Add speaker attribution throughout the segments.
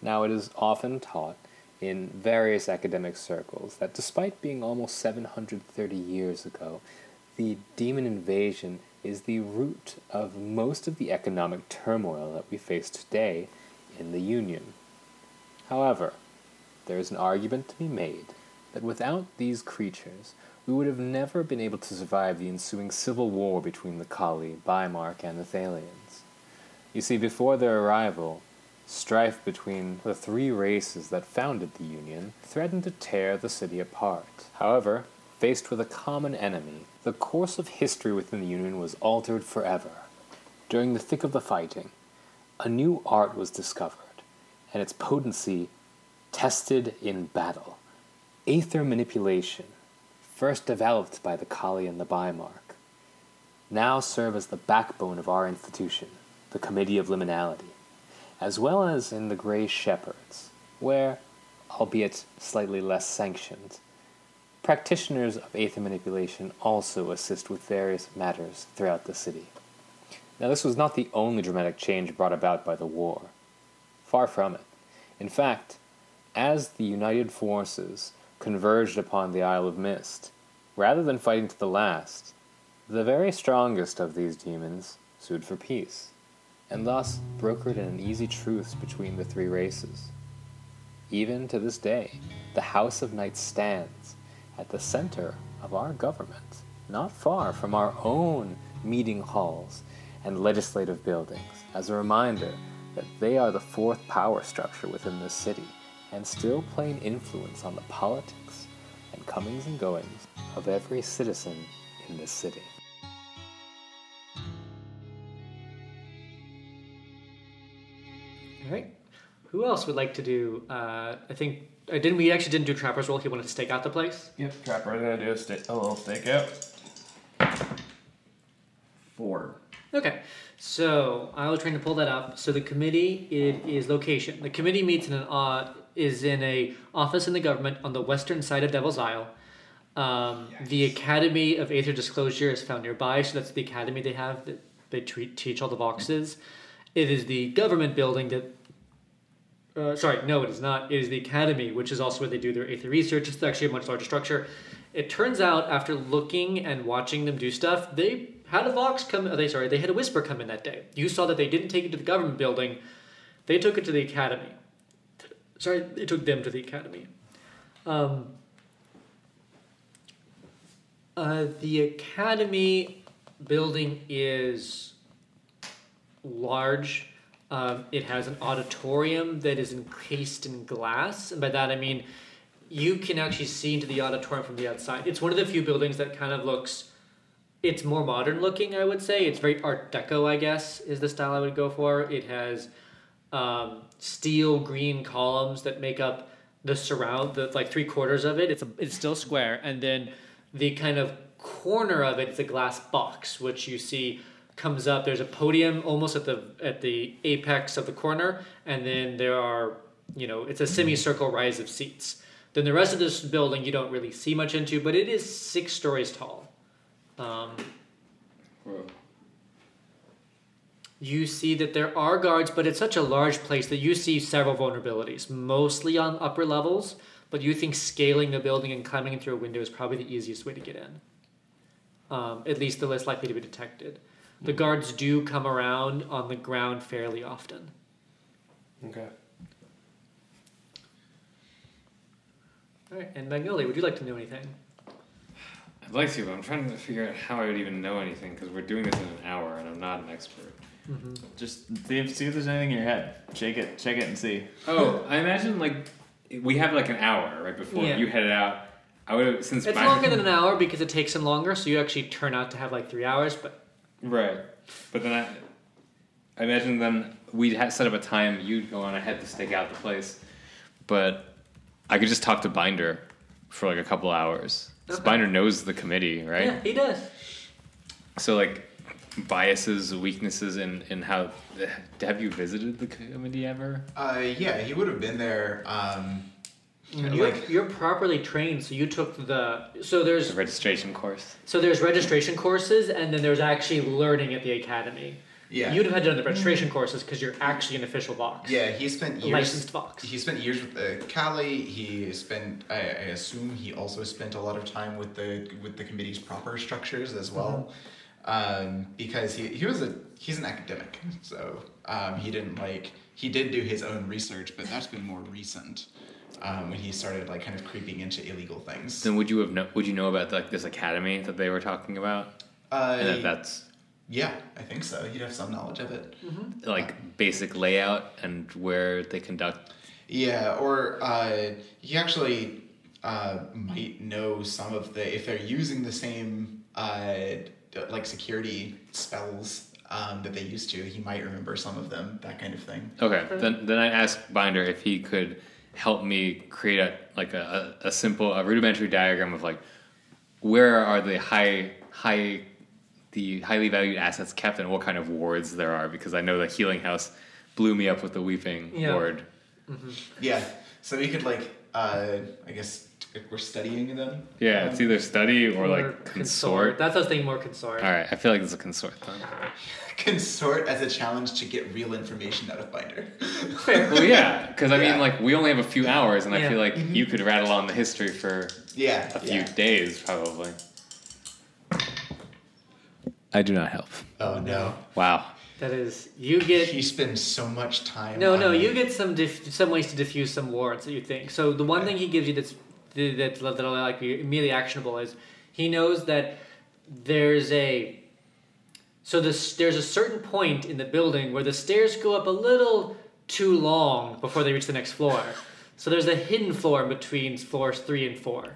Speaker 1: Now, it is often taught in various academic circles that despite being almost 730 years ago, the demon invasion is the root of most of the economic turmoil that we face today in the Union. However, there is an argument to be made that without these creatures, we would have never been able to survive the ensuing civil war between the Kali, Bimark, and the Thalians. You see, before their arrival, strife between the three races that founded the Union threatened to tear the city apart. However, faced with a common enemy, the course of history within the Union was altered forever. During the thick of the fighting, a new art was discovered, and its potency tested in battle. Aether manipulation, first developed by the Kali and the Bimark, now serve as the backbone of our institution, the Committee of Liminality, as well as in the Grey Shepherds, where, albeit slightly less sanctioned, practitioners of aether manipulation also assist with various matters throughout the city. Now, this was not the only dramatic change brought about by the war. Far from it. In fact, as the united forces converged upon the Isle of Mist, rather than fighting to the last, the very strongest of these demons sued for peace, and thus brokered an easy truce between the three races. Even to this day, the House of Knights stands at the center of our government, not far from our own meeting halls and legislative buildings, as a reminder that they are the fourth power structure within this city and still play an influence on the politics and comings and goings of every citizen in this city.
Speaker 2: All right. Who else would like to do? Uh, I think uh, didn't we actually didn't do Trapper's roll? He wanted to stake out the place.
Speaker 3: Yep, trapper. I'm gonna do a, sta- a little stakeout. Four.
Speaker 2: Okay, so I was trying to pull that up. So the committee it is location. The committee meets in an uh, is in a office in the government on the western side of Devil's Isle. Um, The Academy of Aether Disclosure is found nearby, so that's the academy they have that they treat, teach all the Voxes. It is the government building that. Uh, sorry, no, it is not. It is the academy, which is also where they do their aether research. It's actually a much larger structure. It turns out, after looking and watching them do stuff, they had a vox come. They sorry, they had a whisper come in that day. You saw that they didn't take it to the government building; they took it to the academy. Sorry, they took them to the academy. Um, uh, the academy building is large. Um, it has an auditorium that is encased in glass, and by that I mean you can actually see into the auditorium from the outside. It's one of the few buildings that kind of looks. It's more modern looking, I would say. It's very Art Deco, I guess, is the style I would go for. It has um, steel green columns that make up the surround, the like three quarters of it. It's a, it's still square, and then the kind of corner of it is a glass box, which you see comes up. There's a podium almost at the at the apex of the corner, and then there are you know it's a semicircle rise of seats. Then the rest of this building you don't really see much into, but it is six stories tall. Um, you see that there are guards, but it's such a large place that you see several vulnerabilities, mostly on upper levels. But you think scaling the building and climbing in through a window is probably the easiest way to get in. Um, at least the less likely to be detected. The guards do come around on the ground fairly often.
Speaker 3: Okay.
Speaker 2: All right, and Magnolia, would you like to know anything?
Speaker 4: I'd like to, but I'm trying to figure out how I would even know anything because we're doing this in an hour and I'm not an expert.
Speaker 3: Just see if, see if there's anything in your head. Shake it, shake it, and see.
Speaker 4: Oh, I imagine like we have like an hour right before
Speaker 2: Yeah.
Speaker 4: you headed out. I would have since
Speaker 2: It's
Speaker 4: my-
Speaker 2: longer than an hour because it takes them longer, so you actually turn out to have like three hours, but
Speaker 4: right, but then I, I imagine then we'd ha- set up a time you'd go on ahead to stake out the place, but I could just talk to Binder for like a couple hours. 'Cause
Speaker 2: Okay.
Speaker 4: Binder knows the committee, right?
Speaker 2: yeah, he does.
Speaker 4: So like biases, weaknesses, and and how have you visited the committee ever?
Speaker 5: Uh, yeah, he would have been there. Um,
Speaker 2: You're,
Speaker 5: like-
Speaker 2: you're properly trained, so you took the so there's
Speaker 4: The registration course.
Speaker 2: so there's registration courses, and then there's actually learning at the academy.
Speaker 5: Yeah.
Speaker 2: You'd have had to do the registration courses because you're actually an official box.
Speaker 5: Yeah, he spent
Speaker 2: A
Speaker 5: years.
Speaker 2: licensed box.
Speaker 5: He spent years with the Cali. He spent. I, I assume he also spent a lot of time with the with the committee's proper structures as well,
Speaker 2: Mm-hmm.
Speaker 5: um, because he he was a he's an academic, so um, he didn't like he did do his own research, but that's been more recent um, when he started like kind of creeping into illegal things.
Speaker 4: Then would you have know, would you know about like this academy that they were talking about? and
Speaker 5: Uh,
Speaker 4: that that's
Speaker 5: yeah, I think so. He'd have some knowledge of it.
Speaker 4: like basic layout and where they conduct.
Speaker 5: Yeah, or uh, he actually uh, might know some of the if they're using the same uh, d- like security spells um, that they used to. He might remember some of them, that kind of thing.
Speaker 4: Okay, then then I asked Binder if he could help me create a like a, a, a simple a rudimentary diagram of like where are the high high the highly valued assets kept and what kind of wards there are because I know the healing house blew me up with the weeping
Speaker 2: Yeah.
Speaker 4: ward.
Speaker 5: Yeah, so he could like uh, I guess if we're studying them.
Speaker 4: Yeah, it's either study or
Speaker 2: Or
Speaker 4: like consort.
Speaker 2: That's us thinking more consort.
Speaker 4: All right, I feel like this is a consort thing.
Speaker 5: Consort as a challenge to get real information out of Binder.
Speaker 2: Fair.
Speaker 4: Well, yeah, because I
Speaker 5: Yeah.
Speaker 4: mean, like, we only have a few hours, and I
Speaker 2: Yeah.
Speaker 4: feel like you could rattle on the history for
Speaker 5: yeah,
Speaker 4: a few
Speaker 5: yeah.
Speaker 4: days, probably. I do not help.
Speaker 5: Oh no,
Speaker 4: Wow.
Speaker 2: That is, you get
Speaker 5: he spends so much time.
Speaker 2: No,
Speaker 5: on
Speaker 2: no,
Speaker 5: them.
Speaker 2: you get some dif- some ways to diffuse some warrants that you think. So the one thing he gives you that's th- that's that that'll, like be immediately actionable is he knows that there's a so this there's a certain point in the building where the stairs go up a little too long before they reach the next floor. So there's a hidden floor in between floors three and four.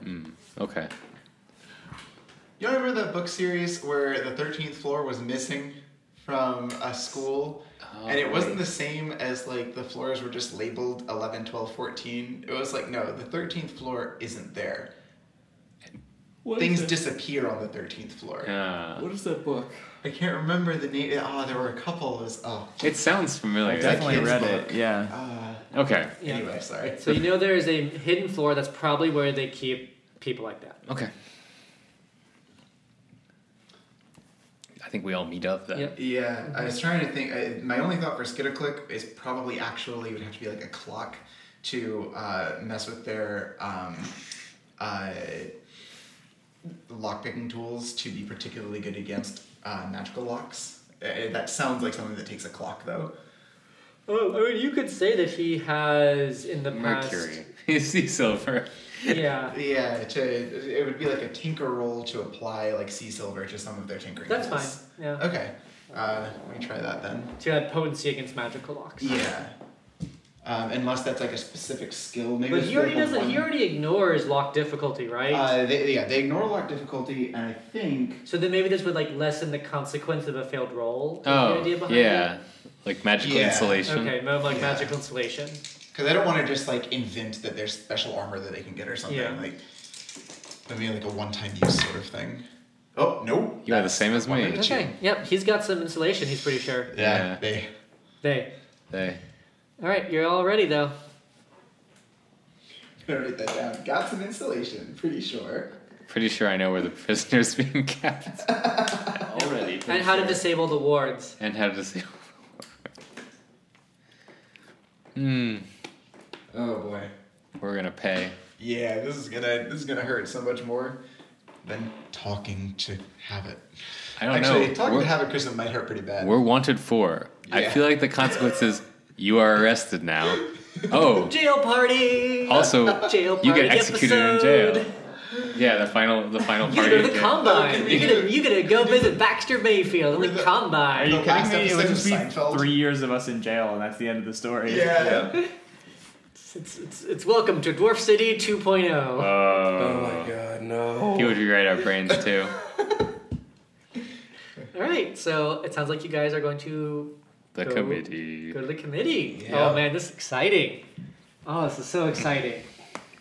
Speaker 4: Okay.
Speaker 5: You remember that book series where the 13th floor was missing from a school? and it wasn't the same as like the floors were just labeled 11, 12, 14. It was like, no, the 13th floor isn't there.
Speaker 3: What
Speaker 5: Things
Speaker 3: is that-
Speaker 5: disappear on the 13th floor.
Speaker 4: Uh,
Speaker 3: What is that book?
Speaker 5: I can't remember the name. Oh, there were a couple. It was, oh,
Speaker 4: it sounds familiar.
Speaker 3: I definitely
Speaker 5: kid's
Speaker 3: read
Speaker 5: book.
Speaker 3: it. Yeah.
Speaker 5: uh,
Speaker 4: Okay.
Speaker 2: Yeah.
Speaker 5: anyway, sorry.
Speaker 2: So you know there is a hidden floor that's probably where they keep people like that.
Speaker 4: Okay. I think we all meet up then.
Speaker 2: Yep.
Speaker 5: Yeah, I
Speaker 2: Mm-hmm.
Speaker 5: was trying to think. I, my only thought for Skitterclick is probably actually would have to be like a clock to uh, mess with their um, uh, lockpicking tools to be particularly good against uh, magical locks. Uh, that sounds like something that takes a clock, though.
Speaker 2: Oh, I mean, you could say that he has in the past.
Speaker 4: Mercury. You see silver.
Speaker 2: Yeah.
Speaker 5: Yeah, to it would be like a tinker roll to apply like sea silver to some of their tinkering.
Speaker 2: That's
Speaker 5: tools.
Speaker 2: fine. Yeah.
Speaker 5: Okay, uh, let me try that then.
Speaker 2: To add potency against magical locks.
Speaker 5: Yeah. Um, unless that's like a specific skill, maybe.
Speaker 2: But
Speaker 5: it's
Speaker 2: he already
Speaker 5: level
Speaker 2: doesn't. He
Speaker 5: one.
Speaker 2: already ignores lock difficulty, right?
Speaker 5: Uh, they, yeah, they ignore lock difficulty, and I think
Speaker 2: so then maybe this would like lessen the consequence of a failed roll. Is the
Speaker 4: Oh,
Speaker 2: idea behind
Speaker 4: yeah. Like magical
Speaker 5: Yeah.
Speaker 2: it?
Speaker 4: insulation.
Speaker 2: Okay, mo- like
Speaker 5: Yeah.
Speaker 2: magical insulation.
Speaker 5: because I don't want to just like invent that there's special armor that they can get or something
Speaker 2: Yeah.
Speaker 5: like maybe like a one-time use sort of thing. Oh no,
Speaker 4: You are the same as
Speaker 5: One
Speaker 4: me.
Speaker 5: minute. Gotcha.
Speaker 2: Okay. Yep. He's got some insulation. He's pretty sure.
Speaker 5: yeah,
Speaker 4: Yeah.
Speaker 5: they.
Speaker 2: They.
Speaker 4: They.
Speaker 2: All right. You're all ready though.
Speaker 5: Gotta write that down. Got some installation, pretty sure.
Speaker 4: Pretty sure I know where the prisoner's being kept
Speaker 3: Already.
Speaker 2: And how to disable the wards.
Speaker 4: and how to see. Hmm.
Speaker 5: Oh boy.
Speaker 4: We're gonna pay.
Speaker 5: Yeah, this is gonna this is gonna hurt so much more than talking to Habit.
Speaker 4: I don't
Speaker 5: Actually,
Speaker 4: know.
Speaker 5: talking
Speaker 4: we're,
Speaker 5: to Habit Kristen might hurt pretty bad.
Speaker 4: we're wanted for. I
Speaker 5: Yeah.
Speaker 4: feel like the consequence is you are arrested now. Oh,
Speaker 2: Jail party.
Speaker 4: also
Speaker 2: Jail
Speaker 4: you get
Speaker 2: party
Speaker 4: executed
Speaker 2: episode.
Speaker 4: in jail. Yeah, the final the final
Speaker 2: You
Speaker 4: part.
Speaker 2: go to the
Speaker 5: Oh, can
Speaker 2: combine.
Speaker 5: we
Speaker 2: You
Speaker 5: do
Speaker 2: get
Speaker 5: the-
Speaker 2: you get to go visit Baxter Mayfield in
Speaker 5: We're
Speaker 2: the
Speaker 5: the-
Speaker 2: combine.
Speaker 3: Are you
Speaker 5: The last
Speaker 3: kidding me? It would just be
Speaker 5: episode of Seinfeld.
Speaker 3: three years of us in jail, and that's the end of the story.
Speaker 5: Yeah.
Speaker 2: It's, it's, it's welcome to Dwarf City 2.0.
Speaker 4: Oh,
Speaker 6: my god, no.
Speaker 4: he would rewrite our brains too.
Speaker 2: All right, so it sounds like you guys are going to
Speaker 4: The
Speaker 2: Go-
Speaker 4: committee.
Speaker 2: go to the committee.
Speaker 6: Yeah.
Speaker 2: Oh man, this is exciting. Oh, this is so exciting.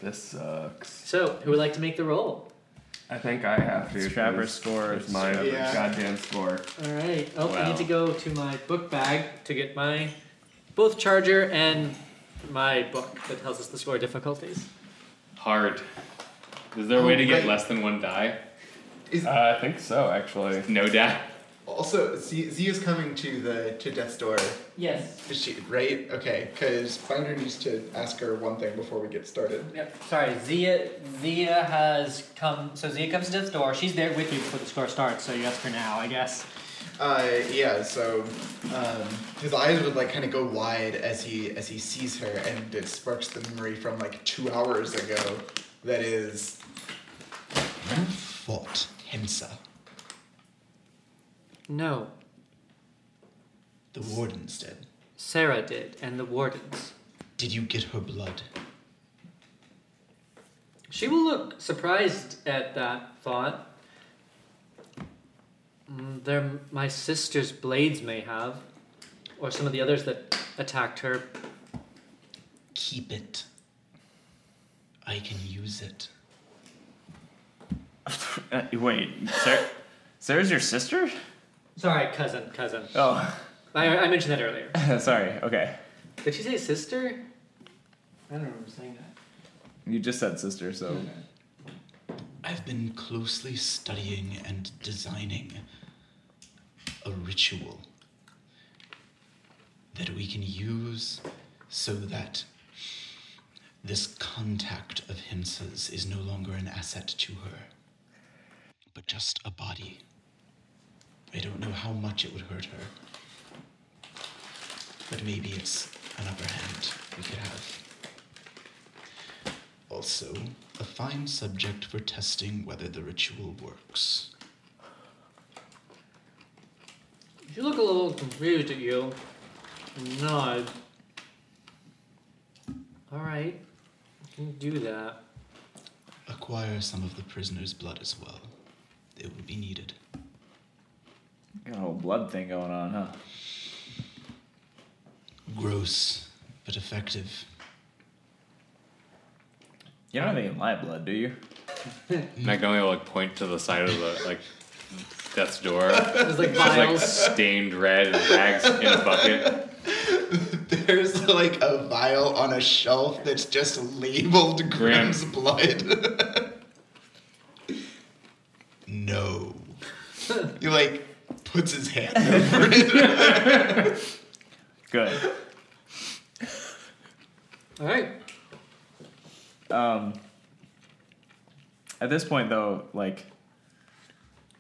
Speaker 6: This sucks.
Speaker 2: So, who would like to make the roll?
Speaker 6: I think I have to.
Speaker 3: Trapper
Speaker 6: 'cause
Speaker 3: scores.
Speaker 6: it's my
Speaker 5: Yeah.
Speaker 6: goddamn score.
Speaker 2: All right. Oh, I
Speaker 4: Wow.
Speaker 2: need to go to my book bag to get my both charger and my book that tells us the score difficulties.
Speaker 4: Hard. Is there a way
Speaker 5: Oh,
Speaker 4: to get
Speaker 5: right.
Speaker 4: less than one die?
Speaker 5: Is,
Speaker 6: Uh, I think so, actually.
Speaker 4: No die.
Speaker 5: Also, Z, Z is coming to the to Death's door.
Speaker 2: Yes.
Speaker 5: Is she right? Okay, because Binder needs to ask her one thing before we get started.
Speaker 2: Yep. Sorry, Zia. Zia has come. So Zia comes to death's door. She's there with you before the score starts. So you ask her now, I guess.
Speaker 5: Uh, yeah. So um, his eyes would like kind of go wide as he as he sees her, and it sparks the memory from like two hours ago. That is, you fought Hensa,
Speaker 2: No,
Speaker 5: the wardens did.
Speaker 2: Sarah did, and the wardens.
Speaker 5: Did you get her blood?
Speaker 2: She will look surprised at that thought. Mm, They're my sister's blades may have, or some of the others that attacked her.
Speaker 5: Keep it. I can use it.
Speaker 3: Uh, wait, Sarah, Sarah's your sister?
Speaker 2: Sorry, cousin, cousin.
Speaker 3: Oh,
Speaker 2: I, I mentioned that earlier.
Speaker 3: sorry. Okay,
Speaker 2: Did she say sister? I don't remember saying that.
Speaker 3: you just said sister, so
Speaker 5: I've been closely studying and designing a ritual that we can use so that this contact of Hinsa's is no longer an asset to her, but just a body. I don't know how much it would hurt her, but maybe it's an upper hand we could have. Also, a fine subject for testing whether the ritual works.
Speaker 2: You look a little confused at you. Nod. All right, I can do that.
Speaker 5: Acquire some of the prisoner's blood as well. It will be needed.
Speaker 3: got a whole blood thing going on, huh?
Speaker 5: Gross, but effective.
Speaker 3: You don't have any in my blood, do you?
Speaker 5: Mm.
Speaker 4: Magnolia will, like point to the side of the like death's door.
Speaker 2: It's like
Speaker 4: It's like
Speaker 2: vials.
Speaker 4: stained red and bags in a bucket.
Speaker 5: There's like a vial on a shelf that's just labeled Grimm's blood. no. he like puts his hand over it.
Speaker 3: Good.
Speaker 2: All right.
Speaker 3: Um, at this point, though, like,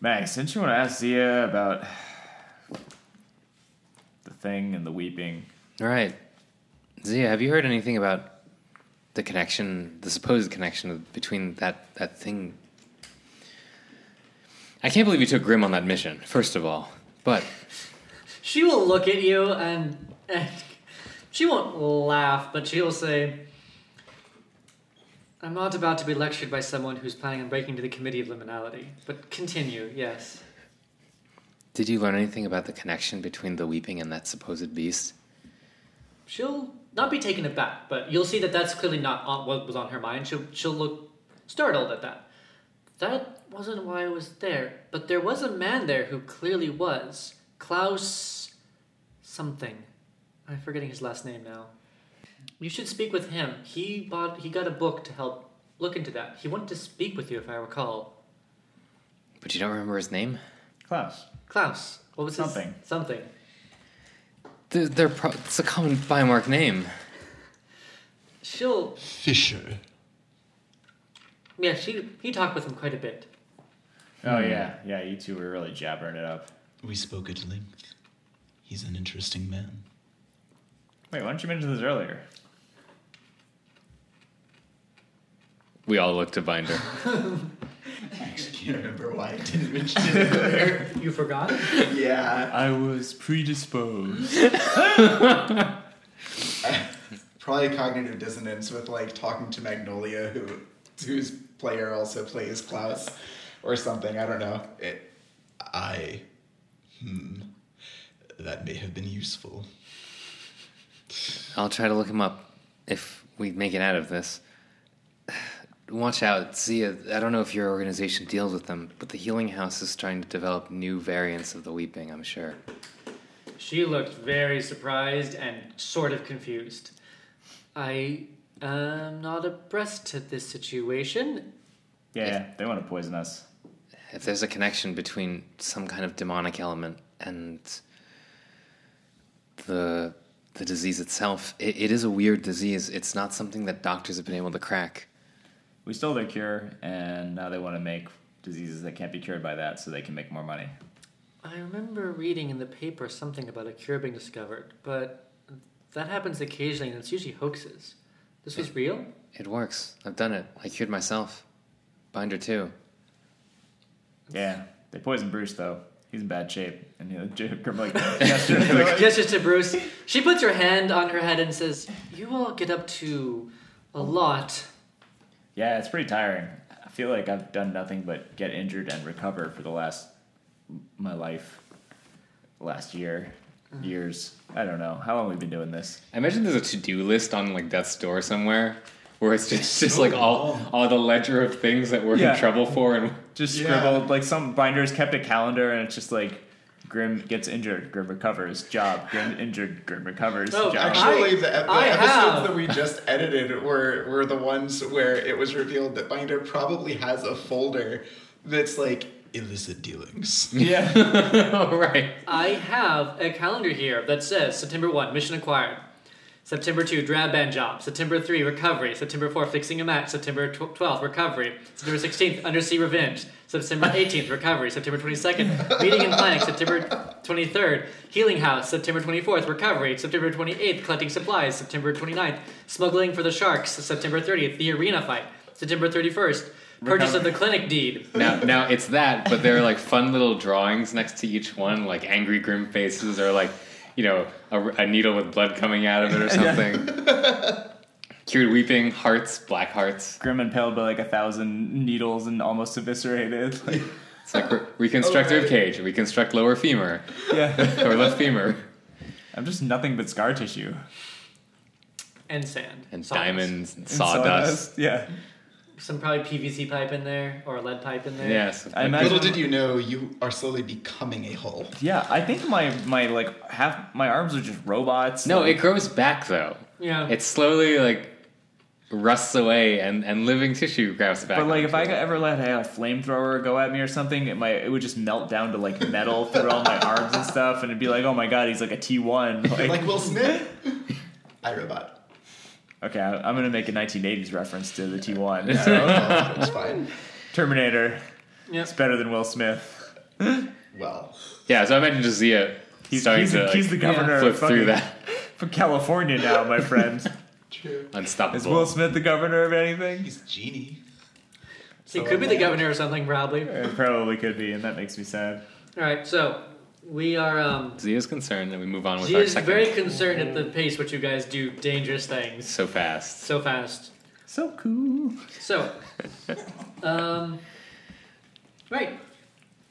Speaker 3: Max, didn't you want to ask Zia about the thing and the weeping?
Speaker 4: All right, Zia, have you heard anything about the connection, the supposed connection of- between that that thing? I can't believe you took Grim on that mission. First of all, but
Speaker 2: She will look at you and, and she won't laugh, but she will say, I'm not about to be lectured by someone who's planning on breaking into the Committee of Liminality. But continue, yes.
Speaker 4: did you learn anything about the connection between the weeping and that supposed beast?
Speaker 2: She'll not be taken aback, but you'll see that that's clearly not on, what was on her mind. She'll, she'll look startled at that. That wasn't why I was there, but there was a man there who clearly was. Klaus something. I'm forgetting his last name now. You should speak with him. He bought he got a book to help look into that. He wanted to speak with you if I recall.
Speaker 4: But you don't remember his name?
Speaker 3: Klaus.
Speaker 2: Klaus. What was his-
Speaker 3: Something.
Speaker 2: something.
Speaker 4: They're, they're pro- it's a common Biomark name.
Speaker 2: She'll
Speaker 5: Fisher.
Speaker 2: yeah, she he talked with him quite a bit.
Speaker 3: Oh, yeah. Yeah, you two were really jabbering it up.
Speaker 5: We spoke at length. He's an interesting man.
Speaker 3: Wait, why didn't you mention this earlier?
Speaker 4: We all looked at Binder.
Speaker 5: I can't remember why I didn't mention it earlier.
Speaker 2: You forgot?
Speaker 5: yeah.
Speaker 3: I was predisposed.
Speaker 5: Probably cognitive dissonance with like talking to Magnolia, who whose player also plays Klaus, or something. I don't know. It, I, hmm, that may have been useful.
Speaker 4: I'll try to look him up if we make it out of this. Watch out, Zia. I don't know if your organization deals with them, but the Healing House is trying to develop new variants of the Weeping, I'm sure.
Speaker 2: She looked very surprised and sort of confused. I am not abreast to this situation.
Speaker 3: Yeah, they want to poison us.
Speaker 4: If there's a connection between some kind of demonic element and the the disease itself. It, it is a weird disease. It's not something that doctors have been able to crack.
Speaker 3: We stole their cure, and now they want to make diseases that can't be cured by that, so they can make more money.
Speaker 2: I remember reading in the paper something about a cure being discovered, but that happens occasionally, and it's usually hoaxes. This was real.
Speaker 4: It works. I've done it. I cured myself. Binder too.
Speaker 3: Yeah, they poisoned Bruce though. He's in bad shape, and you know, Jacob like, gestured to him, like,
Speaker 2: Just to Bruce, she puts her hand on her head and says, "You all get up to a lot."
Speaker 3: yeah, it's pretty tiring. I feel like I've done nothing but get injured and recover for the last my life, last year, years. I don't know how long we've been doing this.
Speaker 4: I imagine there's a to-do list on like death's door somewhere, where it's just, it's just like all all the ledger of things that we're
Speaker 3: Yeah.
Speaker 4: in trouble for, and
Speaker 3: Just
Speaker 5: Yeah.
Speaker 3: scribbled like some binders kept a calendar, and it's just like. Grim gets injured, Grim recovers, job. Grim injured, Grim recovers,
Speaker 2: Oh,
Speaker 3: job.
Speaker 5: Actually, the, the
Speaker 2: I
Speaker 5: episodes
Speaker 2: have.
Speaker 5: that we just edited were were the ones where it was revealed that Binder probably has a folder that's like illicit dealings.
Speaker 3: yeah.
Speaker 4: all right.
Speaker 2: I have a calendar here that says September 1, mission acquired. September 2, drab band job. September 3, recovery. September 4, fixing a match. September tw- 12th, recovery. September 16th, undersea revenge. September 18th, recovery. September 22nd, meeting in plank. September 23rd, healing house. September 24th, recovery. September 28th, collecting supplies. September 29th, smuggling for the sharks. September 30th, the arena fight. September 31st, purchase of the clinic deed.
Speaker 4: Now, now it's that, but there are like fun little drawings next to each one, like angry grim faces, or like you know a, a needle with blood coming out of it or something. Cured weeping hearts, black hearts.
Speaker 3: Grim impaled by like a thousand needles and almost eviscerated. Like,
Speaker 4: It's like re- reconstructive
Speaker 5: Okay.
Speaker 4: cage, reconstruct lower femur
Speaker 3: yeah,
Speaker 4: or left femur,
Speaker 3: I'm just nothing but scar tissue.
Speaker 2: And sand.
Speaker 4: and
Speaker 2: Sawdust.
Speaker 4: diamonds, and
Speaker 3: and
Speaker 4: sawdust.
Speaker 3: Yeah.
Speaker 2: some probably PVC pipe in there or a lead pipe in there.
Speaker 4: Yes,
Speaker 3: I imagine-
Speaker 5: Little did you know, you are slowly becoming a hole.
Speaker 3: Yeah, I think my my like half my arms are just robots.
Speaker 4: No,
Speaker 3: like,
Speaker 4: it grows back though.
Speaker 2: Yeah.
Speaker 4: It slowly like rusts away, and and living tissue grabs back.
Speaker 3: But like if
Speaker 4: onto
Speaker 3: I
Speaker 4: it.
Speaker 3: got- ever let a flamethrower go at me or something, it might it would just melt down to like metal through all my arms and stuff, and it'd be like, oh my god, he's like a T one. Like,
Speaker 5: Like Will Smith, iRobot.
Speaker 3: okay, I- I'm gonna make a 1980s reference to the T one.
Speaker 5: So it's fine.
Speaker 3: Terminator.
Speaker 2: Yeah.
Speaker 3: It's better than Will Smith.
Speaker 5: Well,
Speaker 4: yeah, so I imagine just Zia
Speaker 3: He's,
Speaker 4: starting
Speaker 3: he's,
Speaker 4: to
Speaker 3: the-
Speaker 4: like,
Speaker 3: he's the governor
Speaker 4: flip
Speaker 3: of
Speaker 4: through
Speaker 3: fucking-
Speaker 4: that.
Speaker 3: from California now, my friend.
Speaker 5: true.
Speaker 4: Unstoppable.
Speaker 3: Is Will Smith the governor of anything?
Speaker 5: He's genie.
Speaker 2: It could be the governor or something, probably.
Speaker 3: It probably could be, and that makes me sad.
Speaker 2: All right, so we are. Um,
Speaker 4: Zia's concerned that we move on with
Speaker 2: she
Speaker 4: our
Speaker 2: is
Speaker 4: second.
Speaker 2: very concerned at the pace which you guys do dangerous things
Speaker 4: so fast.
Speaker 2: so fast.
Speaker 3: So cool.
Speaker 2: So, um, right.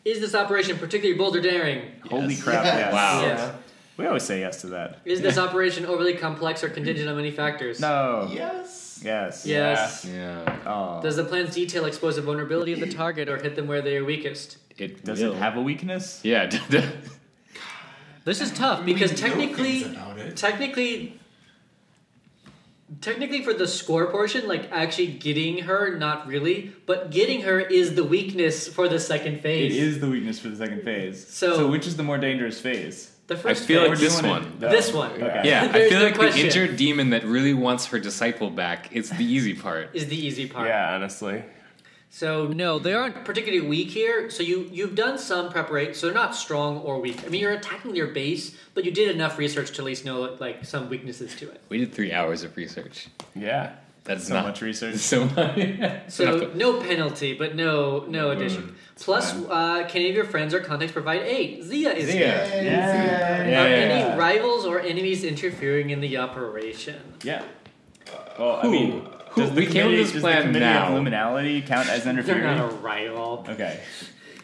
Speaker 2: Is this operation particularly boulder daring?
Speaker 3: Holy crap, yes.
Speaker 4: Wow.
Speaker 2: Yes.
Speaker 3: We always say yes to that.
Speaker 2: Is this operation overly complex or contingent on many factors?
Speaker 6: Oh.
Speaker 3: No.
Speaker 5: Yes.
Speaker 3: Yes.
Speaker 2: Yes.
Speaker 4: Yeah.
Speaker 3: Oh.
Speaker 2: Does the plan's detail expose the vulnerability of the target or hit them where they are weakest?
Speaker 4: It
Speaker 3: Does
Speaker 4: will.
Speaker 3: it have a weakness?
Speaker 4: Yeah. d- d-
Speaker 2: This is tough because
Speaker 5: We know
Speaker 2: technically,
Speaker 5: things about it.
Speaker 2: technically, technically for the score portion, like actually getting her, not really, but getting her is the weakness for the second
Speaker 3: It
Speaker 2: phase.
Speaker 3: is the weakness for the second phase.
Speaker 2: So-
Speaker 3: which is the more dangerous phase?
Speaker 2: The
Speaker 4: I
Speaker 2: first
Speaker 4: feel
Speaker 2: phase,
Speaker 4: like this
Speaker 3: doing it-
Speaker 4: one.
Speaker 3: No.
Speaker 2: This one.
Speaker 3: Okay.
Speaker 4: Yeah, I
Speaker 2: There's
Speaker 4: feel
Speaker 2: no
Speaker 4: like
Speaker 2: question.
Speaker 4: the injured demon that really wants her disciple back. It's the easy part.
Speaker 2: is the easy part.
Speaker 6: Yeah, honestly.
Speaker 2: So no, they aren't particularly weak here. So you you've done some preparation, so they're not strong or weak. I mean, you're attacking their base, but you did enough research to at least know like some weaknesses to it.
Speaker 4: We did three hours of research.
Speaker 6: Yeah.
Speaker 4: That's
Speaker 3: So
Speaker 4: not
Speaker 3: much research.
Speaker 4: So much.
Speaker 2: So no penalty, but no no
Speaker 4: Hmm.
Speaker 2: addition. Plus, uh, can any of your friends or contacts provide aid? Zia is
Speaker 4: Zia.
Speaker 2: here.
Speaker 5: Yay.
Speaker 3: Yeah.
Speaker 2: Are
Speaker 4: Yeah.
Speaker 2: any rivals or enemies interfering in the operation?
Speaker 3: Yeah. Well, I mean,
Speaker 4: Who-
Speaker 3: does the
Speaker 4: we came up with
Speaker 3: committee-
Speaker 4: this
Speaker 3: does
Speaker 4: plan
Speaker 3: the committee
Speaker 4: now.
Speaker 3: Of luminality count as
Speaker 2: They're not
Speaker 3: interfering?
Speaker 2: a rival.
Speaker 3: okay.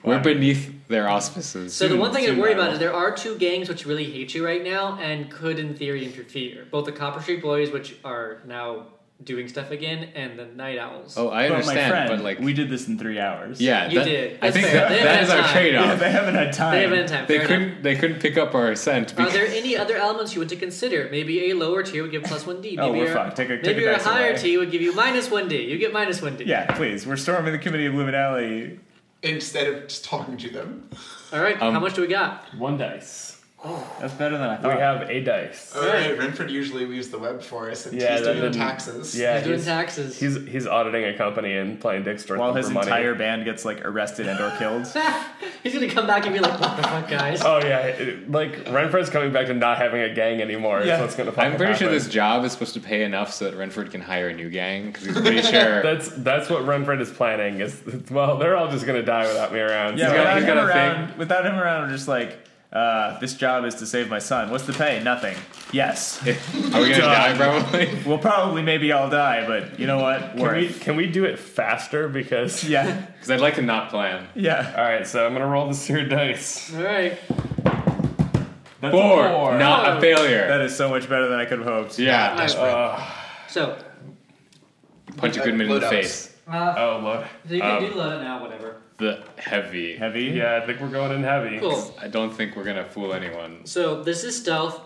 Speaker 4: We're beneath their auspices.
Speaker 2: So the one thing I
Speaker 3: soon
Speaker 2: worry
Speaker 3: rival.
Speaker 2: about is there are two gangs which really hate you right now and could, in theory, interfere. Both the Copper Street Boys, which are now doing stuff again, and the Night Owls.
Speaker 4: oh, I
Speaker 3: But my
Speaker 4: understand,
Speaker 3: friend,
Speaker 4: but like,
Speaker 3: we did this in three hours.
Speaker 4: yeah,
Speaker 2: You
Speaker 4: that-
Speaker 2: did.
Speaker 4: I
Speaker 2: That's
Speaker 4: think
Speaker 2: fair.
Speaker 4: that-
Speaker 2: They haven't
Speaker 4: that
Speaker 2: had
Speaker 4: is our
Speaker 2: time.
Speaker 4: trade-off.
Speaker 3: they haven't had time.
Speaker 2: they haven't had time.
Speaker 4: They
Speaker 2: fair
Speaker 4: couldn't.
Speaker 2: enough.
Speaker 4: They couldn't pick up our scent.
Speaker 2: Are
Speaker 4: Because,
Speaker 2: there any other elements you want to consider? Maybe a lower tier would give plus one D. Maybe
Speaker 3: Oh, we're
Speaker 2: your-
Speaker 3: fucked. Take a- take
Speaker 2: maybe
Speaker 3: a
Speaker 2: your
Speaker 3: dice
Speaker 2: higher
Speaker 3: away.
Speaker 2: tier would give you minus one D. You get minus one D.
Speaker 3: Yeah, please. We're storming the committee of luminality.
Speaker 5: Instead of just talking to them.
Speaker 2: All right, how
Speaker 4: Um,
Speaker 2: much do we got?
Speaker 6: One dice.
Speaker 3: That's better than I
Speaker 6: We
Speaker 3: thought.
Speaker 6: have a dice.
Speaker 5: All right, Oh, Renford usually leaves the web for us, and
Speaker 6: Yeah,
Speaker 5: he's
Speaker 6: that
Speaker 5: doing
Speaker 6: didn't-
Speaker 5: taxes.
Speaker 6: Yeah,
Speaker 2: He's doing
Speaker 6: he's,
Speaker 2: taxes.
Speaker 6: he's he's auditing a company and playing Dick's Store
Speaker 3: While his
Speaker 6: for money.
Speaker 3: entire band gets like arrested and or killed.
Speaker 2: He's gonna come back and be like, "What the fuck, guys?"
Speaker 6: Oh yeah, it, like Renfro's coming back to not having a gang anymore. Yeah.
Speaker 3: Yeah.
Speaker 6: So it's gonna fucking
Speaker 4: I'm pretty sure
Speaker 6: happen.
Speaker 4: this job is supposed to pay enough so that Renford can hire a new gang because he's pretty sure
Speaker 6: That's that's what Renfred is planning. Is well, they're all just gonna die without me around.
Speaker 3: Yeah,
Speaker 6: so-
Speaker 4: got-
Speaker 3: without,
Speaker 4: he's
Speaker 3: him
Speaker 4: got a thing.
Speaker 3: around, without him around, I'm just like, uh, this job is to save my son. What's the pay? Nothing. Yes.
Speaker 4: are we gonna die
Speaker 3: Done.
Speaker 4: probably?
Speaker 3: we'll probably maybe all die, but you know what?
Speaker 6: Can we
Speaker 3: Worth.
Speaker 6: can we do it faster? Because
Speaker 3: Yeah.
Speaker 4: Because I'd like to not plan.
Speaker 3: Yeah.
Speaker 6: all right, so I'm gonna roll this here dice.
Speaker 2: All right,
Speaker 3: That's a
Speaker 4: Four,
Speaker 3: four.
Speaker 4: not
Speaker 2: Oh.
Speaker 4: a failure.
Speaker 3: That is so much better than I could have hoped.
Speaker 4: yeah,
Speaker 2: Nice.
Speaker 5: Desperate.
Speaker 6: Uh,
Speaker 2: so
Speaker 4: punch a good man in the
Speaker 5: Loadouts.
Speaker 4: face.
Speaker 2: uh,
Speaker 6: Oh lord,
Speaker 2: so you can
Speaker 4: um,
Speaker 2: do love it now, whatever.
Speaker 4: The heavy.
Speaker 3: Heavy.
Speaker 6: yeah, I think we're going in heavy.
Speaker 2: Cool.
Speaker 4: I don't think we're gonna fool anyone.
Speaker 2: So this is stealth.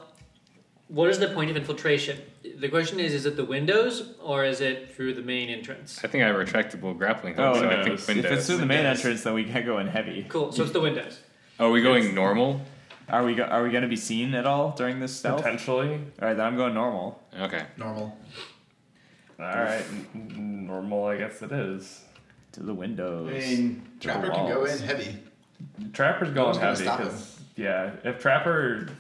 Speaker 2: What is the point of infiltration? The question is: Is it the windows or is it through the main entrance?
Speaker 4: I think I have a retractable grappling hook,
Speaker 3: Oh,
Speaker 4: so I
Speaker 6: windows.
Speaker 4: think
Speaker 3: If
Speaker 6: If
Speaker 3: it's
Speaker 4: windows.
Speaker 3: through the main
Speaker 2: Windows.
Speaker 3: entrance, then we can't go in heavy.
Speaker 2: Cool. So it's the windows.
Speaker 4: Are we going normal?
Speaker 3: Are we? Go- are we going to be seen at all during this stealth? All
Speaker 6: Potentially,
Speaker 3: right, then I'm going normal.
Speaker 4: Okay.
Speaker 5: Normal.
Speaker 6: all right, n- n- normal. I guess it is.
Speaker 3: To the
Speaker 5: I
Speaker 3: windows.
Speaker 5: mean, Trapper can go in
Speaker 3: walls.
Speaker 5: heavy.
Speaker 6: Trapper's going
Speaker 5: Who's gonna
Speaker 6: heavy
Speaker 5: stop
Speaker 6: 'cause- yeah, if Trapper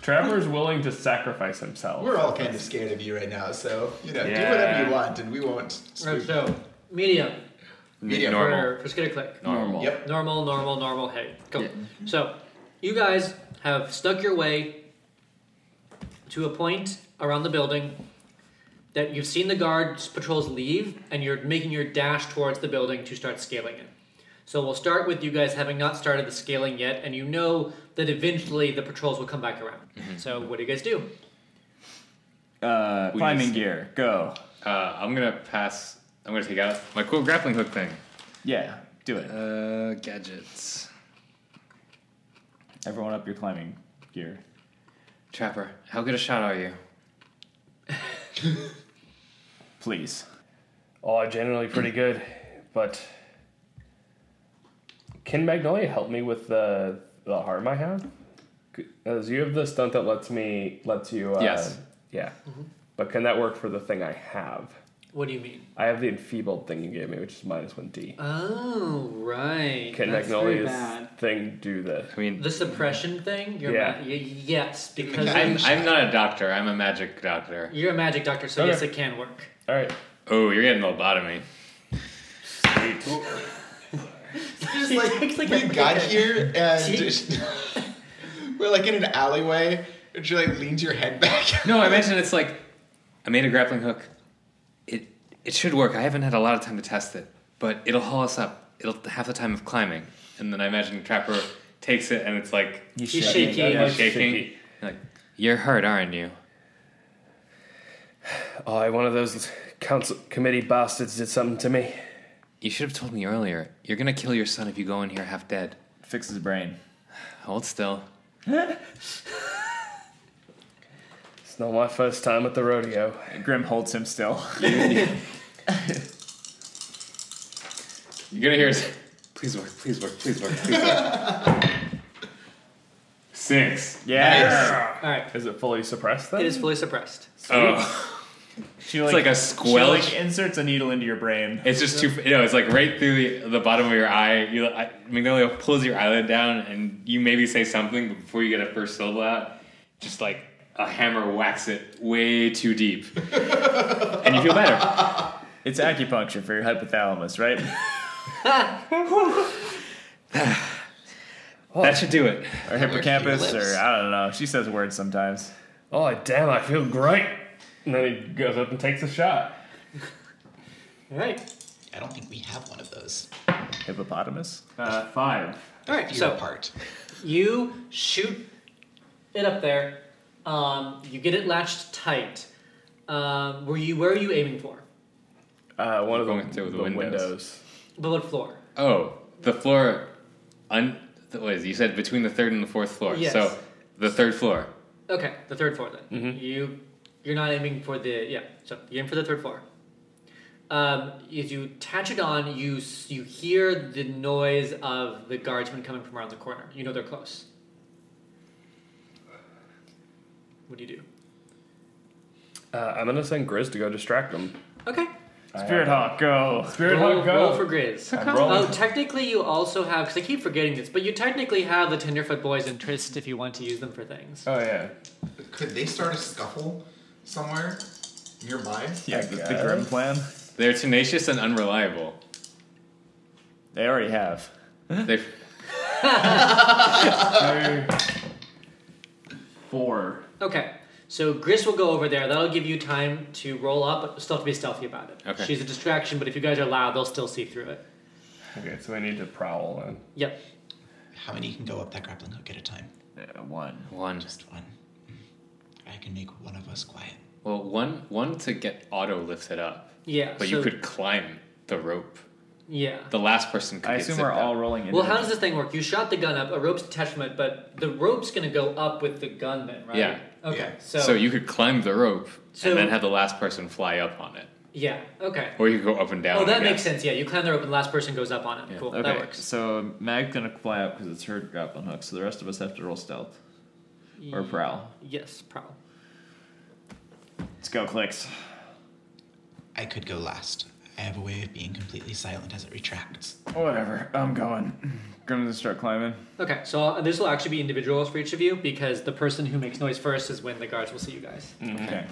Speaker 6: Trapper's willing to sacrifice himself.
Speaker 5: We're all kind of scared of you right now, so you know, do
Speaker 6: Yeah.
Speaker 5: whatever you want, and we won't.
Speaker 2: Right,
Speaker 5: spook.
Speaker 2: so medium
Speaker 5: Medium.
Speaker 4: Normal.
Speaker 2: for, for skitter click.
Speaker 4: Normal.
Speaker 5: Yep.
Speaker 2: Normal, normal, normal. Hey, cool. So, you guys have stuck your way to a point around the building that you've seen the guards patrols leave, and you're making your dash towards the building to start scaling it. So we'll start with you guys having not started the scaling yet, and you know that eventually the patrols will come back around. So what do you guys do?
Speaker 3: Uh,
Speaker 4: We
Speaker 3: climbing
Speaker 4: just-
Speaker 3: gear. Go.
Speaker 4: Uh, I'm gonna pass. I'm gonna take out my cool grappling hook thing.
Speaker 3: Yeah. Do it.
Speaker 4: Uh, gadgets.
Speaker 3: Everyone up your climbing gear.
Speaker 4: Trapper, how good a shot are you?
Speaker 3: Please.
Speaker 6: Oh, generally pretty good, but can Magnolia help me with the the harm I have? C- As you have the stunt that lets me lets you. Uh,
Speaker 4: Yes.
Speaker 6: Yeah. But can that work for the thing I have?
Speaker 2: What do you mean?
Speaker 6: I have the enfeebled thing you gave me, which is minus one D.
Speaker 2: Oh, right.
Speaker 6: Can
Speaker 2: That's very bad.
Speaker 6: Magnolia's thing do this?
Speaker 4: I mean,
Speaker 2: The suppression thing? You're
Speaker 6: Yeah.
Speaker 2: ma- y- yes, because
Speaker 4: I'm, I'm not a doctor. I'm a magic doctor.
Speaker 2: you're a magic doctor, so
Speaker 6: Okay.
Speaker 2: yes, it can work.
Speaker 6: All right.
Speaker 4: Oh, you're getting lobotomy.
Speaker 5: Just
Speaker 2: He
Speaker 5: like,
Speaker 2: takes, like, a
Speaker 5: we
Speaker 2: break.
Speaker 5: got here and
Speaker 2: She-
Speaker 5: just- we're like in an alleyway, and she like leans your head back.
Speaker 4: No, I imagine it's like I made a grappling hook. It it should work. I haven't had a lot of time to test it, but it'll haul us up. It'll have the time of climbing. And then I imagine Trapper takes it and it's like
Speaker 2: He's shaky.
Speaker 4: you're
Speaker 6: Yeah.
Speaker 4: shaking.
Speaker 6: shaky.
Speaker 4: Like you're hurt, aren't you?
Speaker 6: Oh, one of those council committee bastards did something to me.
Speaker 4: You should have told me earlier. You're gonna kill your son if you go in here half dead.
Speaker 3: Fix his brain.
Speaker 4: Hold still.
Speaker 6: It's not my first time at the rodeo.
Speaker 3: Grim holds him still.
Speaker 4: You're gonna hear us. Please work. Please work. Please work. Please work. Six.
Speaker 3: Yes.
Speaker 2: All right.
Speaker 6: Is it fully suppressed then?
Speaker 2: It is fully suppressed.
Speaker 4: Oh,
Speaker 3: She
Speaker 4: it's like a
Speaker 3: she like,
Speaker 4: squelch.
Speaker 3: inserts a needle into your brain.
Speaker 4: It's just too. You know, it's like right through the, the bottom of your eye. You, I, Magnolia pulls your eyelid down, and you maybe say something, but before you get a first syllable out, just like a hammer whacks it way too deep, and you feel better.
Speaker 3: It's acupuncture for your hypothalamus, right?
Speaker 4: That should do it.
Speaker 3: Or hippocampus,
Speaker 5: lips.
Speaker 3: or I don't know. She says words sometimes.
Speaker 6: Oh damn! I feel great. And then he goes up and takes a shot.
Speaker 2: All right.
Speaker 5: I don't think we have one of those.
Speaker 3: Hippopotamus.
Speaker 6: Uh, five.
Speaker 2: All right.
Speaker 5: You're
Speaker 2: So
Speaker 5: apart.
Speaker 2: you shoot it up there. Um, you get it latched tight. Um, were you? Where are you aiming for?
Speaker 6: Uh, one of the,
Speaker 4: Going through the
Speaker 6: the
Speaker 4: windows.
Speaker 6: windows.
Speaker 2: But what floor?
Speaker 4: Oh, the floor. Un, th- what is it? You said between the third and the fourth floor.
Speaker 2: Yes.
Speaker 4: So the third floor.
Speaker 2: Okay, the
Speaker 6: Mm-hmm.
Speaker 2: third floor then. You, you're not aiming for the yeah. So you aim for the third floor. um, if you attach it on, you s- you hear the noise of the guardsmen coming from around the corner. You know they're close. What do you do?
Speaker 6: Uh, I'm gonna send Grizz to go distract them.
Speaker 2: Okay.
Speaker 3: Spirit Hawk, go.
Speaker 6: Spirit
Speaker 2: roll,
Speaker 6: Hawk, go.
Speaker 2: roll for Grizz.
Speaker 6: I'm rolling.
Speaker 2: Oh, technically you also have because I keep forgetting this, but you technically have the Tenderfoot Boys and Trist if you want to use them for things.
Speaker 6: oh yeah.
Speaker 5: Could they start a scuffle somewhere nearby?
Speaker 3: Yeah, the, the Grim Plan.
Speaker 4: They're tenacious and unreliable.
Speaker 3: They already have.
Speaker 4: They
Speaker 3: Four.
Speaker 2: Okay. So Gris will go over there. That'll give you time to roll up, but still have to be stealthy about it.
Speaker 4: Okay.
Speaker 2: She's a distraction, but if you guys are loud, they'll still see through it.
Speaker 6: Okay, so I need to prowl then.
Speaker 2: Yep.
Speaker 5: How many can go up that grappling hook at a time?
Speaker 3: Uh, one.
Speaker 4: one.
Speaker 5: Just one. Mm. I can make one of us quiet.
Speaker 4: Well, one one to get auto lifted up,
Speaker 2: Yeah.
Speaker 4: but
Speaker 2: so,
Speaker 4: you could climb the rope.
Speaker 2: Yeah.
Speaker 4: The last person could
Speaker 3: I
Speaker 4: get
Speaker 3: assume
Speaker 4: zipped
Speaker 3: we're all
Speaker 4: up.
Speaker 3: rolling in.
Speaker 2: Well, how does this thing work? You shot the gun up, a rope's attached from it, but the rope's gonna go up with the gun then, right?
Speaker 4: Yeah.
Speaker 2: Okay.
Speaker 5: Yeah.
Speaker 2: So,
Speaker 4: so you could climb the rope
Speaker 2: So-
Speaker 4: and then have the last person fly up on it,
Speaker 2: Yeah. Okay.
Speaker 4: or you could go up and down.
Speaker 2: Oh, that
Speaker 4: I
Speaker 2: makes
Speaker 4: guess.
Speaker 2: sense. Yeah, you climb the rope and the last person goes up on it. Cool.
Speaker 3: Okay,
Speaker 2: That works.
Speaker 3: so Mag's gonna fly up because it's her grappling hook. So the rest of us have to roll stealth or prowl.
Speaker 2: Yes, prowl.
Speaker 3: Let's go, clicks.
Speaker 5: I could go last. I have a way of being completely silent as it retracts.
Speaker 3: Whatever. I'm going. Gonna start climbing.
Speaker 2: Okay, so uh, this will actually be individuals for each of you because the person who makes noise first is when the guards will see you guys.
Speaker 4: Mm.
Speaker 3: Okay.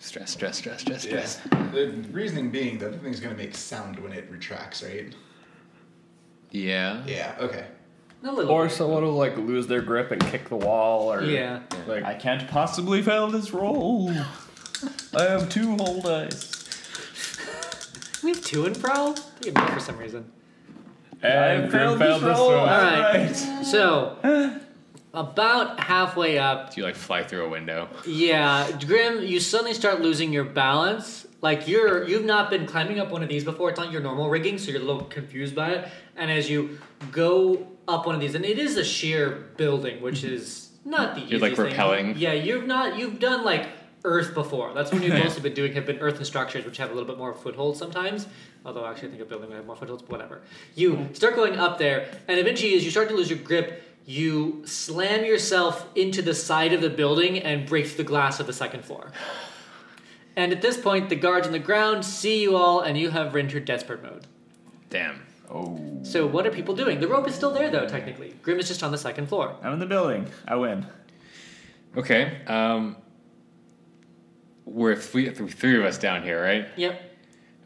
Speaker 4: Stress, stress, stress, stress, stress.
Speaker 5: The reasoning being that the thing's gonna make sound when it retracts, right?
Speaker 4: Yeah.
Speaker 5: Yeah. Okay.
Speaker 2: A little
Speaker 6: Or
Speaker 2: bit.
Speaker 6: someone will like lose their grip and kick the wall, or
Speaker 2: Yeah.
Speaker 6: like
Speaker 3: I can't possibly fail this roll. I have two whole dice.
Speaker 2: We have two in prowl? They have more for some reason.
Speaker 6: and
Speaker 3: I failed
Speaker 6: Grim
Speaker 3: this
Speaker 6: failed this
Speaker 3: roll.
Speaker 6: one.
Speaker 2: Alright.
Speaker 3: Alright.
Speaker 2: So, about halfway up,
Speaker 4: Do you like fly through a window?
Speaker 2: yeah, Grim, you suddenly start losing your balance. Like you're, you've not been climbing up one of these before. It's not your normal rigging, so you're a little confused by it. And as you go up one of these, and it is a sheer building, which is not the
Speaker 4: You're, like,
Speaker 2: easiest thing.
Speaker 4: rappelling.
Speaker 2: Yeah, you've not, you've done like earth before. That's what you've mostly been doing. Have been earthen structures, which have a little bit more foothold sometimes. Although actually, I think a building would have more footholds. But whatever. You start going up there, and eventually, as you start to lose your grip, you slam yourself into the side of the building and break through the glass of the second floor. And at this point, the guards on the ground see you all, and you have entered desperate mode.
Speaker 4: Damn.
Speaker 3: Oh.
Speaker 2: So what are people doing? The rope is still there, though. Technically, Grim is just on the second floor.
Speaker 3: I'm in the building. I win.
Speaker 4: Okay. Um, we're three, three of us down here, right?
Speaker 2: Yep.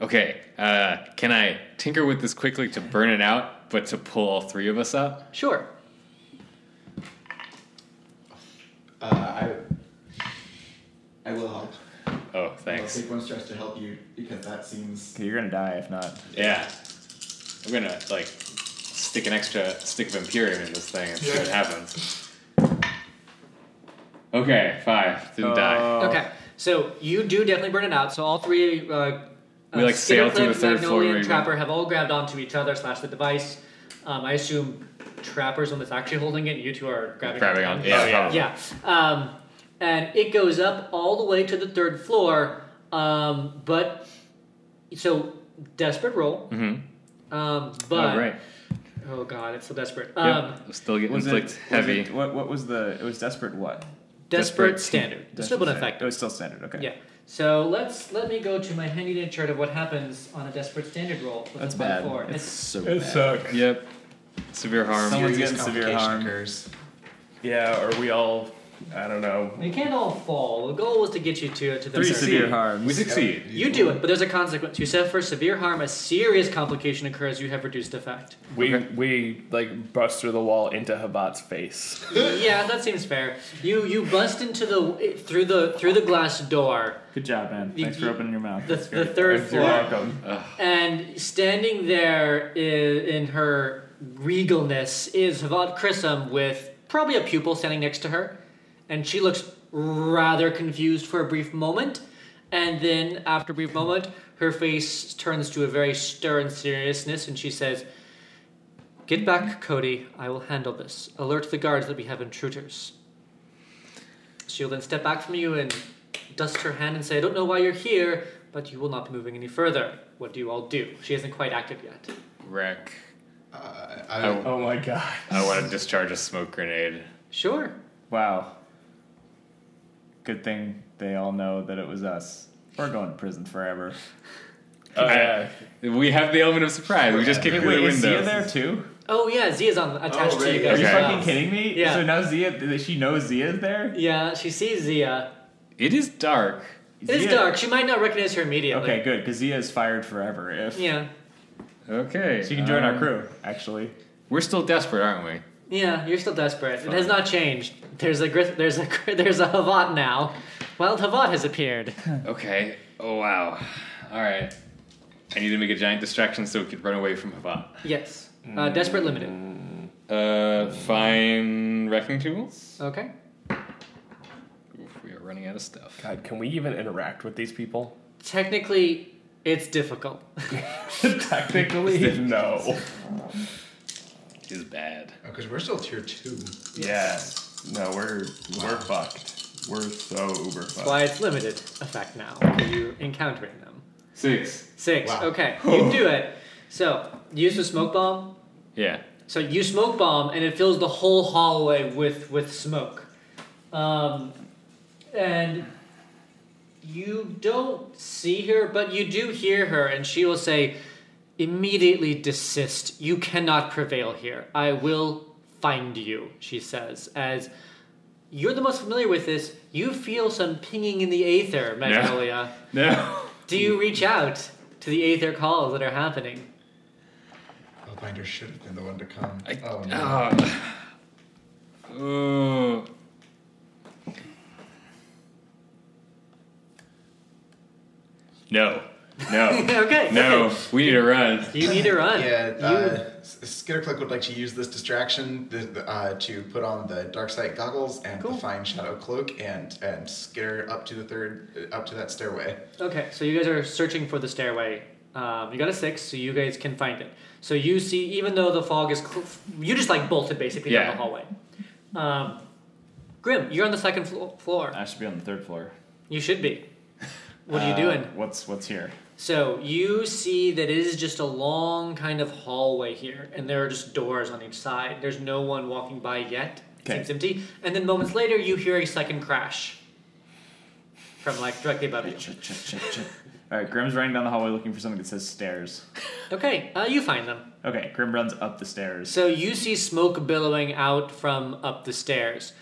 Speaker 4: Okay. Uh, can I tinker with this quickly to burn it out, but to pull all three of us up?
Speaker 2: Sure.
Speaker 5: Uh, I. I will help.
Speaker 4: Oh,
Speaker 5: I'll
Speaker 4: thanks.
Speaker 5: take one stress to help you because that seems.
Speaker 3: Okay, You're gonna die if not.
Speaker 4: Yeah. I'm gonna like stick an extra stick of Imperium in this thing and see what happens. Okay, five. Didn't die.
Speaker 3: Oh.
Speaker 2: Okay, so you do definitely burn it out. So all three, uh,
Speaker 4: We,
Speaker 2: uh,
Speaker 4: like, sail through the
Speaker 2: Skitterclip,
Speaker 4: third floor
Speaker 2: Magnolia,
Speaker 4: where
Speaker 2: and
Speaker 4: we
Speaker 2: Trapper have all grabbed onto each other slash the device. Um, I assume Trapper's the one that's actually holding it. and You two are grabbing.
Speaker 4: Grabbing
Speaker 2: onto
Speaker 4: on.
Speaker 2: it.
Speaker 4: Yeah,
Speaker 6: Oh, yeah.
Speaker 4: probably.
Speaker 2: Yeah, um, and it goes up all the way to the third floor. Um, but so desperate roll. Um, but
Speaker 4: Oh, right.
Speaker 2: oh god, it's so desperate.
Speaker 4: Yep.
Speaker 2: Um,
Speaker 4: Still get
Speaker 3: Was it-
Speaker 4: inflict
Speaker 3: was
Speaker 4: heavy.
Speaker 3: it- what, what was the? It was desperate. What?
Speaker 2: desperate, standard. It's still been
Speaker 3: standard.
Speaker 2: effective.
Speaker 3: It was still standard. Okay.
Speaker 2: Yeah. So let's let me go to my handy dandy chart of what happens on a desperate standard roll. with
Speaker 3: That's
Speaker 2: the plus
Speaker 3: bad.
Speaker 2: Four.
Speaker 3: It's
Speaker 2: It's,
Speaker 3: so
Speaker 6: It
Speaker 3: bad.
Speaker 6: sucks.
Speaker 4: Yep. Severe harm.
Speaker 3: Someone's
Speaker 5: Serious
Speaker 3: getting severe
Speaker 5: complication
Speaker 3: harm.
Speaker 5: Occurs.
Speaker 6: Yeah, or we all, I don't know.
Speaker 2: they can't all fall. The goal was to get you to to the
Speaker 3: Three
Speaker 2: third.
Speaker 3: severe harms.
Speaker 4: we succeed.
Speaker 2: You do it, but there's a consequence. You suffer severe harm. A serious complication occurs. You have reduced effect.
Speaker 6: We we like bust through the wall into Havat's face.
Speaker 2: yeah, that seems fair. You you bust into the through the through the glass door,
Speaker 3: Good job, man. Thanks for
Speaker 2: you-
Speaker 3: opening your mouth.
Speaker 2: the,
Speaker 3: That's
Speaker 2: the
Speaker 3: great.
Speaker 2: third
Speaker 6: You're
Speaker 2: floor,
Speaker 6: welcome.
Speaker 2: and standing there i- in her regalness is Havat Chrism with probably a pupil standing next to her, and she looks rather confused for a brief moment, and then after a brief moment, her face turns to a very stern seriousness, and she says, "Get back, Cody. I will handle this. Alert the guards that we have intruders." She'll then step back from you and dust her hand and say, I don't know why you're here, but you will not be moving any further. What do you all do? She hasn't quite acted yet.
Speaker 4: Wreck.
Speaker 5: Uh,
Speaker 4: I,
Speaker 5: I,
Speaker 6: Oh my god.
Speaker 4: I want to discharge a smoke grenade.
Speaker 2: Sure.
Speaker 3: Wow. Good thing they all know that it was us. We're going to prison forever.
Speaker 6: Oh, yeah.
Speaker 4: We have the element of surprise. We just kicked
Speaker 3: Wait,
Speaker 4: through the
Speaker 3: wait,
Speaker 4: window.
Speaker 3: is Zia there too?
Speaker 2: Oh yeah, Zia's on attached to
Speaker 5: Oh, right,
Speaker 2: you
Speaker 5: yeah.
Speaker 2: guys.
Speaker 3: Are
Speaker 4: Okay.
Speaker 3: you
Speaker 2: as well.
Speaker 3: fucking kidding me?
Speaker 2: Yeah.
Speaker 3: So now Zia, th- she knows Zia's there?
Speaker 2: Yeah, she sees Zia.
Speaker 4: It is dark.
Speaker 2: It is
Speaker 3: Zia-
Speaker 2: dark. She might not recognize her immediately.
Speaker 3: Okay, good, because Zia is fired forever. If
Speaker 2: Yeah.
Speaker 4: Okay.
Speaker 3: She can join
Speaker 4: um,
Speaker 3: our crew, actually.
Speaker 4: We're still desperate, aren't we?
Speaker 2: Yeah, you're still desperate. It has not changed. There's a grith- there's a there's a Havat now. Wild Havat has appeared.
Speaker 4: Okay. Oh wow. All right. I need to make a giant distraction so we could run away from Havat.
Speaker 2: Yes. Uh, desperate
Speaker 3: Mm.
Speaker 2: limited.
Speaker 4: Uh, fine wrecking tools.
Speaker 2: Okay.
Speaker 4: Oof, we are running out of stuff.
Speaker 6: God, can we even interact with these people?
Speaker 2: Technically, it's difficult.
Speaker 6: Technically, no.
Speaker 4: Is bad.
Speaker 5: because oh, we're still tier two.
Speaker 6: Yeah. No, we're we're fucked. We're so uber
Speaker 2: That's
Speaker 6: fucked.
Speaker 2: why it's limited effect now. 'cause You're encountering them.
Speaker 4: Six.
Speaker 2: Six.
Speaker 5: Wow.
Speaker 2: Okay. You do it. So use the smoke bomb.
Speaker 4: Yeah.
Speaker 2: So you smoke bomb, and it fills the whole hallway with with smoke. Um, and you don't see her, but you do hear her, and she will say, "Immediately desist. You cannot prevail here. I will find you." She says as. You're the most familiar with this. You feel some pinging in the aether, Magnolia.
Speaker 4: No.
Speaker 2: Do you reach out to the aether calls that are happening?
Speaker 5: Oh, Binder should have been the one to come.
Speaker 4: I,
Speaker 5: oh,
Speaker 4: oh,
Speaker 5: no.
Speaker 4: Ooh. No. No.
Speaker 2: okay.
Speaker 4: No. We need to run.
Speaker 2: You need to run.
Speaker 5: Yeah,
Speaker 2: You-
Speaker 5: uh, Skitterclick would like to use this distraction the, the, uh, to put on the dark sight goggles and
Speaker 2: Cool.
Speaker 5: the fine shadow cloak and and skitter up to the third uh, up to that stairway.
Speaker 2: okay, so you guys are searching for the stairway. Um, you got a six, so you guys can find it. So you see, even though the fog is, cl- you just like bolted basically down
Speaker 4: Yeah.
Speaker 2: the hallway. Um, Grim, you're on the second flo- floor.
Speaker 4: Uh,
Speaker 3: I should be on the third floor.
Speaker 2: You should be. What are you
Speaker 3: Uh,
Speaker 2: doing?
Speaker 3: What's what's here?
Speaker 2: So you see that it is just a long kind of hallway here, and there are just doors on each side. There's no one walking by yet. It
Speaker 3: Okay.
Speaker 2: Seems empty. And then moments later, you hear a second crash from like directly above you.
Speaker 3: Ch- ch- ch- ch- All right, Grim's running down the hallway looking for something that says stairs.
Speaker 2: Okay, uh, you find them.
Speaker 3: Okay, Grim runs up the stairs.
Speaker 2: So you see smoke billowing out from up the stairs.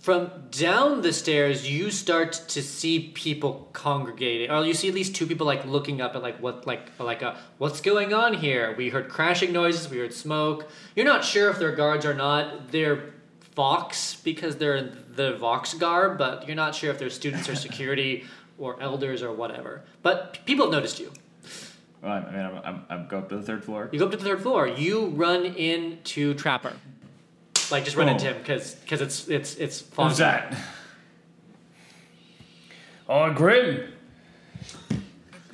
Speaker 2: From down the stairs, you start to see people congregating, or you see at least two people like looking up at like what like like a what's going on here. We heard crashing noises, we heard smoke. You're not sure if they're guards or not. They're Vox because they're in the Vox garb, but you're not sure if they're students or security or elders or whatever. But people have noticed you.
Speaker 3: Well, I mean, I'm, I'm, I'm go up to the third floor.
Speaker 2: You go up to the third floor. You run into Trapper, like just run
Speaker 3: Oh.
Speaker 2: into him because it's it's it's foggy.
Speaker 3: Who's that?
Speaker 6: Oh, Grim.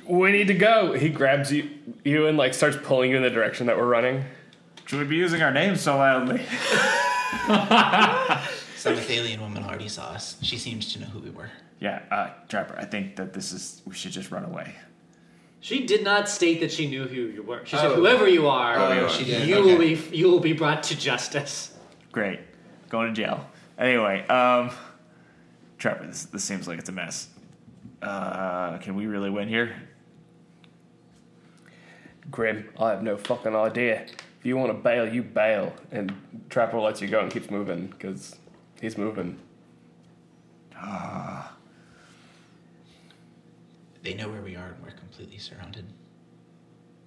Speaker 6: We need to go. He grabs you, you and like starts pulling you in the direction that we're running.
Speaker 3: Should we be using our names so loudly?
Speaker 5: Savathalian woman already saw us. She seems to know who we were.
Speaker 3: Yeah, uh, Trapper, I think that this is. We should just run away.
Speaker 2: She did not state that she knew who you were. She said,
Speaker 5: Oh.
Speaker 2: "Whoever you are,
Speaker 5: Oh, yeah, she did.
Speaker 2: you
Speaker 5: Okay.
Speaker 2: will be you will be brought to justice."
Speaker 3: Great. Going to jail. Anyway, um. Trapper, this, this seems like it's a mess. Uh, can we really win here?
Speaker 6: Grim, I have no fucking idea. If you want to bail, you bail. And Trapper lets you go and keeps moving because he's moving.
Speaker 5: They know where we are, and we're completely surrounded.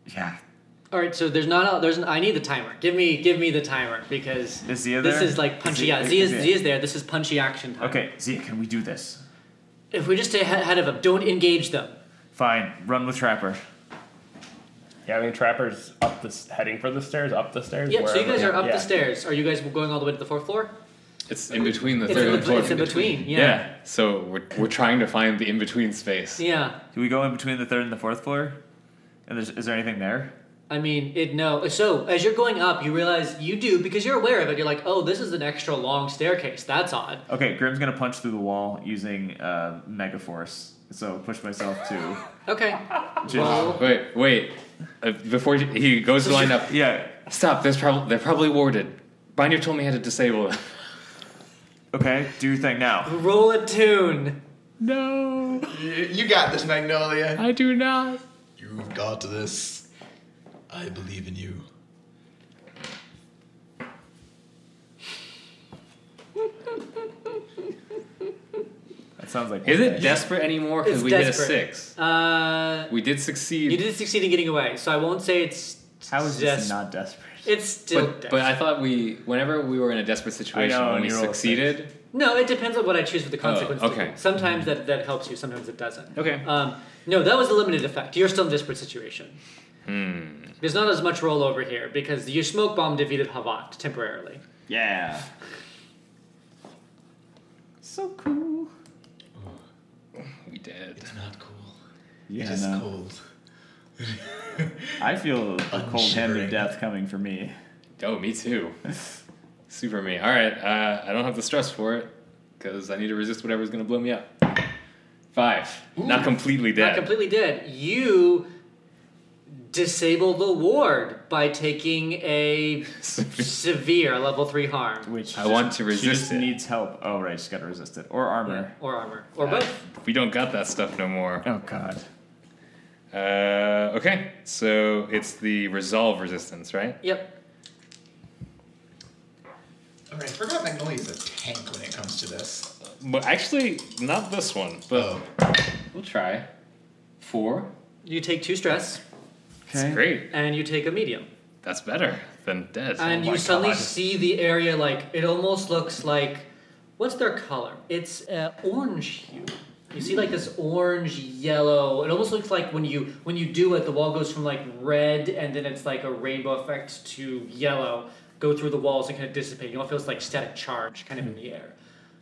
Speaker 3: Yeah.
Speaker 2: All right, so there's not a, there's an, I need the timer. Give me give me the timer because
Speaker 3: Is Zia
Speaker 2: this
Speaker 3: there?
Speaker 2: is like
Speaker 3: Is
Speaker 2: punchy.
Speaker 3: Zia-
Speaker 2: yeah,
Speaker 3: is
Speaker 2: Zia's,
Speaker 3: Zia-
Speaker 2: Zia's there. This is punchy action time.
Speaker 3: Okay, Zia, can we do this?
Speaker 2: If we just stay ahead of them, don't engage them.
Speaker 3: Fine, run with Trapper.
Speaker 6: Yeah, I mean Trapper's up this, heading for the stairs, up the stairs.
Speaker 2: Yep. So you
Speaker 6: wherever-
Speaker 2: guys are up
Speaker 6: yeah.
Speaker 2: the stairs. Are you guys going all the way to the fourth floor?
Speaker 4: It's in between the
Speaker 2: It's
Speaker 4: third
Speaker 2: in,
Speaker 4: and
Speaker 2: the,
Speaker 4: fourth.
Speaker 2: it's in between.
Speaker 4: Yeah.
Speaker 2: Yeah.
Speaker 4: So we're, we're trying to find the in between space.
Speaker 2: Yeah.
Speaker 3: Do we go in between the third and the fourth floor? And there's, is there anything there?
Speaker 2: I mean, it no. So as you're going up, you realize you do because you're aware of it. You're like, oh, this is an extra long staircase. That's odd.
Speaker 3: Okay, Grim's gonna punch through the wall using uh, Mega Force. So push myself to.
Speaker 2: Okay.
Speaker 3: just-
Speaker 2: Well,
Speaker 4: Wait, wait. Uh, before he- he goes to line up,
Speaker 3: yeah.
Speaker 4: stop. There's probably they're probably warded. Binder told me how to disable it.
Speaker 3: Okay, do your thing now.
Speaker 2: roll a tune.
Speaker 4: No,
Speaker 5: You, you got this, Magnolia.
Speaker 4: I do not.
Speaker 5: You've got this. I believe in you.
Speaker 3: That sounds like.
Speaker 4: Is it
Speaker 3: okay.
Speaker 4: desperate anymore? Because
Speaker 2: It's
Speaker 4: we
Speaker 2: desperate.
Speaker 4: hit a six.
Speaker 2: Uh,
Speaker 4: We did succeed.
Speaker 2: you did succeed in getting away, so I won't say it's.
Speaker 3: How is
Speaker 2: des-
Speaker 3: this not desperate?
Speaker 2: It's still.
Speaker 4: but, but I thought we, whenever we were in a desperate situation,
Speaker 3: know,
Speaker 4: when
Speaker 3: and
Speaker 4: we
Speaker 3: you roll a six.
Speaker 4: succeeded,
Speaker 2: No, it depends on what I choose for the consequences. to
Speaker 4: okay.
Speaker 2: be. Sometimes that, that helps you, sometimes it doesn't.
Speaker 4: Okay.
Speaker 2: Um, no, that was a limited effect. You're still in a disparate situation. Hmm. There's not as much rollover here because you smoke bomb defeated Havat temporarily.
Speaker 3: yeah. So cool.
Speaker 4: we did.
Speaker 5: It's not cool.
Speaker 3: Yeah,
Speaker 5: it is
Speaker 3: no.
Speaker 5: cold.
Speaker 3: I feel a
Speaker 5: shivering.
Speaker 3: cold-handed death coming for me.
Speaker 4: Oh, me too. Super me. All right, uh, I don't have the stress for it because I need to resist whatever's going to blow me up. Five. Not completely dead.
Speaker 2: Not completely dead. You disable the ward by taking a severe level three harm
Speaker 3: Which
Speaker 4: I want to
Speaker 3: she just
Speaker 4: resist it.
Speaker 3: needs help. Oh right, she's got to resist it or armor.
Speaker 2: or armor or both.
Speaker 4: we don't got that stuff no more.
Speaker 3: Oh god.
Speaker 4: Uh, okay, so it's the resolve resistance, right?
Speaker 2: Yep.
Speaker 5: Alright, I forgot Magnolia's a tank when it comes to this.
Speaker 4: But actually, not this one. But
Speaker 5: Oh.
Speaker 4: we'll try. Four.
Speaker 2: You take two stress
Speaker 3: Okay.
Speaker 4: That's great.
Speaker 2: and you take a medium.
Speaker 4: That's better than dead.
Speaker 2: and
Speaker 4: Oh my
Speaker 2: you suddenly
Speaker 4: God.
Speaker 2: see the area like it almost looks like what's their color it's uh, orange hue you see like this orange yellow it almost looks like when you when you do it the wall goes from like red and then it's like a rainbow effect to yellow go through the walls and kind of dissipate you know it feels like static charge kind of in the air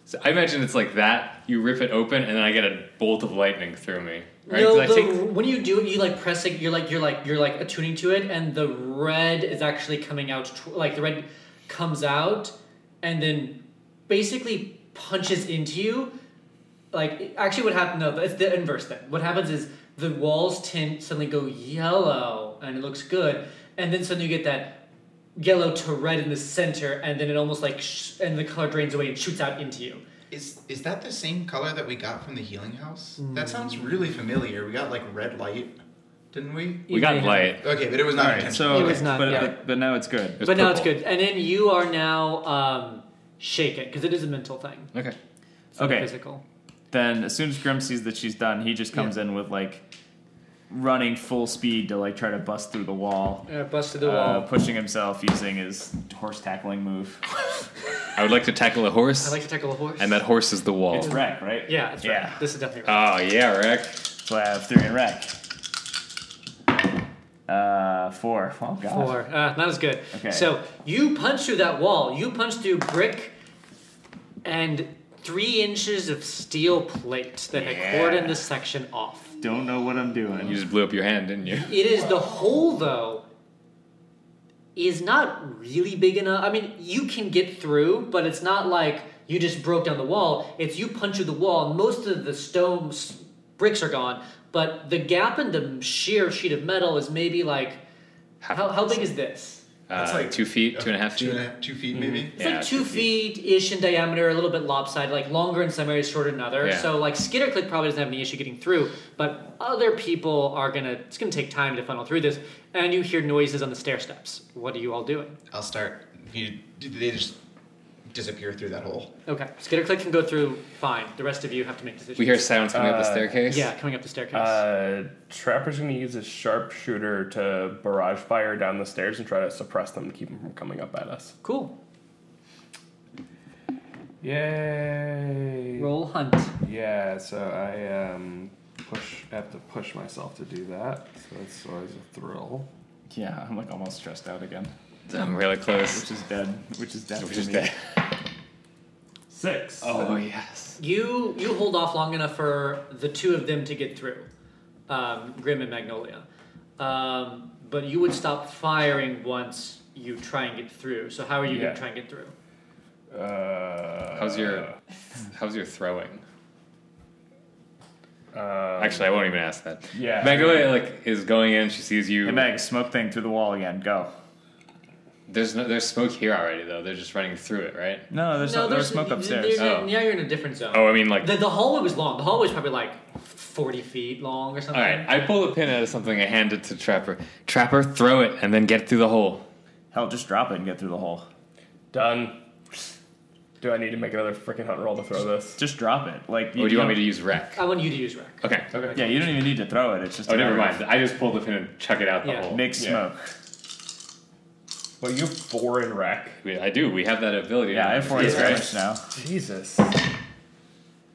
Speaker 4: So I imagine it's like that. You rip it open, and then I get a bolt of lightning through me. Right?
Speaker 2: No,
Speaker 4: 'Cause I
Speaker 2: the,
Speaker 4: take-
Speaker 2: when you do it, you like pressing. You're like you're like you're like attuning to it, and the red is actually coming out. Tw- like the red comes out, and then basically punches into you. Like actually, what happened? No, it's the inverse. Then what happens is the walls tint suddenly go yellow, and it looks good, and then suddenly you get that yellow to red in the center, and then it almost like sh- and the color drains away and shoots out into you.
Speaker 5: Is is that the same color that we got from the healing house? That sounds really familiar. We got like red light, didn't we?
Speaker 4: we got light.
Speaker 5: Okay, but it was
Speaker 3: All
Speaker 5: not
Speaker 3: right.
Speaker 5: intentional.
Speaker 3: So,
Speaker 2: It was not-
Speaker 3: but,
Speaker 2: yeah.
Speaker 3: but but now it's good.
Speaker 4: It's
Speaker 2: but now it's
Speaker 4: purple.
Speaker 2: good. And then you are now um, shaken because it is a mental thing.
Speaker 4: Okay.
Speaker 2: It's not
Speaker 3: Okay.
Speaker 2: physical.
Speaker 3: Then as soon as Grim sees that she's done, he just comes in with like running full speed to like try to bust through the wall,
Speaker 2: Uh, busted the
Speaker 3: uh,
Speaker 2: wall.
Speaker 3: pushing himself using his horse tackling move.
Speaker 4: I would like to tackle a horse,
Speaker 2: I like to tackle a horse.
Speaker 4: and that horse is the wall.
Speaker 3: It's wreck, right?
Speaker 2: Yeah, that's right.
Speaker 3: Yeah. Uh,
Speaker 2: This is definitely right.
Speaker 4: oh yeah, Rick.
Speaker 3: So I have three in wreck. Uh, four. Oh god.
Speaker 2: Four. Uh, not as good.
Speaker 3: Okay.
Speaker 2: So you punch through that wall. You punch through brick and three inches of steel plate that had
Speaker 3: Yeah.
Speaker 2: cordoned this section off.
Speaker 3: Don't know what I'm doing.
Speaker 4: You just blew up your hand, didn't you?
Speaker 2: It is the hole though is not really big enough. I mean, you can get through, but it's not like you just broke down the wall. It's you punch through the wall, and most of the stone s- bricks are gone, but the gap in the sheer sheet of metal is maybe like
Speaker 4: Half
Speaker 2: how, how big is this?
Speaker 5: That's
Speaker 4: Uh,
Speaker 5: like-
Speaker 4: two feet, two and a half
Speaker 5: Two
Speaker 4: feet.
Speaker 5: and a half, two feet maybe.
Speaker 2: It's
Speaker 4: Yeah,
Speaker 2: like two
Speaker 4: two
Speaker 2: feet ish in diameter, a little bit lopsided, like longer in some areas, shorter in others.
Speaker 4: Yeah.
Speaker 2: So like Skitterclick probably doesn't have any issue getting through, but other people are gonna. It's gonna take time to funnel through this, and you hear noises on the stair steps. What are you all doing?
Speaker 5: I'll start. You, they just disappear through that hole.
Speaker 2: Okay, Skitterclick can go through fine. The rest of you have to make decisions.
Speaker 4: We hear sounds coming up the
Speaker 6: Uh,
Speaker 4: staircase.
Speaker 2: yeah coming up the staircase.
Speaker 6: Uh, Trapper's going to use his sharpshooter to barrage fire down the stairs and try to suppress them to keep them from coming up at us.
Speaker 2: cool.
Speaker 6: Yay!
Speaker 2: Roll hunt.
Speaker 6: Yeah, so I um, push. I have to push myself to do that. So that's always a thrill.
Speaker 3: yeah, I'm like almost stressed out again.
Speaker 4: I'm really close.
Speaker 3: Which is dead. Which is dead.
Speaker 4: Which
Speaker 3: to
Speaker 4: is
Speaker 3: me.
Speaker 4: dead.
Speaker 6: Six.
Speaker 4: Oh yes.
Speaker 2: You you hold off long enough for the two of them to get through, um, Grim and Magnolia. Um, but you would stop firing once you try and get through. So how are you
Speaker 6: Yeah.
Speaker 2: gonna try and get through?
Speaker 6: Uh,
Speaker 4: How's your how's your throwing?
Speaker 6: Uh,
Speaker 4: Actually, I won't even ask that.
Speaker 6: Yeah.
Speaker 4: Magnolia like is going in. She sees you.
Speaker 3: Hey, Meg, smoke thing through the wall again. Go.
Speaker 4: There's no, there's smoke here already though. They're just running through it, right?
Speaker 3: No, there's no, there's smoke upstairs.
Speaker 2: there's-
Speaker 4: Oh.
Speaker 2: Now you're in a different zone.
Speaker 4: Oh, I mean like.
Speaker 2: The, the hallway was long. The hallway was probably like forty feet long or
Speaker 4: all
Speaker 2: something.
Speaker 4: right, I pull a pin out of something. I hand it to Trapper. Trapper, throw it and then get through the hole.
Speaker 3: Hell, just drop it and get through the hole.
Speaker 6: done. Do I need to make another freaking hunt roll to throw this?
Speaker 3: Just drop it. Like,
Speaker 4: Or Oh, do you want me to
Speaker 3: don't-
Speaker 4: use wreck?
Speaker 2: I want you to use rec.
Speaker 4: Okay.
Speaker 6: Okay.
Speaker 3: Yeah, you don't even need to throw it. It's just.
Speaker 4: Oh,
Speaker 3: a
Speaker 4: never
Speaker 3: matter of
Speaker 4: mind. I just pulled the pin and chuck it out the
Speaker 2: Yeah.
Speaker 4: hole.
Speaker 3: Make
Speaker 6: Yeah.
Speaker 3: smoke.
Speaker 6: Well, you have four in rack.
Speaker 4: We- I do. We have that ability.
Speaker 3: Yeah, I have four
Speaker 4: Yes,
Speaker 3: yeah.
Speaker 4: right?
Speaker 3: now.
Speaker 6: Jesus.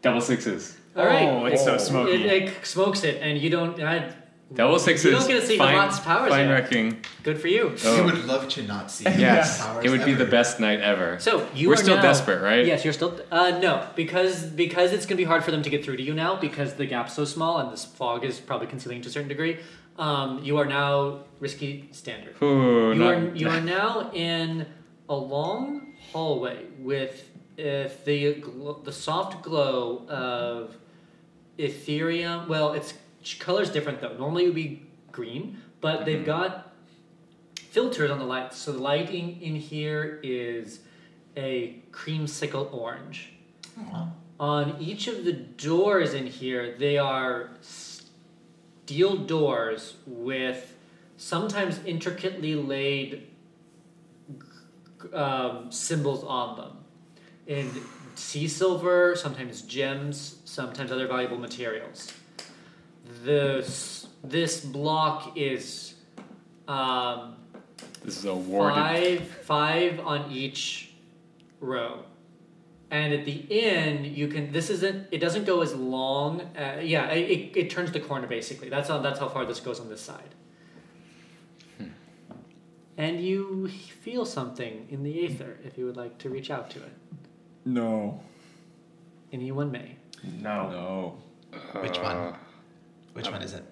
Speaker 4: Double sixes.
Speaker 2: All right.
Speaker 3: Oh, it's so
Speaker 6: Oh.
Speaker 3: smoky.
Speaker 2: It, it smokes it, and you don't. I,
Speaker 4: Double sixes.
Speaker 2: You don't get to see
Speaker 4: fine,
Speaker 2: Galat's powers
Speaker 4: Fine
Speaker 2: yet.
Speaker 4: wrecking.
Speaker 2: good for you.
Speaker 5: You
Speaker 4: Oh.
Speaker 5: would love to not see his
Speaker 4: Yes,
Speaker 5: powers
Speaker 4: it would be
Speaker 5: ever.
Speaker 4: the best night ever.
Speaker 2: So you
Speaker 4: We're
Speaker 2: are
Speaker 4: still
Speaker 2: now-
Speaker 4: desperate, right?
Speaker 2: Yes, you're still. Uh, no, because because it's gonna be hard for them to get through to you now because the gap's so small and this fog is probably concealing to a certain degree. Um, you are now risky standard.
Speaker 4: Ooh,
Speaker 2: You
Speaker 4: not-
Speaker 2: are you are now in a long hallway with if the gl- the soft glow of Ethereum. Well, its color's different though. Normally it would be green, but they've got filters on the lights. So the lighting in here is a creamsicle orange. On each of the doors in here, they are steel doors with sometimes intricately laid g- um, symbols on them in sea silver, sometimes gems, sometimes other valuable materials. This this block is um,
Speaker 4: This is a warded.
Speaker 2: five five on each row and at the end you can this isn't it doesn't go as long uh, yeah it, it, it turns the corner basically that's how that's how far this goes on this side and you feel something in the aether if you would like to reach out to it
Speaker 3: No.
Speaker 2: anyone may
Speaker 6: No.
Speaker 3: No.
Speaker 5: Which
Speaker 4: Uh,
Speaker 5: one?
Speaker 4: um,
Speaker 5: Which one is it?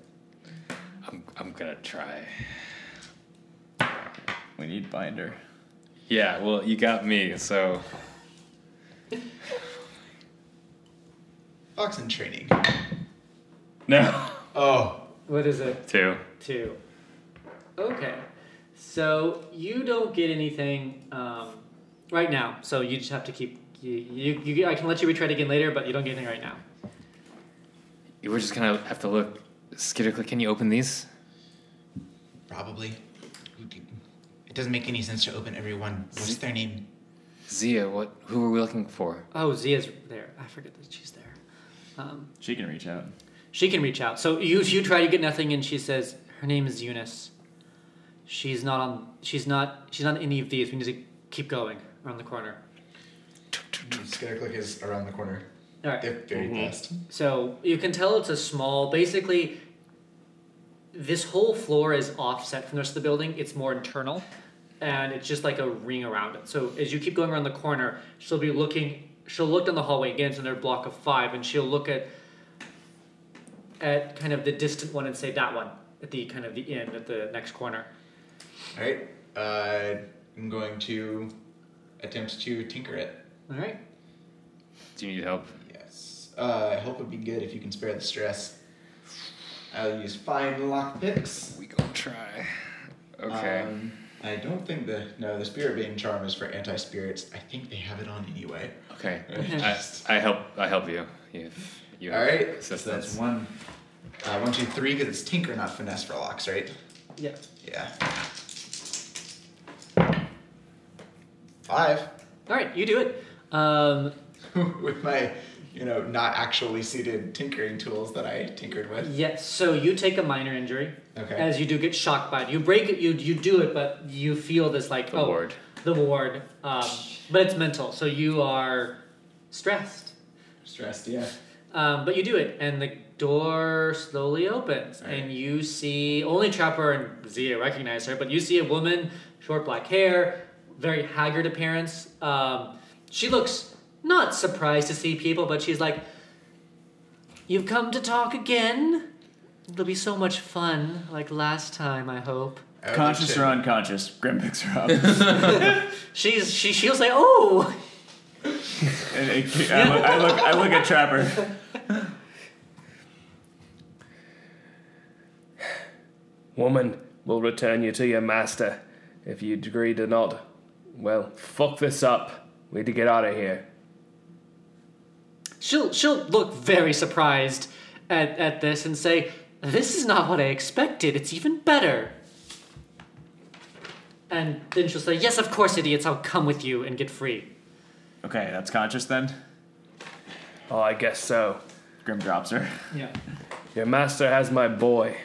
Speaker 4: I'm, I'm gonna try.
Speaker 3: We need binder.
Speaker 4: Yeah, well, you got me, so
Speaker 5: Fox in training.
Speaker 4: no
Speaker 5: Oh,
Speaker 2: what is it
Speaker 4: two.
Speaker 2: two okay so you don't get anything um, right now so you just have to keep you, you, you i can let you retread again later but you don't get anything right now
Speaker 4: You were just gonna have to look. Skidder, can you open these?
Speaker 5: probably. It doesn't make any sense to open every one. What's their name?
Speaker 4: Zia, what? Who were we looking for?
Speaker 2: Oh, Zia's there. I forget that she's there. Um,
Speaker 3: She can reach out.
Speaker 2: she can reach out. So you, you try, you get nothing, and she says her name is Eunice. She's not on. She's not. She's not in any of these. We need to keep going around the corner.
Speaker 5: Skitterclick is around the corner.
Speaker 2: All right.
Speaker 5: They're very fast.
Speaker 2: So you can tell it's a small. Basically, this whole floor is offset from the rest of the building. It's more internal, and it's just like a ring around it. So as you keep going around the corner, she'll be looking. She'll look down the hallway again. It's another block of five, and she'll look at at kind of the distant one and say that one at the kind of the end at the next corner.
Speaker 5: All right. Uh, I'm going to attempt to tinker it.
Speaker 2: All right.
Speaker 4: Do you need help?
Speaker 5: Yes. Uh, help would be good if you can spare the stress. I'll use five lockpicks.
Speaker 4: We gonna try. Okay.
Speaker 5: Um, I don't think the no the spirit beam charm is for anti spirits. I think they have it on anyway.
Speaker 4: okay. I, I help. I help you. If you
Speaker 5: All
Speaker 4: have
Speaker 5: right. So that's
Speaker 4: assistance.
Speaker 5: one, uh, one, two, three. Because it's tinker, not finesse for locks, right?
Speaker 2: Yeah.
Speaker 5: Yeah. Five.
Speaker 2: All right. You do it. Um,
Speaker 5: with my, you know, not actually seated tinkering tools that I tinkered with.
Speaker 2: Yes. So you take a minor injury.
Speaker 5: Okay.
Speaker 2: As you do get shocked by it, you break it. You you do it, but you feel this like
Speaker 4: The
Speaker 2: oh,
Speaker 4: ward.
Speaker 2: the ward. Um, but it's mental, so you are stressed.
Speaker 5: Stressed, yeah.
Speaker 2: Um, but you do it, and the door slowly opens, and you see only Trapper and Zia recognize her, but you see a woman, short black hair, very haggard appearance. Um, she looks not surprised to see people, but she's like, "You've come to talk again. It'll be so much fun, like last time. I hope."
Speaker 5: Oh,
Speaker 3: Conscious
Speaker 5: shit.
Speaker 3: or unconscious, Grim picks her up. and
Speaker 2: She's she she'll say, "Oh,
Speaker 3: it- I, look, I, look, I look at Trapper.
Speaker 6: Woman will return you to your master if you agree to not. Well, fuck this up. We need to get out of here.
Speaker 2: she'll she'll look very surprised at at this and say, "This is not what I expected. It's even better." And then she'll say, "Yes, of course, idiots. I'll come with you and get free."
Speaker 3: Okay, that's conscious then.
Speaker 6: Oh, I guess so.
Speaker 3: Grim drops her.
Speaker 2: Yeah.
Speaker 6: Your master has my boy.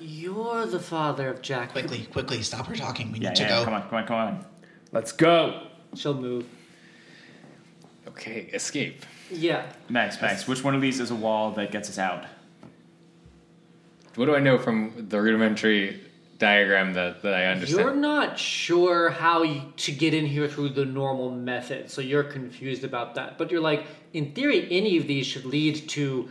Speaker 2: You're the father of Jack.
Speaker 5: Quickly, quickly, stop her talking. We
Speaker 3: Yeah,
Speaker 5: need to
Speaker 3: yeah,
Speaker 5: go.
Speaker 3: come on, come on, come on.
Speaker 6: Let's go.
Speaker 2: She'll move.
Speaker 4: Okay, escape.
Speaker 2: Yeah.
Speaker 3: Max, Max, which one of these is a wall that gets us out?
Speaker 4: What do I know from the rudimentary diagram that, that I understand?
Speaker 2: You're not sure how you, to get in here through the normal method, so you're confused about that. But you're like, in theory, any of these should lead to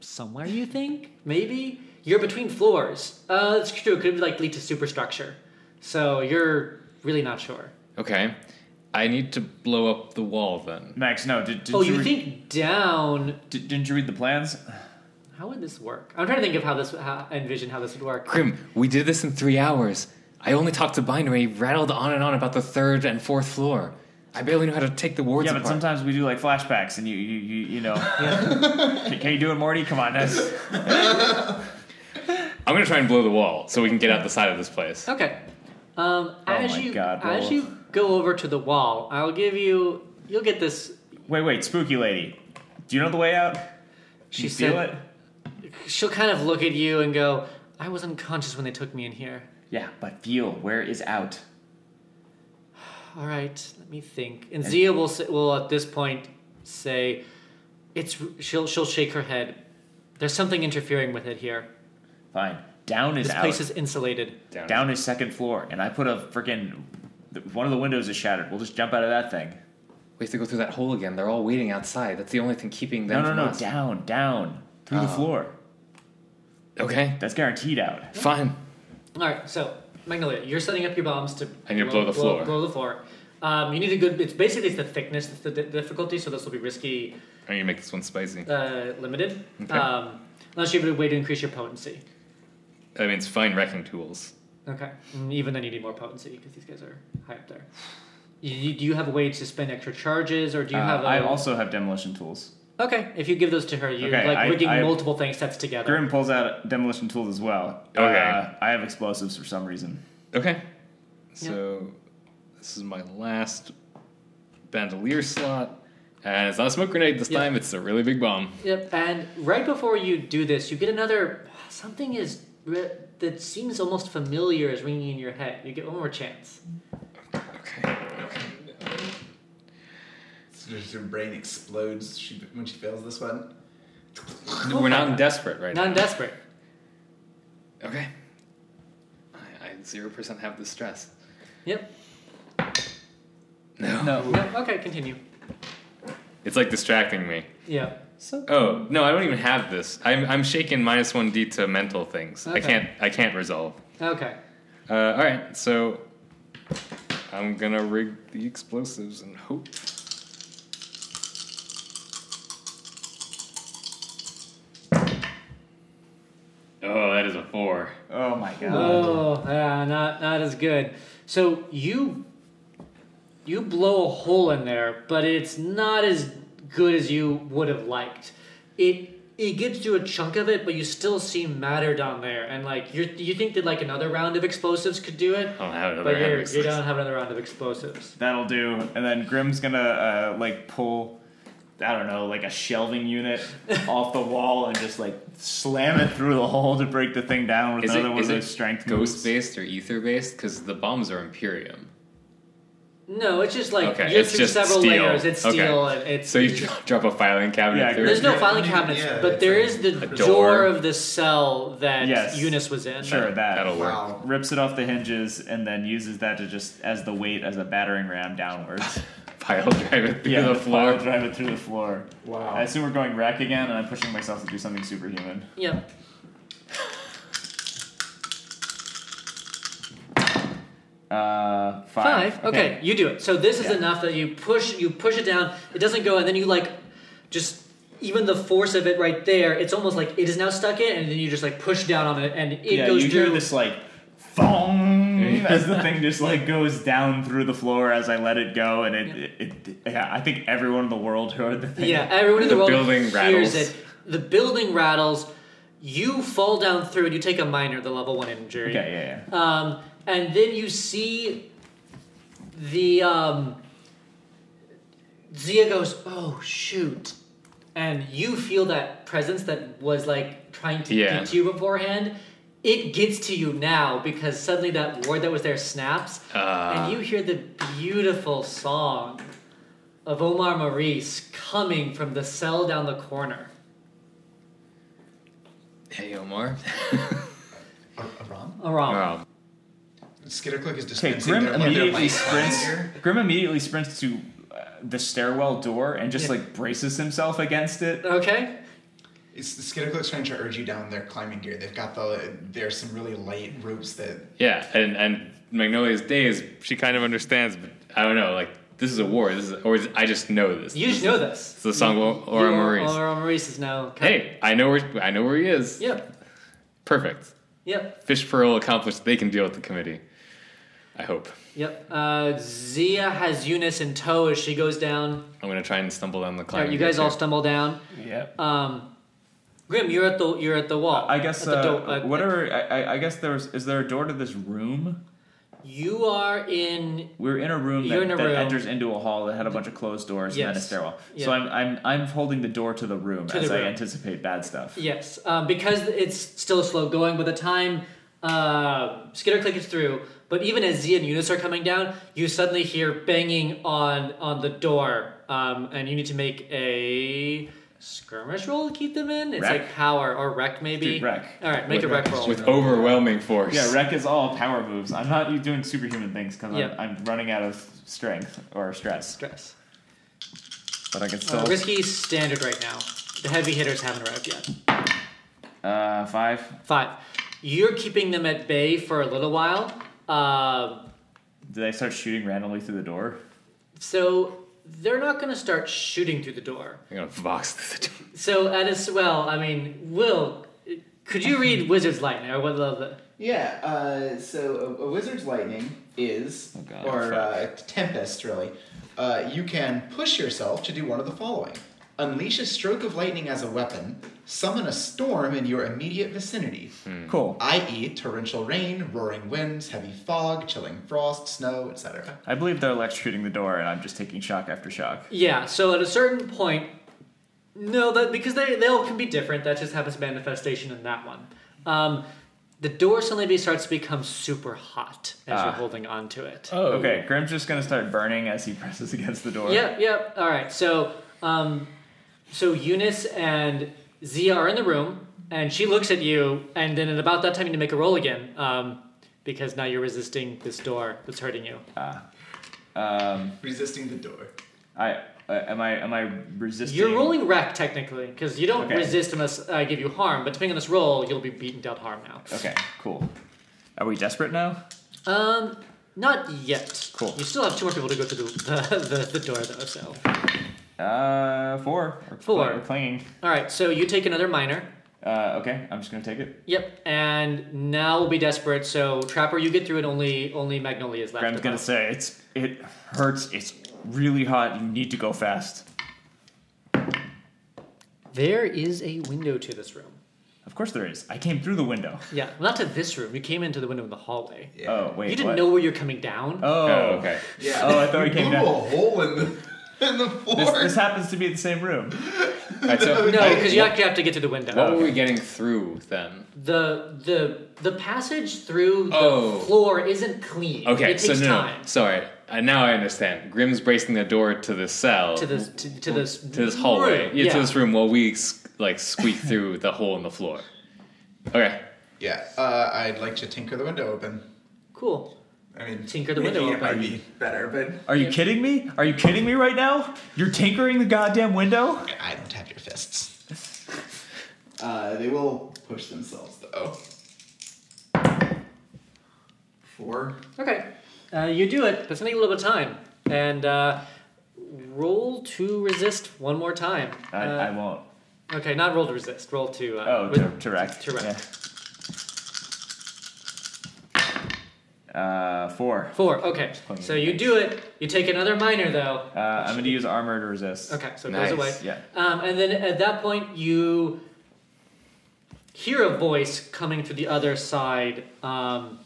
Speaker 2: somewhere. You think maybe you're between floors. Uh, that's true. It could like lead to superstructure. So you're really not sure.
Speaker 4: Okay. I need to blow up the wall then.
Speaker 3: Max, no, did, did
Speaker 2: Oh,
Speaker 3: you,
Speaker 2: you
Speaker 3: re-
Speaker 2: think down?
Speaker 3: did, didn't you read the plans?
Speaker 2: How would this work? I'm trying to think of how this how, I envision how this would work.
Speaker 4: Grim, we did this in three hours. I only talked to Binder and he rattled on and on about the third and fourth floor. I barely knew how to take the wards
Speaker 3: yeah, but
Speaker 4: apart.
Speaker 3: sometimes we do like flashbacks, and you you you, you know. can, can you do it, Morty? Come on, that's
Speaker 4: I'm gonna try and blow the wall so we can get out the side of this place.
Speaker 2: Okay. Um, as
Speaker 3: Oh my
Speaker 2: you
Speaker 3: God,
Speaker 2: as
Speaker 3: Rolf.
Speaker 2: you go over to the wall, I'll give you. You'll get this
Speaker 3: wait, wait, spooky lady. Do you know the way out? Can
Speaker 2: She
Speaker 3: you feel
Speaker 2: said-
Speaker 3: it?
Speaker 2: she'll kind of look at you and go, I was unconscious when they took me in here.
Speaker 3: Yeah, but feel where is out.
Speaker 2: All right, let me think. And Zia will say, will at this point say, it's she'll she'll shake her head. There's something interfering with it here.
Speaker 3: Fine, down is
Speaker 2: This
Speaker 3: out.
Speaker 2: place is insulated.
Speaker 3: down is second floor, and I put a freaking one of the windows is shattered. We'll just jump out of that thing.
Speaker 4: We have to go through that hole again. They're all waiting outside. That's the only thing keeping
Speaker 3: No,
Speaker 4: them
Speaker 3: no,
Speaker 4: from
Speaker 3: no,
Speaker 4: us.
Speaker 3: down, down through
Speaker 2: Oh.
Speaker 3: the floor.
Speaker 4: Okay,
Speaker 3: That's guaranteed out.
Speaker 4: fine.
Speaker 2: All right, so Magnolia, you're setting up your bombs to.
Speaker 4: I need to blow the floor.
Speaker 2: Blow, the floor. Um, you need a good. It's basically it's the thickness, it's the di- difficulty. So this will be risky,
Speaker 4: I need to make this one spicy.
Speaker 2: uh, limited.
Speaker 4: Okay.
Speaker 2: Um, unless you have a way to increase your potency.
Speaker 4: That means fine wrecking tools.
Speaker 2: Okay. And even then, you need more potency because these guys are high up there. You- you- do you have a way to spend extra charges, or do you
Speaker 3: Uh,
Speaker 2: have? A,
Speaker 3: I also have demolition tools.
Speaker 2: okay. If you give those to her, you're
Speaker 3: Okay,
Speaker 2: like
Speaker 3: I-
Speaker 2: rigging
Speaker 3: I-
Speaker 2: multiple thing sets together.
Speaker 3: Grim pulls out demolition tools as well.
Speaker 4: Okay.
Speaker 3: Uh, I have explosives for some reason.
Speaker 4: Okay. So this is my last bandolier slot. And it's not a smoke grenade this
Speaker 2: Yeah.
Speaker 4: time, it's a really big bomb.
Speaker 2: Yep. And right before you do this, you get another something is re- that seems almost familiar is ringing in your head. You get one more chance.
Speaker 4: Okay.
Speaker 5: So Her brain explodes she, when she fails this one.
Speaker 4: We're not desperate right
Speaker 2: Non desperate.
Speaker 4: now. Okay. I, I 0% have the stress.
Speaker 2: Yep.
Speaker 4: No.
Speaker 3: No.
Speaker 2: Yep. Okay. Continue.
Speaker 4: It's like distracting me.
Speaker 2: Yeah.
Speaker 4: Oh, no, I don't even have this. I'm, I'm shaking minus 1d to mental things. I
Speaker 2: Okay.
Speaker 4: can't I can't resolve.
Speaker 2: Okay.
Speaker 4: Uh, all right, so I'm gonna rig the explosives and hope. Oh, that is a four.
Speaker 3: Oh my god.
Speaker 2: Oh, yeah, not not as good. So you you blow a hole in there, but it's not as good as you would have liked. It it gives you a chunk of it, but you still see matter down there, and like you you think that like another round of explosives could do it,
Speaker 4: I don't have another
Speaker 2: but
Speaker 4: hand
Speaker 2: you're, you
Speaker 4: explosive.
Speaker 2: don't have another round of explosives.
Speaker 3: That'll do. And then Grim's gonna uh, like pull, I don't know, like a shelving unit off the wall and just like slam it through the hole to break the thing down with
Speaker 4: Is
Speaker 3: another
Speaker 4: it,
Speaker 3: one
Speaker 4: is
Speaker 3: of
Speaker 4: it
Speaker 3: those strength
Speaker 4: ghost
Speaker 3: moves.
Speaker 4: based or ether based? Because the bombs are Imperium.
Speaker 2: No, it's just like
Speaker 4: Okay,
Speaker 2: you're
Speaker 4: it's
Speaker 2: through
Speaker 4: just
Speaker 2: several
Speaker 4: steel.
Speaker 2: layers. It's
Speaker 4: Okay.
Speaker 2: steel. and It's
Speaker 4: So you dro- drop a filing cabinet
Speaker 3: Yeah,
Speaker 4: through.
Speaker 2: there's no
Speaker 5: Yeah,
Speaker 2: filing
Speaker 5: yeah,
Speaker 2: cabinets,
Speaker 5: yeah,
Speaker 2: but
Speaker 5: it's
Speaker 2: there
Speaker 5: a-
Speaker 2: is the
Speaker 4: a
Speaker 2: door.
Speaker 4: door.
Speaker 2: of the cell that
Speaker 3: Yes.
Speaker 2: Eunice was in.
Speaker 3: Sure, that.
Speaker 4: That'll work.
Speaker 5: Wow.
Speaker 3: Rips it off the hinges and then uses that to just as the weight as a battering ram downwards.
Speaker 4: Pile drive it through
Speaker 3: yeah,
Speaker 4: the
Speaker 3: the
Speaker 4: floor.
Speaker 3: pile drive it through the floor.
Speaker 5: Wow.
Speaker 3: I assume we're going wreck again, and I'm pushing myself to do something superhuman.
Speaker 2: Yeah.
Speaker 3: Uh, five.
Speaker 2: Five. Okay, you do it. So this is
Speaker 3: Yeah.
Speaker 2: enough that you push you push it down. It doesn't go, and then you like just even the force of it right there. It's almost like it is now stuck in, and then you just like push down on it, and it
Speaker 3: yeah,
Speaker 2: goes
Speaker 3: you
Speaker 2: through.
Speaker 3: hear this like thong as the thing just like goes down through the floor as I let it go, and it, it, it- yeah, I think everyone in the world heard the thing.
Speaker 2: yeah, everyone in the,
Speaker 4: The
Speaker 2: world
Speaker 4: building
Speaker 2: hears
Speaker 4: rattles.
Speaker 2: it. The building rattles. You fall down through it. You take a minor, the level one injury.
Speaker 3: Okay, yeah, yeah.
Speaker 2: Um, and then you see the um, Zia goes, "Oh shoot!" And you feel that presence that was like trying to
Speaker 4: Yeah.
Speaker 2: get you beforehand. It gets to you now because suddenly that word that was there snaps,
Speaker 4: Ah.
Speaker 2: and you hear the beautiful song of Omar Maurice coming from the cell down the corner.
Speaker 4: Hey, Omar.
Speaker 5: Aram?
Speaker 2: Aram.
Speaker 4: Wow.
Speaker 5: Skitterclick is
Speaker 3: Okay,
Speaker 5: dispensing
Speaker 3: Grim
Speaker 5: their, their
Speaker 3: immediately
Speaker 5: life
Speaker 3: sprints.
Speaker 5: here.
Speaker 3: Grim immediately sprints to uh, the stairwell door and just
Speaker 2: Yeah.
Speaker 3: like braces himself against it.
Speaker 2: Okay.
Speaker 5: It's Skitterclick's trying to urge you down their climbing gear. They've got the there's some really light ropes that
Speaker 4: Yeah, and and Magnolia's days. She kind of understands, but I don't know. Like this is a war. This is, or is, I just know this.
Speaker 2: You should know this.
Speaker 4: It's the song of Aura
Speaker 2: You are-
Speaker 4: Maurice.
Speaker 2: Aram Maurice is now. Coming.
Speaker 4: Hey, I know where I know where he is.
Speaker 2: Yep.
Speaker 4: Perfect.
Speaker 2: Yep.
Speaker 4: Fish Pearl accomplished. They can deal with the committee. I hope.
Speaker 2: Yep. Uh, Zia has Eunice in tow as she goes down.
Speaker 4: I'm gonna try and stumble down the
Speaker 2: All
Speaker 4: climb.
Speaker 2: right, you guys all stumble down.
Speaker 3: Yeah.
Speaker 2: Um, Grim, you're at the you're at the wall.
Speaker 3: I guess
Speaker 2: At the
Speaker 3: uh,
Speaker 2: door, uh,
Speaker 3: whatever. I, I, I guess there's is there a door to this room?
Speaker 2: You are in.
Speaker 3: We're in a room that,
Speaker 2: You're in a
Speaker 3: that
Speaker 2: room.
Speaker 3: enters into a hall that had a bunch of closed doors and then a
Speaker 2: Yes.
Speaker 3: stairwell.
Speaker 2: Yeah.
Speaker 3: So I'm I'm I'm holding the door to the room
Speaker 2: To the
Speaker 3: as I
Speaker 2: room.
Speaker 3: anticipate bad stuff.
Speaker 2: Yes, um, because it's still slow going. By the time uh, Skitterclick is through, but even as Zia and Eunice are coming down, you suddenly hear banging on on the door, um, and you need to make a skirmish roll to keep them in. It's
Speaker 3: Wreck.
Speaker 2: like power or wreck maybe.
Speaker 3: Dude, wreck.
Speaker 2: All right, make
Speaker 3: With
Speaker 2: a wreck
Speaker 3: wreck.
Speaker 2: roll.
Speaker 4: with overwhelming force.
Speaker 3: Yeah, wreck is all power moves. I'm not doing superhuman things because
Speaker 2: Yeah.
Speaker 3: I'm, I'm running out of strength or stress.
Speaker 2: stress.
Speaker 3: But I can still.
Speaker 2: Uh, risky standard right now. The heavy hitters haven't arrived yet.
Speaker 3: Uh, five.
Speaker 2: Five. You're keeping them at bay for a little while. Um
Speaker 3: Did I start shooting randomly through the door?
Speaker 2: so they're not going to start shooting through the door.
Speaker 4: I'm gonna vox this.
Speaker 2: So at as well, I mean, Will, could you read Wizard's Lightning or what love the
Speaker 5: Yeah, uh, so a, a wizard's lightning is,
Speaker 3: Oh, God.
Speaker 5: or uh, tempest really. Uh, you can push yourself to do one of the following: unleash a stroke of lightning as a weapon, summon a storm in your immediate vicinity,
Speaker 3: Cool.
Speaker 5: i.e., torrential rain, roaring winds, heavy fog, chilling frost, snow, etc.
Speaker 3: I believe they're electrocuting the door, and I'm just taking shock after shock.
Speaker 2: Yeah, so at a certain point, no, that because they they all can be different. That just happens to be a manifestation in that one. Um, the door suddenly be- starts to become super hot as
Speaker 3: Ah.
Speaker 2: you're holding onto it.
Speaker 1: Oh,
Speaker 3: Okay, Grim's just gonna start burning as he presses against the door.
Speaker 2: Yep, yep. All right. So, um, so Eunice and Zia are in the room, and she looks at you, and then at about that time, you need to make a roll again, um, because now you're resisting this door that's hurting you.
Speaker 3: Um,
Speaker 5: Resisting the door.
Speaker 3: I uh, am I am I resisting?
Speaker 2: You're rolling wreck technically, because you don't
Speaker 3: Okay.
Speaker 2: resist unless I give you harm. But depending on this roll, you'll be beaten dealt harm now.
Speaker 3: Okay, cool. Are we desperate now?
Speaker 2: Um, not yet.
Speaker 3: Cool.
Speaker 2: You still have two more people to go through the the, the, the door though. So,
Speaker 3: Uh, four. We're cl-
Speaker 2: Four.
Speaker 3: We're clinging.
Speaker 2: all right. So you take another minor.
Speaker 3: Uh, okay, I'm just gonna take it.
Speaker 2: Yep, and now we'll be desperate. So Trapper, you get through it. Only only Magnolia is left.
Speaker 3: Grim's gonna
Speaker 2: above.
Speaker 3: say it's it hurts. It's really hot. You need to go fast.
Speaker 2: There is a window to this room.
Speaker 3: Of course there is. I came through the window.
Speaker 2: Yeah, well, not to this room. You came into the window in the hallway.
Speaker 3: Oh wait.
Speaker 2: you didn't
Speaker 3: what?
Speaker 2: know where you're coming down.
Speaker 3: Oh,
Speaker 4: Oh, okay.
Speaker 5: Yeah.
Speaker 3: Oh, I thought we
Speaker 5: you
Speaker 3: came
Speaker 5: blew
Speaker 3: down.
Speaker 5: a hole in the in the floor.
Speaker 3: This, this happens to be the same room.
Speaker 4: All right, so
Speaker 2: no, because you actually have to get to the window.
Speaker 4: what were we getting through then?
Speaker 2: The the the passage through the
Speaker 4: Oh.
Speaker 2: floor isn't clean.
Speaker 4: Okay,
Speaker 2: it
Speaker 4: so
Speaker 2: takes
Speaker 4: no, no,
Speaker 2: time
Speaker 4: sorry. Uh, now I understand. Grimm's bracing the door to the cell,
Speaker 2: to this to, to this
Speaker 4: to this hallway,
Speaker 2: room.
Speaker 4: yeah, to this room, while we like squeak through the hole in the floor. Okay,
Speaker 5: Yeah, uh, I'd like to tinker the window open.
Speaker 2: Cool.
Speaker 5: I mean,
Speaker 2: Tinker the
Speaker 5: maybe
Speaker 2: window
Speaker 5: it might
Speaker 2: open.
Speaker 5: be better, but
Speaker 3: Are you kidding me? Are you kidding me right now? You're tinkering the goddamn window?
Speaker 5: I don't have your fists. Uh, they will push themselves though. Four.
Speaker 2: Okay. Uh, you do it, but it's gonna take a little bit of time. And uh, roll to resist one more time.
Speaker 3: I,
Speaker 2: Uh,
Speaker 3: I won't.
Speaker 2: Okay, not roll to resist. Roll to uh,
Speaker 3: Oh,
Speaker 2: with-
Speaker 3: to, to wreck.
Speaker 2: to wreck.
Speaker 3: Yeah. Uh, four.
Speaker 2: Four. Okay,
Speaker 3: Clean.
Speaker 2: so you do it. You take another minor though.
Speaker 3: Uh, I'm gonna use armor to resist.
Speaker 2: Okay, so it
Speaker 4: Nice.
Speaker 2: goes away.
Speaker 3: Yeah.
Speaker 2: Um, and then at that point, you hear a voice coming through the other side. Um,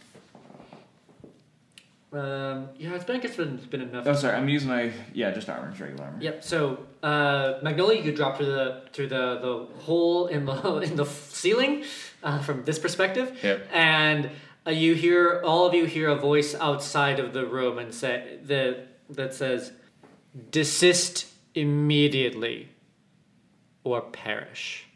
Speaker 2: um, yeah, it's been, I guess it's been, it's been enough.
Speaker 3: Oh, sorry. I'm using my yeah, just armor, just regular armor.
Speaker 2: Yep. So uh, Magnolia, you drop through the through the, the hole in the in the ceiling uh, from this perspective.
Speaker 4: Yep.
Speaker 2: And uh, you hear all of you hear a voice outside of the room and say that that says, "Desist immediately, or perish."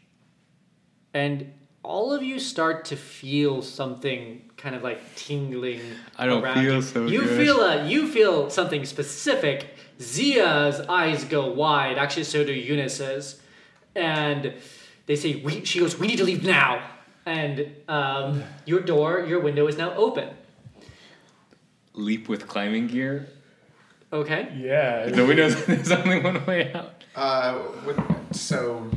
Speaker 2: And all of you start to feel something kind of like tingling.
Speaker 4: I don't
Speaker 2: around
Speaker 4: feel
Speaker 2: you.
Speaker 4: so
Speaker 2: You
Speaker 4: good.
Speaker 2: feel a, you feel something specific. Zia's eyes go wide. Actually, so do Eunice's. And they say, we, she goes, we need to leave now. And um, your door, your window is now open.
Speaker 4: Leap with climbing gear.
Speaker 2: Okay.
Speaker 6: Yeah.
Speaker 4: The window there's only one way out.
Speaker 5: Uh, what, so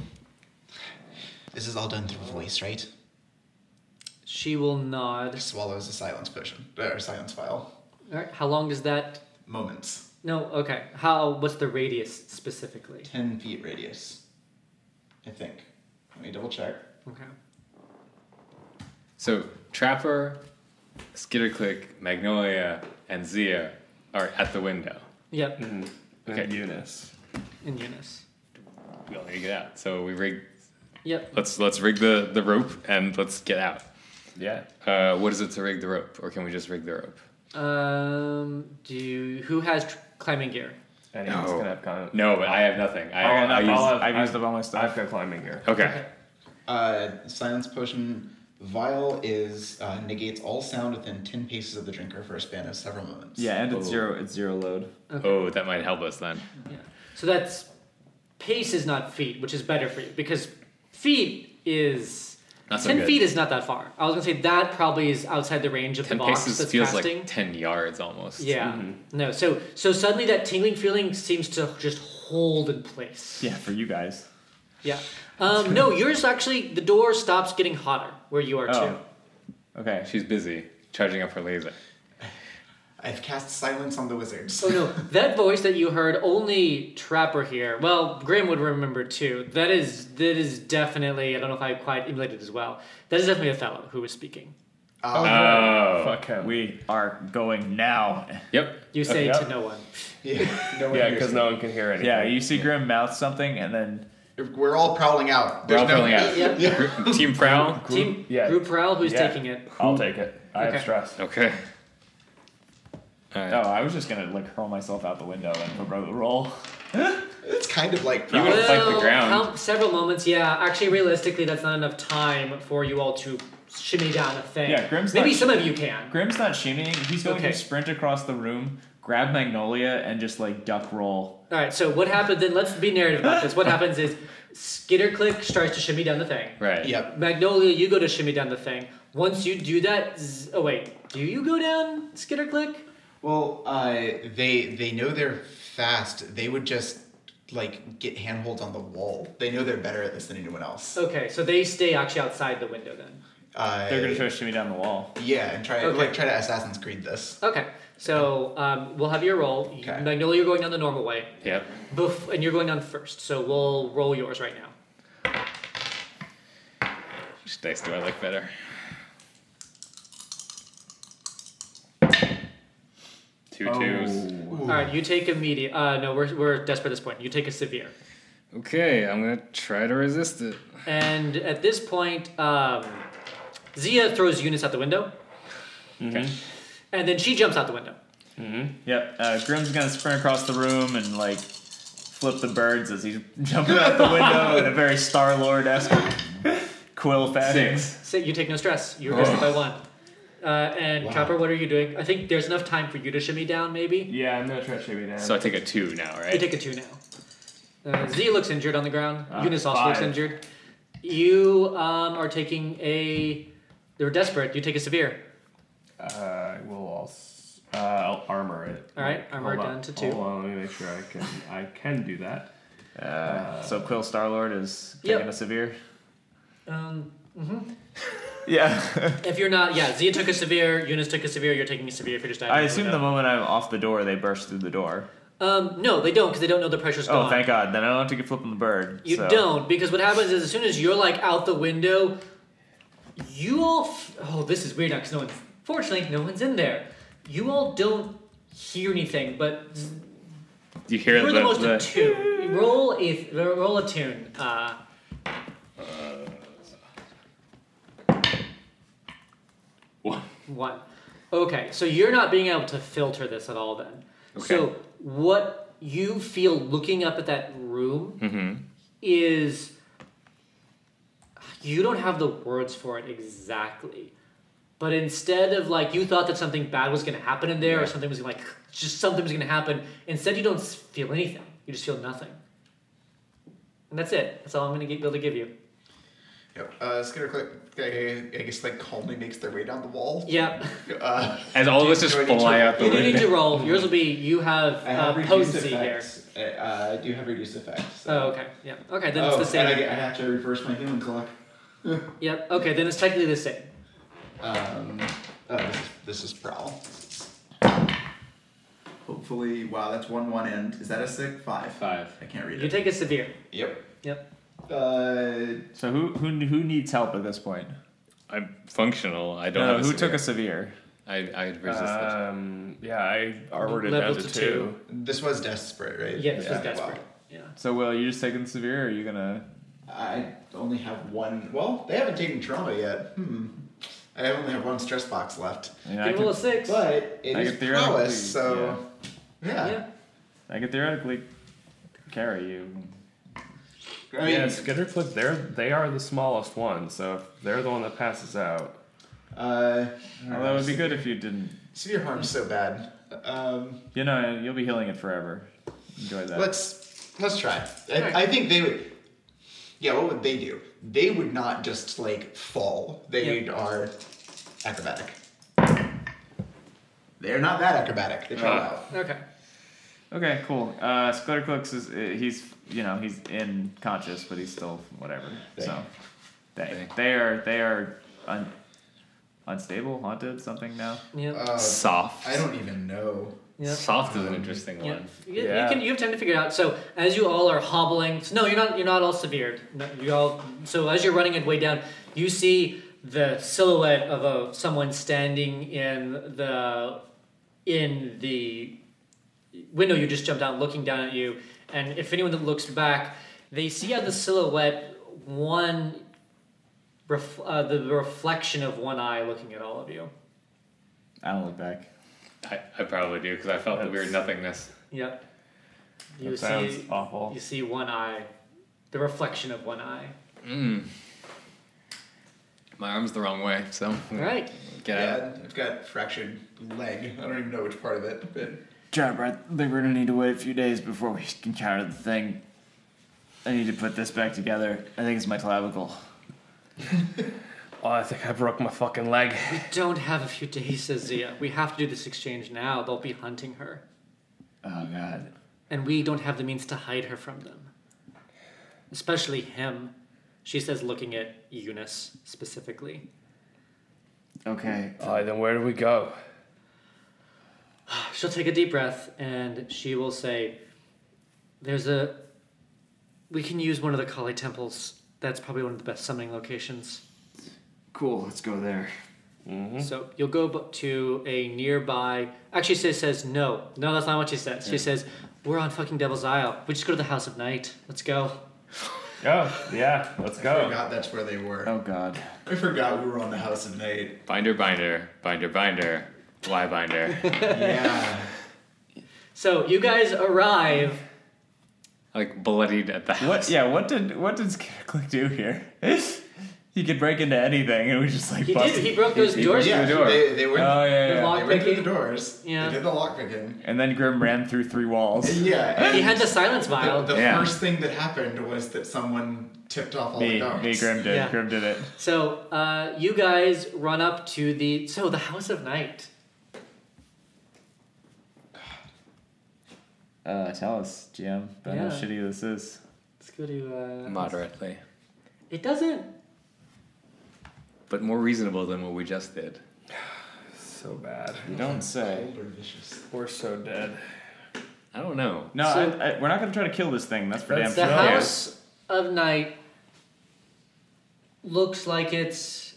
Speaker 5: this is all done through voice, right?
Speaker 2: She will nod.
Speaker 5: Swallows a silence potion or silence vial.
Speaker 2: All right. How long does that?
Speaker 5: Moments.
Speaker 2: No. Okay. How? What's the radius specifically?
Speaker 5: Ten feet radius. I think. Let me double check.
Speaker 2: Okay.
Speaker 4: So Trapper, Skitterclick, Magnolia, and Zia are at the window.
Speaker 2: Yep.
Speaker 4: Mm-hmm.
Speaker 6: And Eunice.
Speaker 2: In Eunice.
Speaker 4: We all need to get out. So we rig.
Speaker 2: Yep.
Speaker 4: Let's let's rig the the rope and let's get out.
Speaker 3: Yeah.
Speaker 4: Uh, what is it to rig the rope, or can we just rig the rope?
Speaker 2: Um. Do you, who has tr- climbing gear?
Speaker 6: And
Speaker 4: No.
Speaker 6: he's gonna have con-
Speaker 4: No, but I have nothing. I,
Speaker 6: I'll-
Speaker 4: I
Speaker 6: I'll
Speaker 4: used-
Speaker 6: have-
Speaker 3: I've Oh, used up all my stuff.
Speaker 6: I've got climbing gear.
Speaker 4: okay.
Speaker 5: Uh, silence potion vial is uh, negates all sound within ten paces of the drinker for a span of several moments.
Speaker 3: Yeah, and it's zero. It's zero load.
Speaker 4: Oh, that might help us then.
Speaker 2: Yeah. So that's pace is not feet, which is better for you because feet is
Speaker 4: Not so
Speaker 2: ten
Speaker 4: good.
Speaker 2: feet is not that far. I was gonna say that probably is outside the range of
Speaker 4: Ten
Speaker 2: the box
Speaker 4: paces
Speaker 2: that's
Speaker 4: feels
Speaker 2: casting.
Speaker 4: like ten Mm-hmm. yards almost.
Speaker 2: yeah. No. So so suddenly that tingling feeling seems to just hold in place.
Speaker 3: Yeah, for you guys.
Speaker 2: Yeah. Um, no, yours actually the door stops getting hotter where you are
Speaker 3: Oh.
Speaker 2: too.
Speaker 3: Okay.
Speaker 4: She's busy charging up her laser.
Speaker 5: I've cast silence on the wizards.
Speaker 2: Oh no, that voice that you heard only Trapper here. Well, Graham would remember too. That is that is definitely. I don't know if I quite emulated as well. That is definitely a fellow who was speaking.
Speaker 5: Uh,
Speaker 4: Oh.
Speaker 6: Fuck him.
Speaker 3: We are going now.
Speaker 4: Yep.
Speaker 2: You say
Speaker 6: yeah.
Speaker 2: to no one.
Speaker 5: yeah, no one
Speaker 6: yeah,
Speaker 5: hears
Speaker 6: because
Speaker 5: me.
Speaker 6: no one can hear anything.
Speaker 3: Yeah, you see Grim mouth something, and then
Speaker 5: We're all prowling out.
Speaker 4: We're all
Speaker 5: There's no-
Speaker 4: filling out.
Speaker 2: Yep.
Speaker 4: Team Prowl.
Speaker 2: Team
Speaker 6: yeah.
Speaker 2: Group Prowl, who's
Speaker 6: Yeah.
Speaker 2: taking it?
Speaker 6: I'll take it. I
Speaker 2: Okay.
Speaker 6: have stress.
Speaker 4: Okay. All right.
Speaker 3: oh, I was just gonna like hurl myself out the window and ro- roll.
Speaker 5: It's kind of like
Speaker 4: You wanna
Speaker 5: prowling.
Speaker 4: fight the ground.
Speaker 2: count several moments. Yeah, actually, realistically, that's not enough time for you all to shimmy down a thing.
Speaker 3: Yeah, Grim's
Speaker 2: Maybe
Speaker 3: not-
Speaker 2: some of you can.
Speaker 3: Grim's not shimmying. He's going
Speaker 2: Okay.
Speaker 3: to sprint across the room, grab Magnolia, and just like duck roll.
Speaker 2: All right. So what happened then? Let's be narrative about this. What happens is Skitterclick starts to shimmy down the thing.
Speaker 4: Right.
Speaker 5: Yep.
Speaker 2: Magnolia, you go to shimmy down the thing. Once you do that, z- oh wait, do you go down Skitterclick?
Speaker 5: Well, uh, they they know they're fast. They would just like get handholds on the wall. They know they're better at this than anyone else.
Speaker 2: Okay, so they stay actually outside the window then.
Speaker 5: Uh,
Speaker 3: They're gonna try to shimmy down the wall.
Speaker 5: Yeah, and try
Speaker 2: Okay.
Speaker 5: like try to Assassin's Creed this.
Speaker 2: Okay, so um, we'll have your roll.
Speaker 5: Okay.
Speaker 2: Magnolia, you're going down the normal way.
Speaker 4: Yep.
Speaker 2: Bef- and you're going on first, so we'll roll yours right now.
Speaker 4: Which dice do I like better? Two
Speaker 2: Oh.
Speaker 4: twos.
Speaker 2: All right, you take a medium. Uh, no, we're, we're desperate at this point. You take a severe.
Speaker 4: Okay, I'm gonna try to resist it.
Speaker 2: And at this point, um, Zia throws Eunice out the window,
Speaker 4: Okay.
Speaker 2: and then she jumps out the window.
Speaker 3: Yep. Uh, Grim's gonna sprint across the room and like flip the birds as he's jumping out the window in a very Star Lord esque quill fashion.
Speaker 4: Six.
Speaker 2: So you take no stress. You're rested by one. Uh, and
Speaker 5: Wow.
Speaker 2: Trapper, what are you doing? I think there's enough time for you to shimmy down, maybe.
Speaker 6: Yeah, I'm gonna try to shimmy down.
Speaker 4: So I take a two now,
Speaker 2: You
Speaker 4: right?
Speaker 2: take a two now. Uh, Z looks injured on the ground. Eunice also looks
Speaker 6: Ah, five.
Speaker 2: injured. You um, are taking a. They're desperate. You take a severe.
Speaker 6: uh, we'll all. s- Uh, I'll armor it.
Speaker 2: All right, armor
Speaker 6: hold
Speaker 2: it
Speaker 6: on,
Speaker 2: down to two.
Speaker 6: Hold on, let me make sure I can. I can do that.
Speaker 3: Uh, so Quill Star Lord is taking
Speaker 2: Yep.
Speaker 3: a severe.
Speaker 2: Um,
Speaker 3: Yeah.
Speaker 2: if you're not, yeah, Zia took a severe, Eunice took a severe, you're taking a severe if you're just diving.
Speaker 3: I
Speaker 2: in
Speaker 3: assume the
Speaker 2: window.
Speaker 3: moment I'm off the door, they burst through the door.
Speaker 2: Um, no, they don't because they don't know the pressure's
Speaker 3: Oh,
Speaker 2: gone.
Speaker 3: thank God! Then I don't have to get flipping the bird.
Speaker 2: You
Speaker 3: so-
Speaker 2: don't, because what happens is as soon as you're like out the window, you all. F- oh, this is weird now because no one. Fortunately, no one's in there. You all don't hear anything, but z-
Speaker 4: You hear
Speaker 2: you're
Speaker 4: the,
Speaker 2: the most attuned. Roll a roll a tune. Uh,
Speaker 4: One.
Speaker 2: one. Okay, so you're not being able to filter this at all. Then, so
Speaker 4: Okay.
Speaker 2: what you feel looking up at that room
Speaker 5: Mm-hmm.
Speaker 4: Mhm.
Speaker 2: is you don't have the words for it exactly but instead of like you thought that something bad was going to happen in there or something was gonna, like just something was going to happen instead you don't s- feel anything you just feel nothing and that's it that's all i'm going to be able to give you
Speaker 5: Yep. Uh, Skitter Clip, I, I guess, like, calmly makes their way down the wall.
Speaker 2: yeah
Speaker 5: Uh,
Speaker 4: As all of us just
Speaker 5: Do I need to-
Speaker 4: fly out the
Speaker 2: you do need
Speaker 4: window.
Speaker 2: to roll yours will be you have,
Speaker 5: I have
Speaker 2: uh,
Speaker 5: reduced
Speaker 2: potency here
Speaker 5: effects. I uh, I do have reduced effects. so-
Speaker 2: oh okay yeah okay then
Speaker 5: Oh,
Speaker 2: it's the same
Speaker 5: And I, get- I have to reverse my human clock.
Speaker 2: yep okay then it's technically the same
Speaker 5: Um, oh, this, is, this is prowl.
Speaker 7: Hopefully, wow, that's one one end. Is that a six? Five.
Speaker 4: Five.
Speaker 7: I can't read
Speaker 2: you
Speaker 7: it.
Speaker 2: take a severe
Speaker 5: Yep.
Speaker 2: yep
Speaker 5: Uh,
Speaker 3: So who who who needs help at this point?
Speaker 4: I'm functional. I don't have
Speaker 3: No,
Speaker 4: a
Speaker 3: Uh, who
Speaker 4: severe.
Speaker 3: took a Uh, severe?
Speaker 4: I I resist that.
Speaker 6: Um, yeah, I armored it
Speaker 2: Level
Speaker 6: down to,
Speaker 2: to
Speaker 6: two.
Speaker 2: two.
Speaker 5: this was desperate, right?
Speaker 2: yeah this
Speaker 5: Okay,
Speaker 2: is
Speaker 5: wow.
Speaker 2: desperate yeah
Speaker 3: So Will, you just taking the severe? Or are you gonna?
Speaker 5: I only have one. Well, they haven't taken trauma yet. Hmm. I only have one stress box left.
Speaker 3: I, mean, I,
Speaker 2: Give roll a
Speaker 3: could,
Speaker 2: six.
Speaker 5: But it
Speaker 3: I
Speaker 5: is
Speaker 3: could theoretically-
Speaker 5: prowess, so. Yeah.
Speaker 2: Yeah.
Speaker 3: I could theoretically carry you.
Speaker 5: I mean,
Speaker 6: yeah, Skitter Clip, they're they are the smallest one, so if they're the one that passes out.
Speaker 5: uh,
Speaker 3: Although it would be good if you didn't.
Speaker 5: severe harm's so bad. Um,
Speaker 3: You know, you'll be healing it forever. Enjoy that.
Speaker 5: let's let's try. I,
Speaker 2: Alright.
Speaker 5: I think they would. Yeah, what would they do? They would not just like fall. They
Speaker 2: Yeah.
Speaker 5: are acrobatic. They're not that acrobatic. They try out.
Speaker 2: Okay.
Speaker 3: Okay, cool. Uh, Scleroclix is uh, he's you know he's inconscious, but he's still whatever. So they they are they are un, unstable, haunted, something now.
Speaker 2: Yeah.
Speaker 5: Uh,
Speaker 4: Soft.
Speaker 5: I don't even know.
Speaker 2: yeah.
Speaker 4: Soft is an interesting
Speaker 2: Yeah.
Speaker 4: one.
Speaker 2: You, you
Speaker 6: Yeah.
Speaker 2: can. You have time to figure it out. So as you all are hobbling, so no, you're not. You're not all severed. No, you all. So as you're running it way down, you see the silhouette of a someone standing in the in the window you just jumped out, looking down at you. And if anyone that looks back, they see on the silhouette one. Ref, uh, the reflection of one eye looking at all of you.
Speaker 3: I don't look back.
Speaker 4: I, I probably do because I felt the weird nothingness.
Speaker 2: Yep. You
Speaker 3: That
Speaker 2: see,
Speaker 3: sounds awful.
Speaker 2: You see one eye, the reflection of one eye.
Speaker 4: My arm's the wrong way, so
Speaker 2: All right.
Speaker 4: get out.
Speaker 5: Yeah, I've got fractured leg. I don't even know which part of it, but
Speaker 3: Job, I think we're gonna need to wait a few days before we can counter the thing. I need to put this back together. I think it's my clavicle.
Speaker 6: Oh, I think I broke my fucking leg.
Speaker 2: We don't have a few days, says Zia. We have to do this exchange now. They'll be hunting her.
Speaker 3: Oh God.
Speaker 2: And we don't have the means to hide her from them. Especially him. She says, looking at Eunice specifically.
Speaker 3: Okay.
Speaker 6: All right, then where do we go?
Speaker 2: She'll take a deep breath and she will say, There's a. We can use one of the Kali temples. That's probably one of the best summoning locations.
Speaker 3: Cool. Let's go there.
Speaker 2: So you'll go bu- to a nearby. Actually, she says no. No, that's not what she says. She says we're on fucking Devil's Isle. We just go to the House of Night. Let's go.
Speaker 6: Oh, yeah, let's
Speaker 5: I
Speaker 6: go.
Speaker 5: forgot that's where they were.
Speaker 3: Oh God.
Speaker 5: I forgot we were on the House of Night.
Speaker 4: Binder, binder, binder, binder, why binder?
Speaker 5: Yeah.
Speaker 2: So you guys arrive.
Speaker 4: like bloodied at the
Speaker 3: What?
Speaker 4: house.
Speaker 3: Yeah. What did What did Click do here? he could break into anything, and we just like.
Speaker 2: He
Speaker 3: busted.
Speaker 2: did. He broke those doors.
Speaker 5: yeah,
Speaker 4: the door.
Speaker 5: They, they went,
Speaker 3: Oh yeah.
Speaker 2: The
Speaker 3: yeah.
Speaker 2: lock-
Speaker 5: they went through the
Speaker 2: picking.
Speaker 5: doors.
Speaker 2: Yeah.
Speaker 5: They did the lockpicking.
Speaker 3: And then Grim ran through three walls.
Speaker 5: Yeah.
Speaker 2: He
Speaker 5: and
Speaker 2: had the silence vial.
Speaker 5: the the
Speaker 3: Yeah.
Speaker 5: first thing that happened was that someone tipped off all
Speaker 3: Me,
Speaker 5: the dogs.
Speaker 3: me, Grim did.
Speaker 2: Yeah.
Speaker 3: Grim did it.
Speaker 2: So uh, you guys run up to the so the House of Night.
Speaker 3: Uh, tell us, GM, about how
Speaker 2: Yeah.
Speaker 3: shitty this is.
Speaker 2: Let's go to. Uh,
Speaker 4: Moderately.
Speaker 2: It doesn't.
Speaker 4: But more reasonable than what we just did.
Speaker 6: So bad.
Speaker 3: You don't say.
Speaker 5: Cold or vicious.
Speaker 6: We're so dead.
Speaker 4: I don't know.
Speaker 3: No,
Speaker 2: So-
Speaker 3: I, I, we're not going to try to kill this thing. That's for
Speaker 6: That's
Speaker 3: damn
Speaker 2: The
Speaker 3: sure.
Speaker 6: Yeah.
Speaker 2: House of Night looks like it's.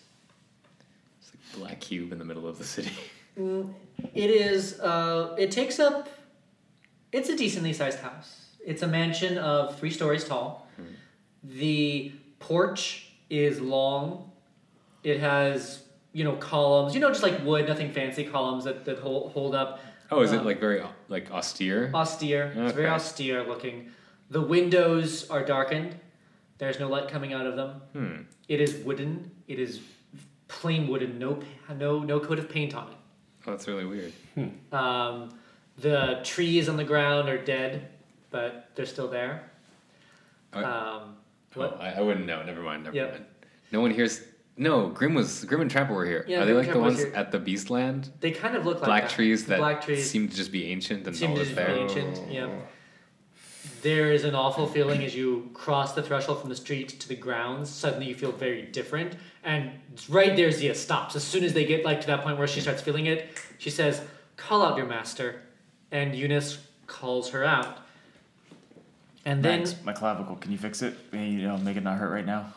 Speaker 4: It's like a black cube in the middle of the city.
Speaker 2: mm, It is. Uh, it takes up. It's a decently sized house. It's a mansion of three stories tall.
Speaker 4: Hmm.
Speaker 2: The porch is long. It has, you know, columns. You know, just like wood, nothing fancy columns that, that hold, hold up.
Speaker 4: Oh, is
Speaker 2: Uh,
Speaker 4: it like very like austere?
Speaker 2: austere. It's very
Speaker 4: Okay.
Speaker 2: austere looking. The windows are darkened. There's no light coming out of them.
Speaker 4: Hmm.
Speaker 2: It is wooden. It is plain wooden. No, pa- no, no coat of paint on it.
Speaker 4: Oh, that's really weird.
Speaker 2: Um, the trees on the ground are dead, but they're still there.
Speaker 4: Oh.
Speaker 2: Um,
Speaker 4: Well,
Speaker 2: what?
Speaker 4: I, I wouldn't know. Never mind. Never
Speaker 2: Yeah.
Speaker 4: mind. No one hears. No, Grim was Grim and Trapper were here.
Speaker 2: Yeah,
Speaker 4: Are they
Speaker 2: Grim and
Speaker 4: like the
Speaker 2: Trapper was
Speaker 4: ones
Speaker 2: here.
Speaker 4: at the Beastland?
Speaker 2: They kind of look like
Speaker 4: black
Speaker 2: that.
Speaker 4: trees that
Speaker 2: black trees
Speaker 4: seem to just be ancient and
Speaker 2: seem
Speaker 4: all
Speaker 2: to
Speaker 4: is
Speaker 2: just be
Speaker 4: there.
Speaker 2: ancient. Yeah. There is an awful feeling as you cross the threshold from the street to the grounds. Suddenly, you feel very different, and right there, Zia stops. As soon as they get like to that point where she starts feeling it, she says, "Call out your master," and Eunice calls her out. And then,
Speaker 3: Max, my clavicle. Can you fix it? You know, make it not hurt right now.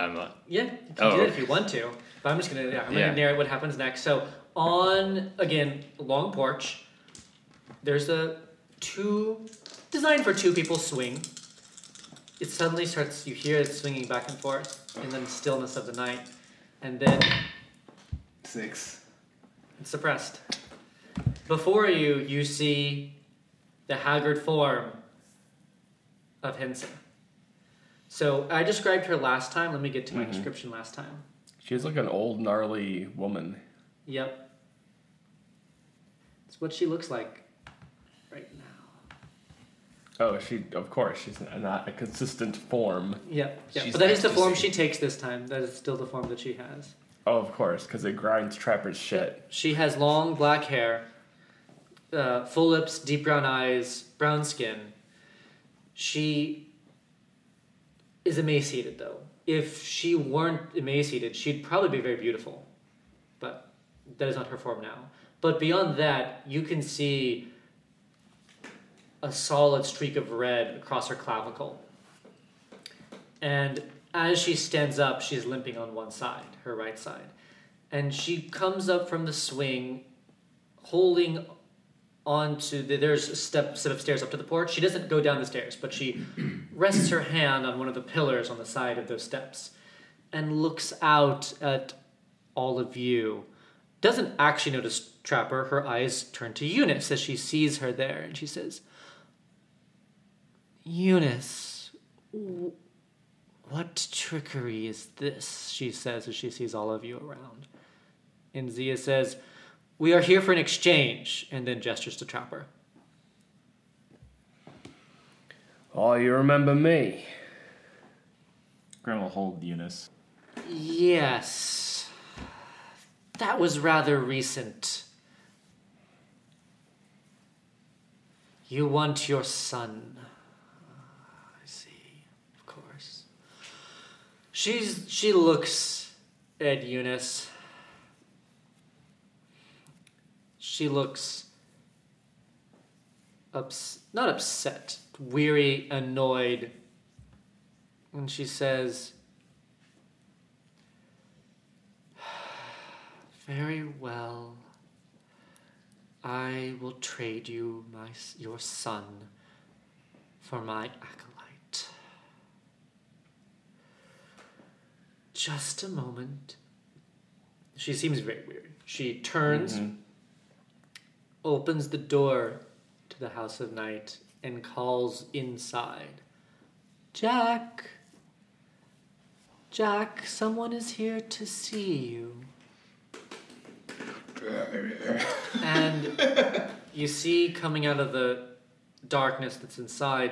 Speaker 4: I'm not.
Speaker 2: yeah, you can
Speaker 4: Oh,
Speaker 2: do that
Speaker 4: okay.
Speaker 2: if you want to. But I'm just gonna, yeah, I'm
Speaker 4: Yeah.
Speaker 2: gonna narrate what happens next. So, on again, long porch. There's a two designed for two people swing. It suddenly starts. You hear it swinging back and forth, and then stillness of the night, and then
Speaker 4: Six.
Speaker 2: it's suppressed. Before you, you see the haggard form of Henson. So I described her last time. Let me get to my description last time.
Speaker 6: She's like an old gnarly woman.
Speaker 2: Yep. It's what she looks like right now.
Speaker 6: Oh, she of course she's not a consistent form.
Speaker 2: Yep. yep.
Speaker 5: She's
Speaker 2: But that is the form
Speaker 5: ecstasy.
Speaker 2: she takes this time. That is still the form that she has.
Speaker 6: Oh, of course, because it grinds Trapper's shit.
Speaker 2: She has long black hair, uh, full lips, deep brown eyes, brown skin. She is emaciated, though. If she weren't emaciated, she'd probably be very beautiful. But that is not her form now. But beyond that, you can see a solid streak of red across her clavicle. And as she stands up, she's limping on one side, her right side. And she comes up from the swing, holding onto the. There's a step, set of stairs up to the porch. She doesn't go down the stairs, but she rests her hand on one of the pillars on the side of those steps and looks out at all of you. Doesn't actually notice Trapper. Her eyes turn to Eunice as she sees her there, and she says, Eunice, what trickery is this? She says as she sees all of you around. And Zia says, We are here for an exchange, and then gestures to Trapper.
Speaker 6: Oh, you remember me?
Speaker 3: Grim will hold Eunice.
Speaker 2: Yes. That was rather recent. You want your son. I see, of course. She's she looks at Eunice. She looks ups not upset, weary, annoyed. And she says, Very well. I will trade you my s- your son for my acolyte. Just a moment. She seems very weird. She turns, opens the door to the house of night, and calls inside. Jack. Jack, someone is here to see you and you see coming out of the darkness that's inside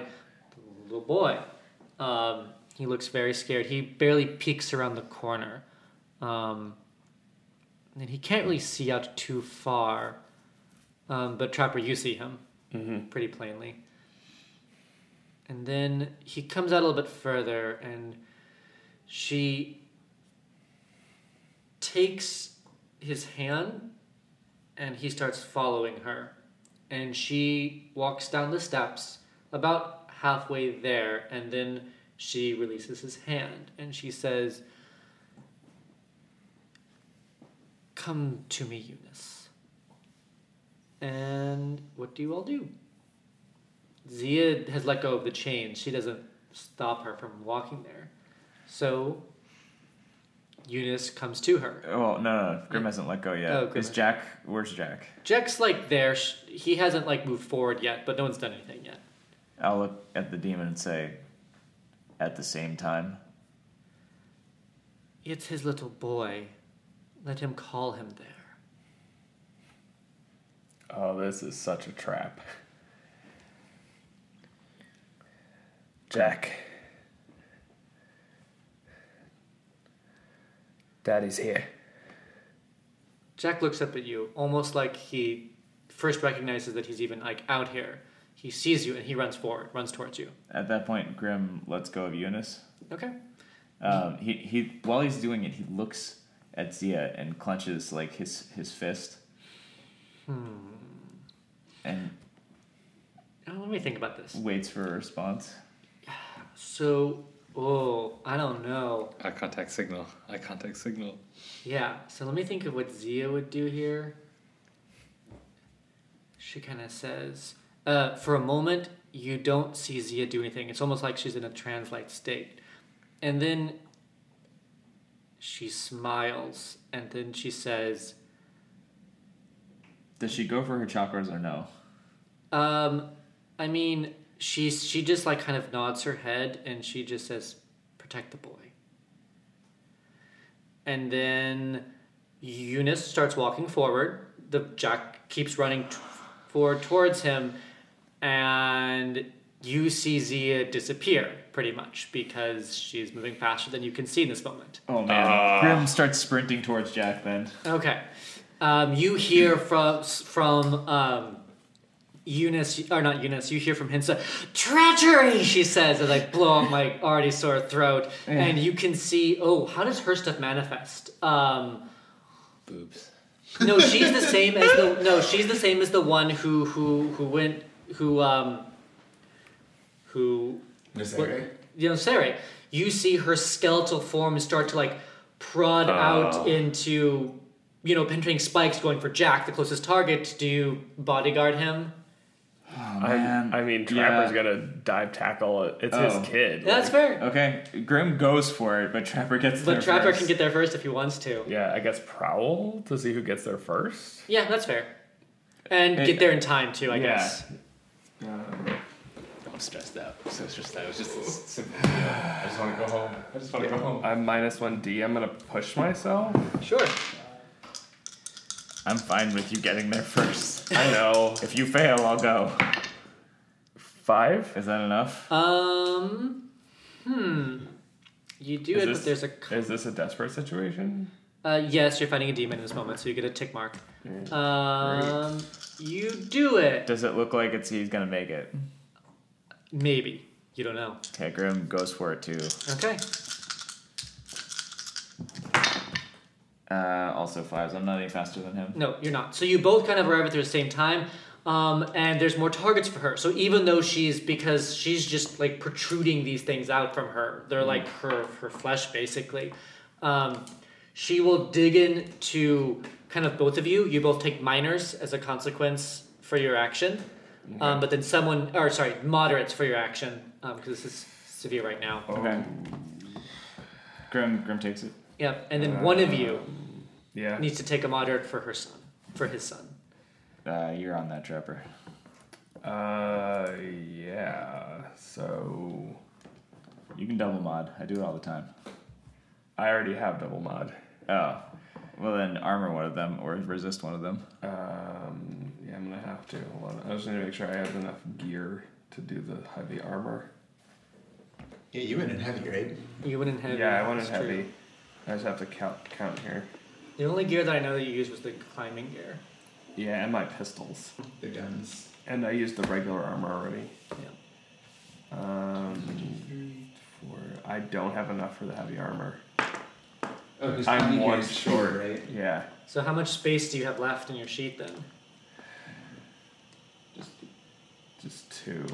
Speaker 2: the little boy. Um, he looks very scared. He barely peeks around the corner. Um, and he can't really see out too far. Um, but Trapper, you see him. pretty plainly. And then he comes out a little bit further, and she takes his hand and he starts following her. And she walks down the steps about halfway there, and then she releases his hand and she says, Come to me, Eunice. And what do you all do? Zia has let go of the chain. She doesn't stop her from walking there. So Eunice comes to her.
Speaker 3: Oh no, no, Grim hasn't let go yet.
Speaker 2: Oh, Grim
Speaker 3: Is
Speaker 2: hasn't-
Speaker 3: Jack? Where's Jack?
Speaker 2: Jack's like there. Sh- He hasn't like moved forward yet, but no one's done anything yet.
Speaker 3: I'll look at the demon and say, at the same time.
Speaker 2: It's his little boy. Let him call him there.
Speaker 3: Oh, this is such a trap.
Speaker 6: Jack. Daddy's here.
Speaker 2: Jack looks up at you, almost like he first recognizes that he's even like out here. He sees you and he runs forward, runs towards you.
Speaker 3: At that point, Grim lets go of Eunice.
Speaker 2: Okay.
Speaker 3: Um, he, he while he's doing it, he looks at Zia and clenches like his his fist.
Speaker 2: Hmm.
Speaker 3: And
Speaker 2: Oh, let me think about this.
Speaker 3: waits for a response.
Speaker 2: So, oh, I don't know.
Speaker 4: Eye contact signal. Eye contact signal.
Speaker 2: Yeah, so let me think of what Zia would do here. She kind of says, uh, for a moment, you don't see Zia do anything. It's almost like she's in a trance like state. And then she smiles, and then she says,
Speaker 3: Does she go for her chakras or no?
Speaker 2: um, I mean, she's, she just like kind of nods her head and she just says, protect the boy. And then Eunice starts walking forward. The Jack keeps running t- forward towards him, and you see Zia disappear pretty much because she's moving faster than you can see in this moment.
Speaker 3: Oh man, Grim starts sprinting towards Jack. Then
Speaker 2: Okay, um, you hear from from um, Eunice or not Eunice. You hear from Hinsa, treachery. She says as I blow out my already sore throat, and you can see. Oh, how does her stuff manifest? Um,
Speaker 4: Boobs.
Speaker 2: no, she's the same as the no, she's the same as the one who who who went who um who
Speaker 5: Miss
Speaker 2: what-
Speaker 5: Eri?
Speaker 2: you know Sarah. You see her skeletal form start to like
Speaker 6: Uh.
Speaker 2: prod out into you know penetrating spikes, going for Jack, the closest target. Do you bodyguard him?
Speaker 3: man.
Speaker 6: I mean, Trapper's
Speaker 3: Yeah.
Speaker 6: gonna dive tackle it. It's
Speaker 3: Oh.
Speaker 6: his kid.
Speaker 2: That's
Speaker 6: like-
Speaker 2: fair.
Speaker 3: okay, Grim goes for it, but Trapper gets there
Speaker 2: but Trapper
Speaker 3: first.
Speaker 2: can get there first if he wants to.
Speaker 6: yeah, I guess prowl to see who gets there first.
Speaker 2: Yeah, that's fair. And
Speaker 3: Hey,
Speaker 2: get there in time too, I
Speaker 6: yeah.
Speaker 2: guess.
Speaker 4: I'm stressed out. I'm so stressed out. It was just a s- simple deal. I just want to go home. I just want to go home.
Speaker 6: I'm minus one D. I'm gonna push myself.
Speaker 2: Sure.
Speaker 3: I'm fine with you getting there first.
Speaker 6: I know.
Speaker 3: if you fail, I'll go.
Speaker 6: Five.
Speaker 3: Is that enough?
Speaker 2: Um. Hmm. You do
Speaker 6: Is
Speaker 2: it,
Speaker 6: this-
Speaker 2: but there's a c-
Speaker 6: Is this a desperate situation?
Speaker 2: Uh, yes, you're fighting a demon in this moment, so you get a tick mark. Um, you do it.
Speaker 3: Does it look like it's he's gonna make it?
Speaker 2: Maybe. You don't know.
Speaker 3: Okay, Grim goes for it too.
Speaker 2: Okay.
Speaker 3: Uh, also fives. I'm not any faster than him.
Speaker 2: No, you're not. So you both kind of arrive at the same time, um, and there's more targets for her. So even though she's because she's just like protruding these things out from her, they're like her her flesh basically. Um, she will dig into kind of both of you. You both take minors as a consequence for your action, um, but then someone or sorry moderates for your action because this is severe right now.
Speaker 3: Okay. Grim Grim takes it.
Speaker 2: Yep, and then one of you
Speaker 6: Yeah.
Speaker 2: needs to take a moderate for her son, for his son.
Speaker 3: Uh, you're on that trapper.
Speaker 6: Uh, yeah. So
Speaker 3: You can double mod. I do it all the time.
Speaker 6: I already have double mod.
Speaker 3: Oh. Well then armor one of them or resist one of them.
Speaker 6: Um, yeah, I'm gonna have to. Hold on. I just need to make sure I have enough gear to do the heavy armor.
Speaker 5: Yeah, you went in heavy, right?
Speaker 2: You wouldn't have.
Speaker 6: yeah, I want it
Speaker 2: that's
Speaker 6: heavy.
Speaker 2: true.
Speaker 6: I just have to count count here.
Speaker 2: The only gear that I know that you used was the climbing gear.
Speaker 6: Yeah, and my pistols.
Speaker 5: They're guns.
Speaker 8: And I used the regular armor already. Um, for, I don't have enough for the heavy armor.
Speaker 7: Oh, 'cause
Speaker 8: I'm
Speaker 7: Tommy
Speaker 8: one
Speaker 7: gets two,
Speaker 8: short.
Speaker 7: right?
Speaker 8: Yeah.
Speaker 2: So how much space do you have left in your sheet then?
Speaker 8: Just, just two.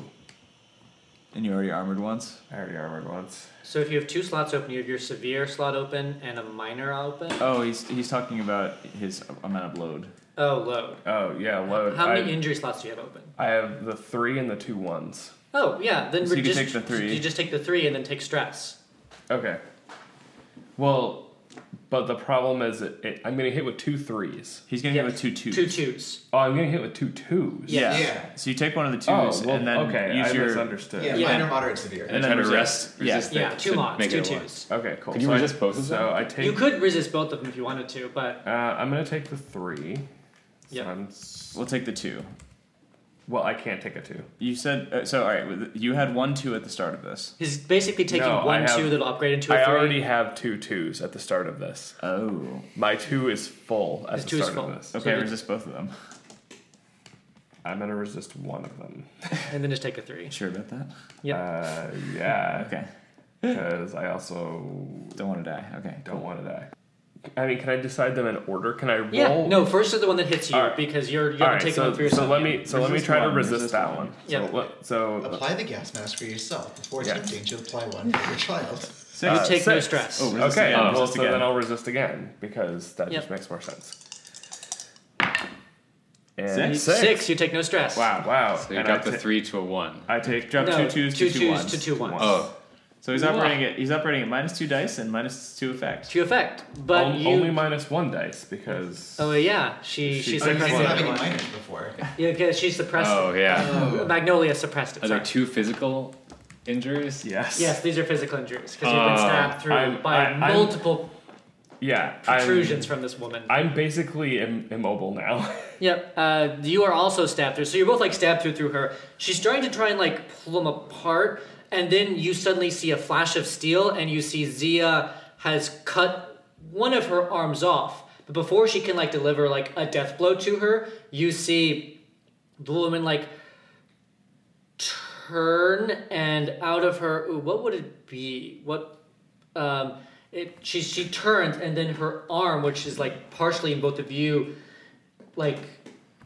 Speaker 3: And you already armored once.
Speaker 8: I already armored once.
Speaker 2: So if you have two slots open, you have your severe slot open and a minor open.
Speaker 3: Oh, he's he's talking about his amount of load.
Speaker 2: Oh, load.
Speaker 8: Oh yeah, load.
Speaker 2: How many
Speaker 8: I,
Speaker 2: injury slots do you have open?
Speaker 8: I have the three and the two ones.
Speaker 2: Oh, yeah. Then
Speaker 3: So
Speaker 2: we're
Speaker 3: you can
Speaker 2: just,
Speaker 3: take the three.
Speaker 2: You just take the three and then take stress.
Speaker 8: Okay. Well, but the problem is, it, it, I'm gonna hit with two threes.
Speaker 3: He's gonna
Speaker 2: Yeah.
Speaker 3: hit with two twos.
Speaker 2: Two twos.
Speaker 8: Oh, I'm gonna hit with two twos.
Speaker 2: Yeah.
Speaker 3: Yeah.
Speaker 5: Yeah.
Speaker 3: So you take one of the twos
Speaker 8: Oh, well,
Speaker 3: and then
Speaker 8: okay.
Speaker 3: use
Speaker 8: I
Speaker 3: your
Speaker 8: misunderstood.
Speaker 5: Yeah,
Speaker 2: Yeah.
Speaker 5: minor, moderate, severe.
Speaker 3: and
Speaker 4: I
Speaker 3: then
Speaker 4: try to
Speaker 3: resist.
Speaker 4: resist,
Speaker 3: Yeah.
Speaker 4: resist
Speaker 2: Yeah,
Speaker 4: it
Speaker 2: two
Speaker 4: to
Speaker 2: mods,
Speaker 4: make
Speaker 2: two
Speaker 4: it a lot.
Speaker 2: twos.
Speaker 8: Okay, cool.
Speaker 4: Could you
Speaker 8: so
Speaker 4: resist
Speaker 8: I,
Speaker 4: both of
Speaker 8: So
Speaker 4: them?
Speaker 8: I take.
Speaker 2: You could resist both of them if you wanted to, but
Speaker 8: Uh, I'm gonna take the three.
Speaker 2: Yeah.
Speaker 8: So I'm s-
Speaker 3: We'll take the two.
Speaker 8: well, I can't take a two.
Speaker 3: You said uh, so. All right. with- You had one two at the start of this.
Speaker 2: he's basically taking
Speaker 8: No, I
Speaker 2: one
Speaker 8: have-
Speaker 2: two that'll upgrade into a
Speaker 8: I
Speaker 2: three.
Speaker 8: already have two twos at the start of this.
Speaker 3: Oh.
Speaker 8: My two is full at
Speaker 2: His
Speaker 8: the
Speaker 2: two is
Speaker 8: start of
Speaker 2: full.
Speaker 8: this.
Speaker 3: Okay.
Speaker 2: So-
Speaker 3: resist both of them.
Speaker 8: I'm gonna resist one of them.
Speaker 2: and then just take a three.
Speaker 3: Sure about that?
Speaker 2: Yeah.
Speaker 8: Uh, yeah,
Speaker 3: Okay.
Speaker 8: because I also
Speaker 3: Don't want to die. Okay.
Speaker 8: don't want to die. I mean, can I decide them in order? Can I roll?
Speaker 2: yeah. No, first is the one that hits you
Speaker 8: All right.
Speaker 2: because you're you
Speaker 8: All
Speaker 2: haven't
Speaker 8: right,
Speaker 2: taken
Speaker 8: so,
Speaker 2: one for yourself.
Speaker 8: so let
Speaker 2: yet.
Speaker 8: me so let me
Speaker 3: Resist
Speaker 8: try to
Speaker 3: one,
Speaker 8: resist,
Speaker 3: resist
Speaker 8: that
Speaker 3: one.
Speaker 8: one.
Speaker 2: Yeah.
Speaker 8: So, let- so
Speaker 5: Apply the gas mask for yourself before
Speaker 8: Yeah.
Speaker 5: attempting to apply one for your child.
Speaker 2: You
Speaker 3: Uh,
Speaker 2: take no
Speaker 8: six.
Speaker 2: stress.
Speaker 3: Oh, resist
Speaker 8: okay,
Speaker 3: again,
Speaker 8: well,
Speaker 3: resist
Speaker 8: so
Speaker 3: again.
Speaker 8: then I'll resist again because that
Speaker 2: Yep.
Speaker 8: just makes more sense. And
Speaker 3: Six?
Speaker 2: six. you take no stress.
Speaker 8: Wow, wow.
Speaker 4: So you
Speaker 8: and I
Speaker 4: got the
Speaker 8: ta-
Speaker 4: three to a one.
Speaker 8: I take
Speaker 3: Drop
Speaker 2: No,
Speaker 3: two twos
Speaker 2: two
Speaker 3: to two
Speaker 2: twos
Speaker 3: ones.
Speaker 2: to two ones.
Speaker 4: Oh,
Speaker 3: So he's operating at he's operating at minus two dice and minus two effects.
Speaker 2: To your effect, but
Speaker 8: On-
Speaker 2: you.
Speaker 8: only minus one dice because
Speaker 2: oh yeah, she
Speaker 8: She-
Speaker 2: she
Speaker 8: Oh, you
Speaker 5: I've
Speaker 8: one.
Speaker 2: suppressed
Speaker 5: not
Speaker 2: the other
Speaker 5: having a
Speaker 2: one.
Speaker 5: minor before.
Speaker 2: Yeah, because she suppressed
Speaker 4: oh
Speaker 2: it. Uh,
Speaker 4: yeah.
Speaker 2: Magnolia suppressed it.
Speaker 4: Are there
Speaker 2: Sorry.
Speaker 4: two physical injuries?
Speaker 8: yes,
Speaker 2: Yes, these are physical injuries because you've been
Speaker 4: Oh,
Speaker 2: stabbed through
Speaker 8: I'm-
Speaker 2: by
Speaker 8: I'm- I'm-
Speaker 2: multiple
Speaker 8: yeah.
Speaker 2: protrusions from this woman.
Speaker 8: I'm, I'm basically Im- immobile now.
Speaker 2: Yep. Uh, you are also stabbed through. So you're both like stabbed through through her. She's trying to try and like pull them apart, and then you suddenly see a flash of steel, and you see Zia has cut one of her arms off. But before she can like deliver like a death blow to her, you see the woman like turn and out of her. Ooh, what would it be? What um, it, she she turns and then her arm, which is like partially in both of you, like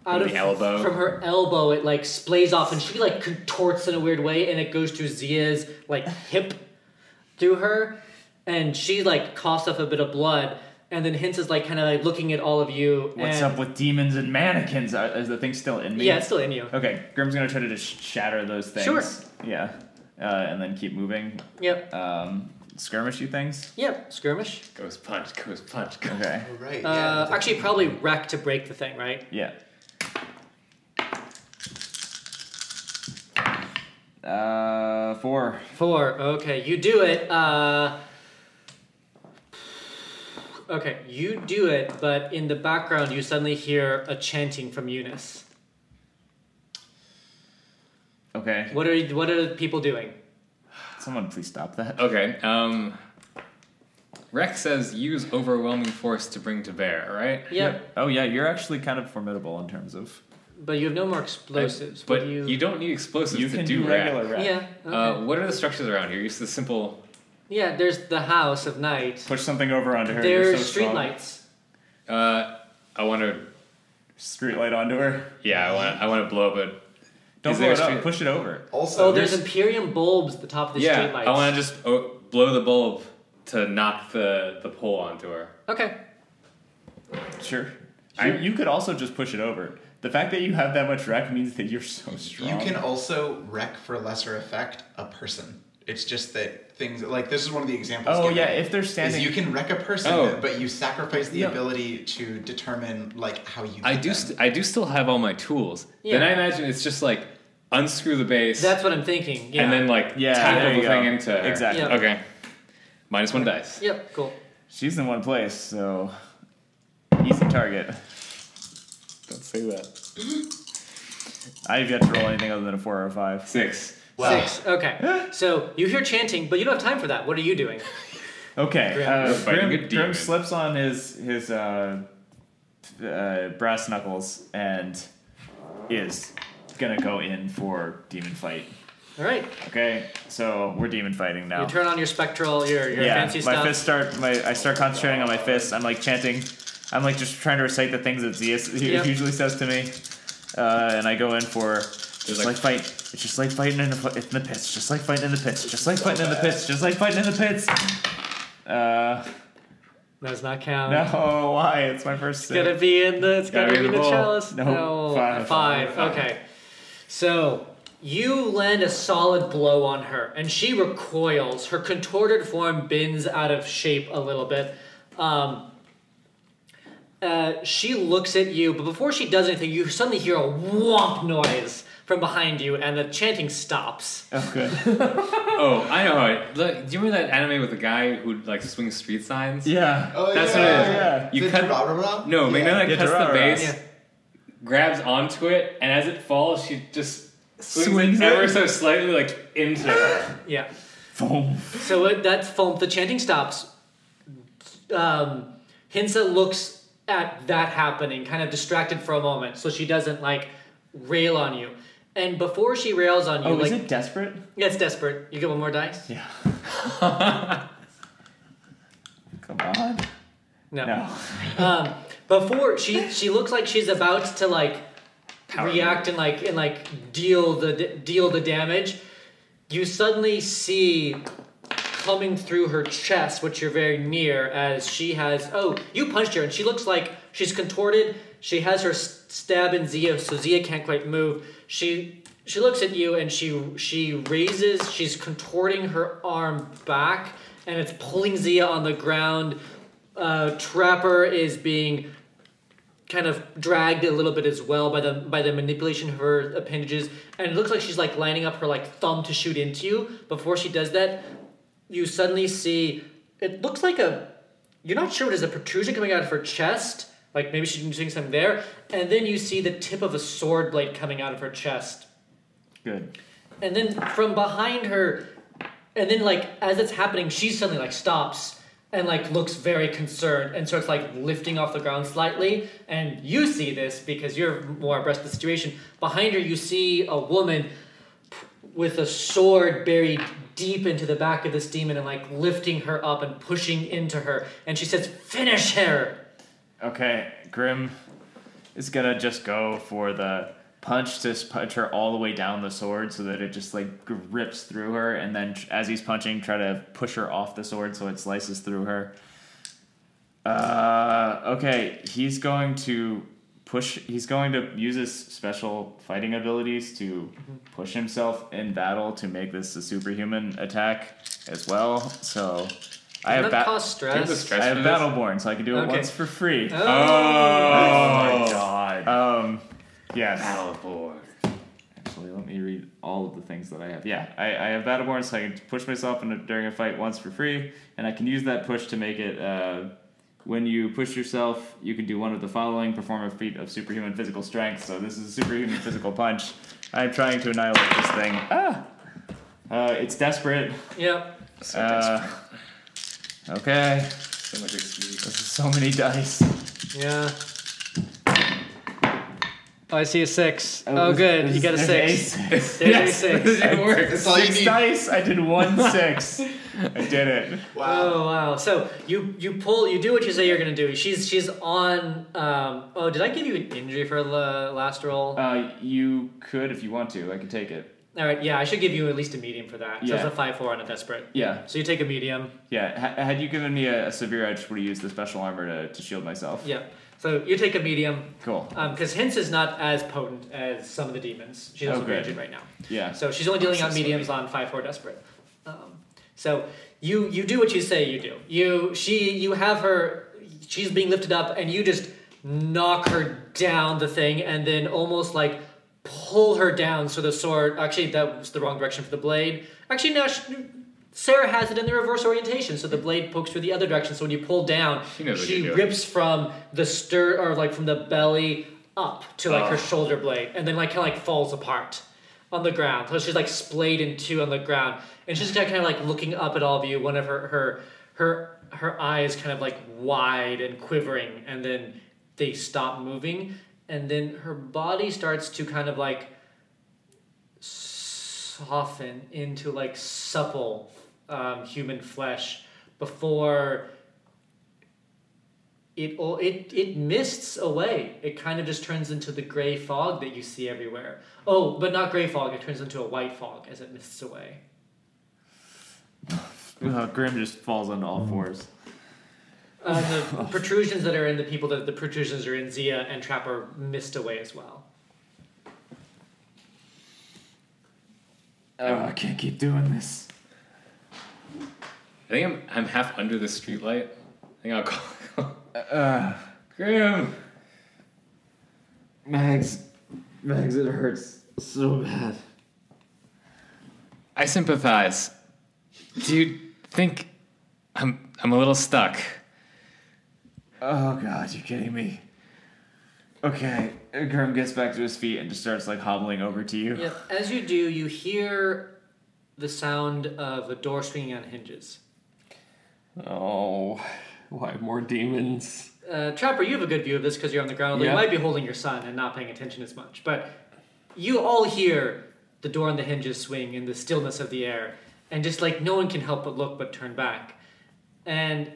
Speaker 2: out
Speaker 4: From
Speaker 2: of
Speaker 4: the elbow?
Speaker 2: from her elbow, it like splays off, and she like contorts in a weird way, and it goes to Zia's like hip through her, and she like coughs up a bit of blood, and then Hints is like kind of like looking at all of you.
Speaker 3: What's
Speaker 2: and,
Speaker 3: up with demons and mannequins? Are, is the thing still in me?
Speaker 2: Yeah, it's still in you.
Speaker 3: Okay, Grim's gonna try to just shatter those things.
Speaker 2: Sure.
Speaker 3: Yeah, uh, and then keep moving.
Speaker 2: Yep.
Speaker 3: Um, skirmish you things.
Speaker 2: Yep. Skirmish.
Speaker 4: Goes punch, goes punch, goes.
Speaker 3: Okay.
Speaker 5: Oh, right. Yeah.
Speaker 2: Uh,
Speaker 5: that's
Speaker 2: actually, probably wreck to break the thing, right?
Speaker 3: Yeah. Uh, four.
Speaker 2: Four. Okay, you do it. Uh, okay, you do it, but in the background, you suddenly hear a chanting from Eunice.
Speaker 3: Okay.
Speaker 2: What are what are people doing?
Speaker 3: Someone please stop that.
Speaker 4: Okay. Um, Rex says use overwhelming force to bring to bear. Right.
Speaker 2: Yeah,
Speaker 3: Oh yeah, you're actually kind of formidable in terms of
Speaker 2: but you have no more explosives. What
Speaker 4: But
Speaker 2: do
Speaker 4: you,
Speaker 2: you,
Speaker 4: don't need explosives
Speaker 3: you
Speaker 4: to
Speaker 3: can
Speaker 4: do,
Speaker 3: do
Speaker 4: rack.
Speaker 3: regular rack.
Speaker 2: Yeah. Okay.
Speaker 4: Uh, what are the structures around here? Use the simple.
Speaker 2: yeah. There's the house of night.
Speaker 3: Push something over onto her.
Speaker 2: There's
Speaker 3: so strong.
Speaker 2: streetlights.
Speaker 4: Uh, I want to.
Speaker 3: Street light onto her.
Speaker 4: Yeah, I want. I want to blow up a.
Speaker 3: Don't
Speaker 4: Is
Speaker 3: blow
Speaker 4: there
Speaker 3: it up.
Speaker 4: street-
Speaker 3: Push it over.
Speaker 5: Also,
Speaker 2: Oh, there's Imperium bulbs at the top of the
Speaker 4: yeah,
Speaker 2: streetlights.
Speaker 4: I want to just oh, blow the bulb to knock the the pole onto her.
Speaker 2: Okay.
Speaker 3: Sure. I- you could also just push it over. The fact that you have that much rec means that you're so strong.
Speaker 5: you can also wreck for lesser effect a person. It's just that things like this is one of the examples.
Speaker 3: Oh
Speaker 5: given,
Speaker 3: yeah, if they're
Speaker 5: is
Speaker 3: standing.
Speaker 5: you can wreck a person,
Speaker 4: Oh.
Speaker 5: but you sacrifice the
Speaker 4: No.
Speaker 5: ability to determine like how you.
Speaker 4: I
Speaker 5: hit
Speaker 4: do.
Speaker 5: them.
Speaker 4: St- I do still have all my tools.
Speaker 2: Yeah.
Speaker 4: Then I imagine it's just like unscrew the base
Speaker 2: That's what I'm thinking. Yeah.
Speaker 4: and then like
Speaker 3: Yeah, there
Speaker 4: tackle
Speaker 3: you
Speaker 4: the
Speaker 3: go.
Speaker 4: thing into her.
Speaker 3: Exactly.
Speaker 2: Yeah.
Speaker 4: Okay. Minus one dice.
Speaker 2: Yep. Cool.
Speaker 3: She's in one place, so easy target.
Speaker 4: Don't say that.
Speaker 3: I've yet to roll anything other than a four or a five.
Speaker 4: Six.
Speaker 3: Oh.
Speaker 5: Wow.
Speaker 2: Six. Okay. So you hear chanting, but you don't have time for that. What are you doing?
Speaker 3: Okay.
Speaker 2: Grim.
Speaker 3: Uh,
Speaker 4: We're fighting a
Speaker 3: Grim, Grim
Speaker 4: demon.
Speaker 3: slips on his his uh, uh, brass knuckles and is gonna go in for demon fight.
Speaker 2: All right.
Speaker 3: Okay, so we're demon fighting now.
Speaker 2: You turn on your spectral, your, your
Speaker 3: yeah,
Speaker 2: fancy
Speaker 3: my
Speaker 2: stuff.
Speaker 3: fists start. My I start concentrating on my fists. I'm like chanting. I'm like just trying to recite the things that Zeus u-
Speaker 2: Yep.
Speaker 3: usually says to me, uh, and I go in for just like,
Speaker 4: like-
Speaker 3: fight. It's just like fighting in the, fi- in the pits. Just like fighting in the pits. Just like fighting in the pits. Just like fighting in the pits. Uh,
Speaker 2: That does not count.
Speaker 3: no, why? It's my
Speaker 2: It's
Speaker 3: first.
Speaker 2: gonna be in the. It's
Speaker 3: Gotta
Speaker 2: gonna
Speaker 3: be
Speaker 2: be
Speaker 3: the
Speaker 2: the
Speaker 3: ball.
Speaker 2: chalice.
Speaker 3: No,
Speaker 2: No,
Speaker 3: five.
Speaker 2: Okay. So you land a solid blow on her, and she recoils. Her contorted form bends out of shape a little bit. Um, uh, she looks at you, but before she does anything, you suddenly hear a whomp noise from behind you, and the chanting stops.
Speaker 3: Okay.
Speaker 4: Oh, I know. How it, look, do you remember that anime with the guy who like swings street signs?
Speaker 3: Yeah.
Speaker 5: Oh,
Speaker 4: That's
Speaker 5: yeah.
Speaker 4: what it is.
Speaker 3: yeah.
Speaker 4: You
Speaker 5: The
Speaker 4: cut.
Speaker 5: Durarara?
Speaker 4: No,
Speaker 5: yeah.
Speaker 4: Magnolia
Speaker 3: Yeah,
Speaker 4: cuts
Speaker 3: Durarara.
Speaker 4: the base,
Speaker 2: Yeah.
Speaker 4: grabs onto it, and as it falls, she just swings,
Speaker 3: Swings
Speaker 4: it ever
Speaker 3: it?
Speaker 4: so slightly, like into it.
Speaker 2: Yeah.
Speaker 3: Boom.
Speaker 2: So it, that's foam. The chanting stops. Um, Hinsa looks at that happening, kind of distracted for a moment, so she doesn't like rail on you. And before she rails on you,
Speaker 3: Oh,
Speaker 2: like
Speaker 3: is it desperate?
Speaker 2: yeah, it's desperate. You get one more dice.
Speaker 3: Yeah. Come on. No.
Speaker 2: Um, before she she looks like she's about to like react and like and like deal the deal the damage. You suddenly see coming through her chest, which you're very near, as she has. Oh, you punched her, and she looks like she's contorted. She has her s- stab in Zia, so Zia can't quite move. She she looks at you, and she she raises. She's contorting her arm back, and it's pulling Zia on the ground. Uh, Trapper is being kind of dragged a little bit as well by the by the manipulation of her appendages and it looks like she's like lining up her like thumb to shoot into you before she does that you suddenly see it looks like a you're not sure what is a protrusion coming out of her chest like maybe she's doing something there and then you see the tip of a sword blade coming out of her chest
Speaker 3: Good.
Speaker 2: and then from behind her and then like as it's happening she suddenly like stops and like looks very concerned and starts like lifting off the ground slightly and you see this because you're more abreast of the situation behind her you see a woman with a sword buried deep into the back of this demon and like lifting her up and pushing into her and she says finish her
Speaker 3: Okay, Grim is gonna just go for the punch to s- punch her all the way down the sword so that it just like grips through her, and then tr- as he's punching, try to push her off the sword so it slices through her. Uh, okay, he's going to push. He's going to use his special fighting abilities to
Speaker 2: Mm-hmm.
Speaker 3: push himself in battle to make this a superhuman attack as well. So I
Speaker 2: and
Speaker 3: have
Speaker 2: that
Speaker 3: ba-
Speaker 2: cause
Speaker 4: Do you have the
Speaker 2: stress
Speaker 4: stress
Speaker 3: I have
Speaker 4: for this?
Speaker 3: Battleborn, so I can do it
Speaker 2: Okay.
Speaker 3: once for free.
Speaker 4: Oh, my
Speaker 3: God. Um, yes.
Speaker 4: Battleborn.
Speaker 3: Actually, let me read all of the things that I have. Yeah, I, I have Battleborn, so I can push myself in a, during a fight once for free, and I can use that push to make it. Uh, when you push yourself, you can do one of the following: perform a feat of superhuman physical strength. So this is superhuman physical punch. I'm trying to annihilate this thing. Ah, uh, it's desperate.
Speaker 2: yep
Speaker 4: So
Speaker 3: Uh, okay,
Speaker 4: so much excuse.
Speaker 3: this is so many dice.
Speaker 2: yeah oh i see a six.
Speaker 3: Oh,
Speaker 2: Oh,
Speaker 3: this-
Speaker 2: good
Speaker 3: this
Speaker 2: you
Speaker 3: is-
Speaker 2: got a
Speaker 3: there's
Speaker 2: six
Speaker 3: a six.
Speaker 2: There's
Speaker 3: Yes.
Speaker 2: a six.
Speaker 4: It works.
Speaker 5: That's all you
Speaker 3: Six
Speaker 5: need.
Speaker 3: dice. I did one six. I did it.
Speaker 5: Wow.
Speaker 2: Oh wow! So you you pull you do what you say you're gonna do. She's she's on. Um, oh, did I give you an injury for the last roll?
Speaker 3: Uh, you could if you want to. I could take it.
Speaker 2: All right, yeah, I should give you at least a medium for that. So it's
Speaker 3: Yeah.
Speaker 2: a five four on a desperate.
Speaker 3: Yeah,
Speaker 2: So you take a medium.
Speaker 3: yeah. H- had you given me a, a severe, I just would have used the special armor to, to shield myself.
Speaker 2: Yeah. Uh, So you take a medium
Speaker 3: Cool.
Speaker 2: because Hince is not as potent as some of the demons. She's also
Speaker 3: Oh,
Speaker 2: oh,
Speaker 3: good.
Speaker 2: right now.
Speaker 3: Yeah.
Speaker 2: So she's only dealing out mediums on five four desperate. Um, so you you do what you say you do. You she you have her. She's being lifted up, and you just knock her down the thing, and then almost like pull her down. So the sword actually that was the wrong direction for the blade. Actually, now she, Sarah has it in the reverse orientation, so the blade pokes through the other direction. So when you pull down,
Speaker 4: She knows what
Speaker 2: she
Speaker 4: you're doing.
Speaker 2: rips from the stir or like from the belly up to like her
Speaker 4: Oh.
Speaker 2: shoulder blade, and then like kind of like falls apart on the ground. So she's like splayed in two on the ground, and she's kind of like looking up at all of you. One of her her her her eyes kind of like wide and quivering, and then they stop moving, and then her body starts to kind of like soften into like supple um, human flesh before it all it it mists away. It kind of just turns into the gray fog that you see everywhere. Oh, but not gray fog. It turns into a white fog as it mists away.
Speaker 3: Uh, Grim just falls on all fours.
Speaker 2: Uh, the protrusions that are in the people that the protrusions are in Zia and Trapper mist away as well. Um,
Speaker 3: oh, I can't keep doing this.
Speaker 4: I think I'm, I'm half under the streetlight. I think I'll call.
Speaker 3: Uh,
Speaker 4: Grim!
Speaker 3: Mags, Mags, it hurts so bad.
Speaker 4: I sympathize. Do you think I'm, I'm a little stuck?
Speaker 3: Oh god, you're kidding me. Okay, Grim gets back to his feet and just starts like hobbling over to you.
Speaker 2: Yeah, as you do, you hear the sound of a door swinging on hinges.
Speaker 8: Oh, why more demons?
Speaker 2: Uh, Trapper, you have a good view of this because you're on the ground. although You
Speaker 8: Yeah.
Speaker 2: might be holding your son and not paying attention as much, but you all hear the door and the hinges swing in the stillness of the air, and just like no one can help but look but turn back, and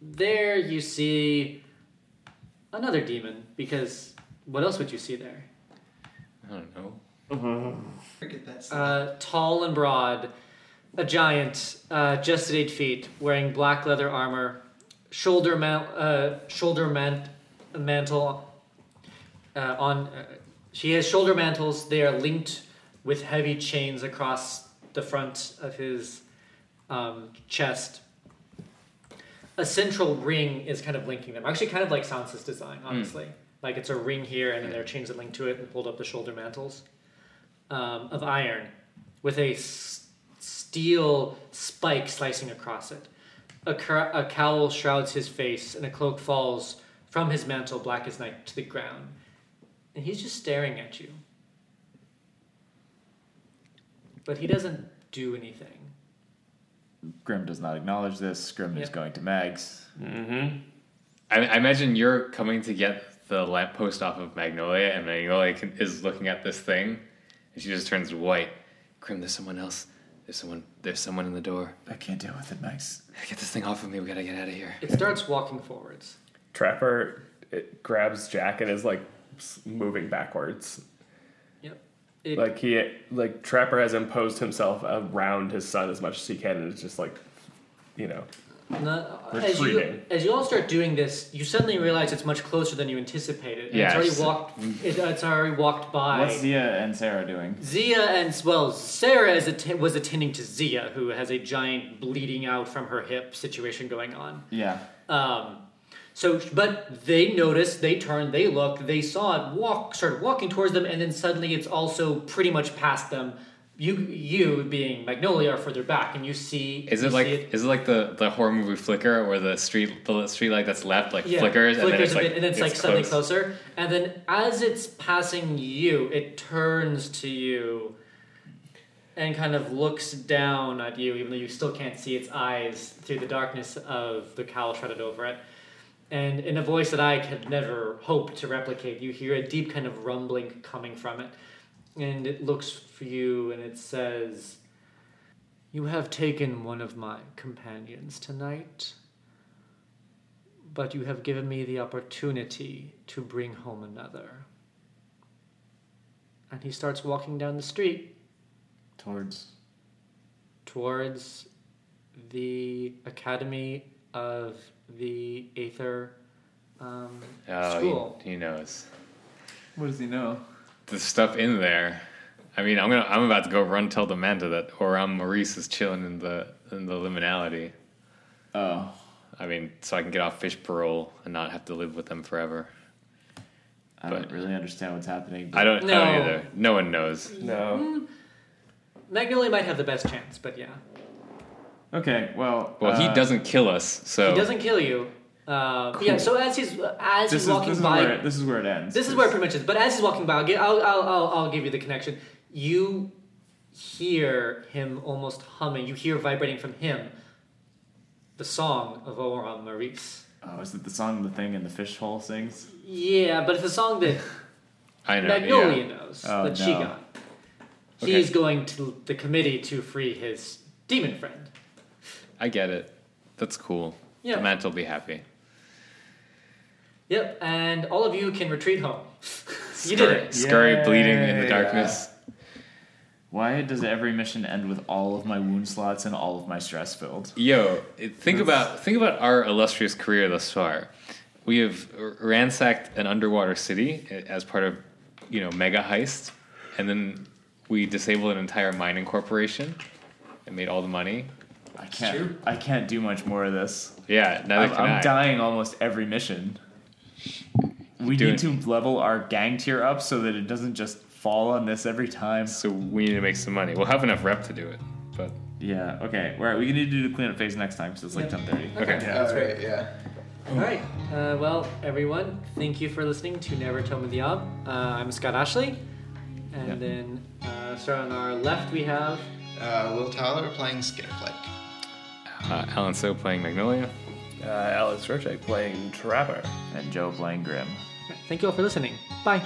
Speaker 2: there you see another demon because what else would you see there?
Speaker 4: I don't know.
Speaker 5: Forget that. stuff.
Speaker 2: uh, tall and broad, a giant, uh, just at eight feet, wearing black leather armor, shoulder mount, uh, shoulder man- mantle uh, on. Uh, she has shoulder mantles. They are linked with heavy chains across the front of his um, chest. A central ring is kind of linking them. Actually, kind of like Sansa's design, honestly. Like it's a ring here, and then there are chains that link to it, and pulled up the shoulder mantles um, of iron with a s- steel spike slicing across it. A, cr- a cowl shrouds his face, and a cloak falls from his mantle, black as night, to the ground. And he's just staring at you. But he doesn't do anything.
Speaker 3: Grim does not acknowledge this. Grim is
Speaker 2: Yeah.
Speaker 3: going to Mags.
Speaker 4: I, I imagine you're coming to get the lamppost off of Magnolia, and Magnolia can, is looking at this thing, and she just turns white. Grim, there's someone else. There's someone. There's someone in the door.
Speaker 3: I can't deal with it, Mags.
Speaker 4: Get this thing off of me. We gotta get out of here.
Speaker 2: It starts walking forwards.
Speaker 8: Trapper it grabs Jack and is like s- moving backwards.
Speaker 2: Yep. It,
Speaker 8: Like he, like Trapper has imposed himself around his son as much as he can, and is just like, you know,
Speaker 2: No,
Speaker 8: We're
Speaker 2: as you,
Speaker 8: treating.
Speaker 2: as you all start doing this, you suddenly realize it's much closer than you anticipated. And
Speaker 4: Yeah,
Speaker 2: it's
Speaker 4: it's-
Speaker 2: already walked. It, it's already walked by.
Speaker 3: What's Zia and Sarah doing?
Speaker 2: Zia and well, Sarah is atten- was attending to Zia, who has a giant bleeding out from her hip situation going on.
Speaker 3: Yeah.
Speaker 2: Um, so, but they notice, they turn, they look, they saw it walk, started walking towards them, and then suddenly it's also pretty much past them. You, you being Magnolia, are further back, and you see.
Speaker 4: Is
Speaker 2: you
Speaker 4: it
Speaker 2: see
Speaker 4: like is it like the, the horror movie flicker where the street the street light that's left like flickers, and then it's
Speaker 2: a
Speaker 4: like
Speaker 2: bit, and then it's, like suddenly closer. And then as it's passing you, it turns to you and kind of looks down at you, even though you still can't see its eyes through the darkness of the cowl shrouded over it. And in a voice that I had never hoped to replicate, you hear a deep kind of rumbling coming from it. And it looks for you and it says, You have taken one of my companions tonight but you have given me the opportunity to bring home another. And he starts walking down the street
Speaker 3: Towards.
Speaker 2: towards the Academy of the Aether um,
Speaker 4: Oh, he-
Speaker 2: School.
Speaker 4: He, knows
Speaker 3: What does he know?
Speaker 4: the stuff in there. I mean, I'm gonna I'm about to go run tell Demanda that or I'm Maurice is chilling in the in the liminality.
Speaker 3: Oh.
Speaker 4: I mean, so I can get off fish parole and not have to live with them forever.
Speaker 3: I
Speaker 4: But-
Speaker 3: don't really understand what's happening.
Speaker 4: I don't, I
Speaker 2: No.
Speaker 4: don't either. No one knows.
Speaker 8: no,
Speaker 2: Magnolia might have the best chance, but yeah.
Speaker 3: Okay, well.
Speaker 4: Well,
Speaker 3: uh,
Speaker 4: he doesn't kill us, so
Speaker 2: He doesn't kill you. Uh, Yeah, so as he's, as
Speaker 3: Oh. This
Speaker 2: he's
Speaker 3: is,
Speaker 2: walking
Speaker 3: this, is
Speaker 2: by.
Speaker 3: where it, this is where it ends.
Speaker 2: This is where it pretty much is. But as he's walking by, I'll, gi- I'll, I'll, I'll, I'll give you the connection. You hear him almost humming. You hear vibrating from him the song of Oran Maurice.
Speaker 3: Oh, is it the song the thing in the fishhole sings?
Speaker 2: Yeah, but it's a song that
Speaker 4: I know.
Speaker 2: Magnolia
Speaker 4: Yeah.
Speaker 2: knows,
Speaker 3: Oh,
Speaker 2: that she
Speaker 3: no.
Speaker 2: got.
Speaker 4: Okay.
Speaker 2: He's going to the committee to free his demon friend.
Speaker 4: I get it. That's cool.
Speaker 2: Yeah.
Speaker 4: Matt will be happy.
Speaker 2: Yep, and all of you can retreat home. you did
Speaker 4: Scurry-
Speaker 2: it.
Speaker 4: Scurry bleeding in the
Speaker 3: Yay.
Speaker 4: darkness.
Speaker 3: Why does every mission end with all of my wound slots and all of my stress filled?
Speaker 4: Yo, it- think about think about our illustrious career thus far. We have r- ransacked an underwater city a- as part of, you know, mega heist, and then we disabled an entire mining corporation and made all the money.
Speaker 3: I can't. I can't do much more of this.
Speaker 4: Yeah, neither
Speaker 3: I'm,
Speaker 4: can
Speaker 3: I'm
Speaker 4: I.
Speaker 3: dying almost every mission. We
Speaker 4: Do
Speaker 3: need
Speaker 4: it.
Speaker 3: to level our gang tier up so that it doesn't just fall on this every time.
Speaker 4: So we need to make some money. We'll have enough rep to do it, but
Speaker 3: Yeah. Okay. All right. We need to do the cleanup phase next time because it's like
Speaker 2: Yeah.
Speaker 3: 10:30.
Speaker 4: okay.
Speaker 5: All right, yeah.
Speaker 2: All right. Uh, well, everyone, thank you for listening to Never Tell Me the Ob. Uh, I'm Scott Ashley. And
Speaker 4: Yeah.
Speaker 2: then, uh, starting on our left, we have.
Speaker 5: Uh, Will Tyler playing Skitterflick.
Speaker 4: Uh, Alan So playing Magnolia.
Speaker 8: Uh, Alex Roche playing Trapper.
Speaker 3: And Joe playing Grim.
Speaker 2: Thank you all for listening. Bye.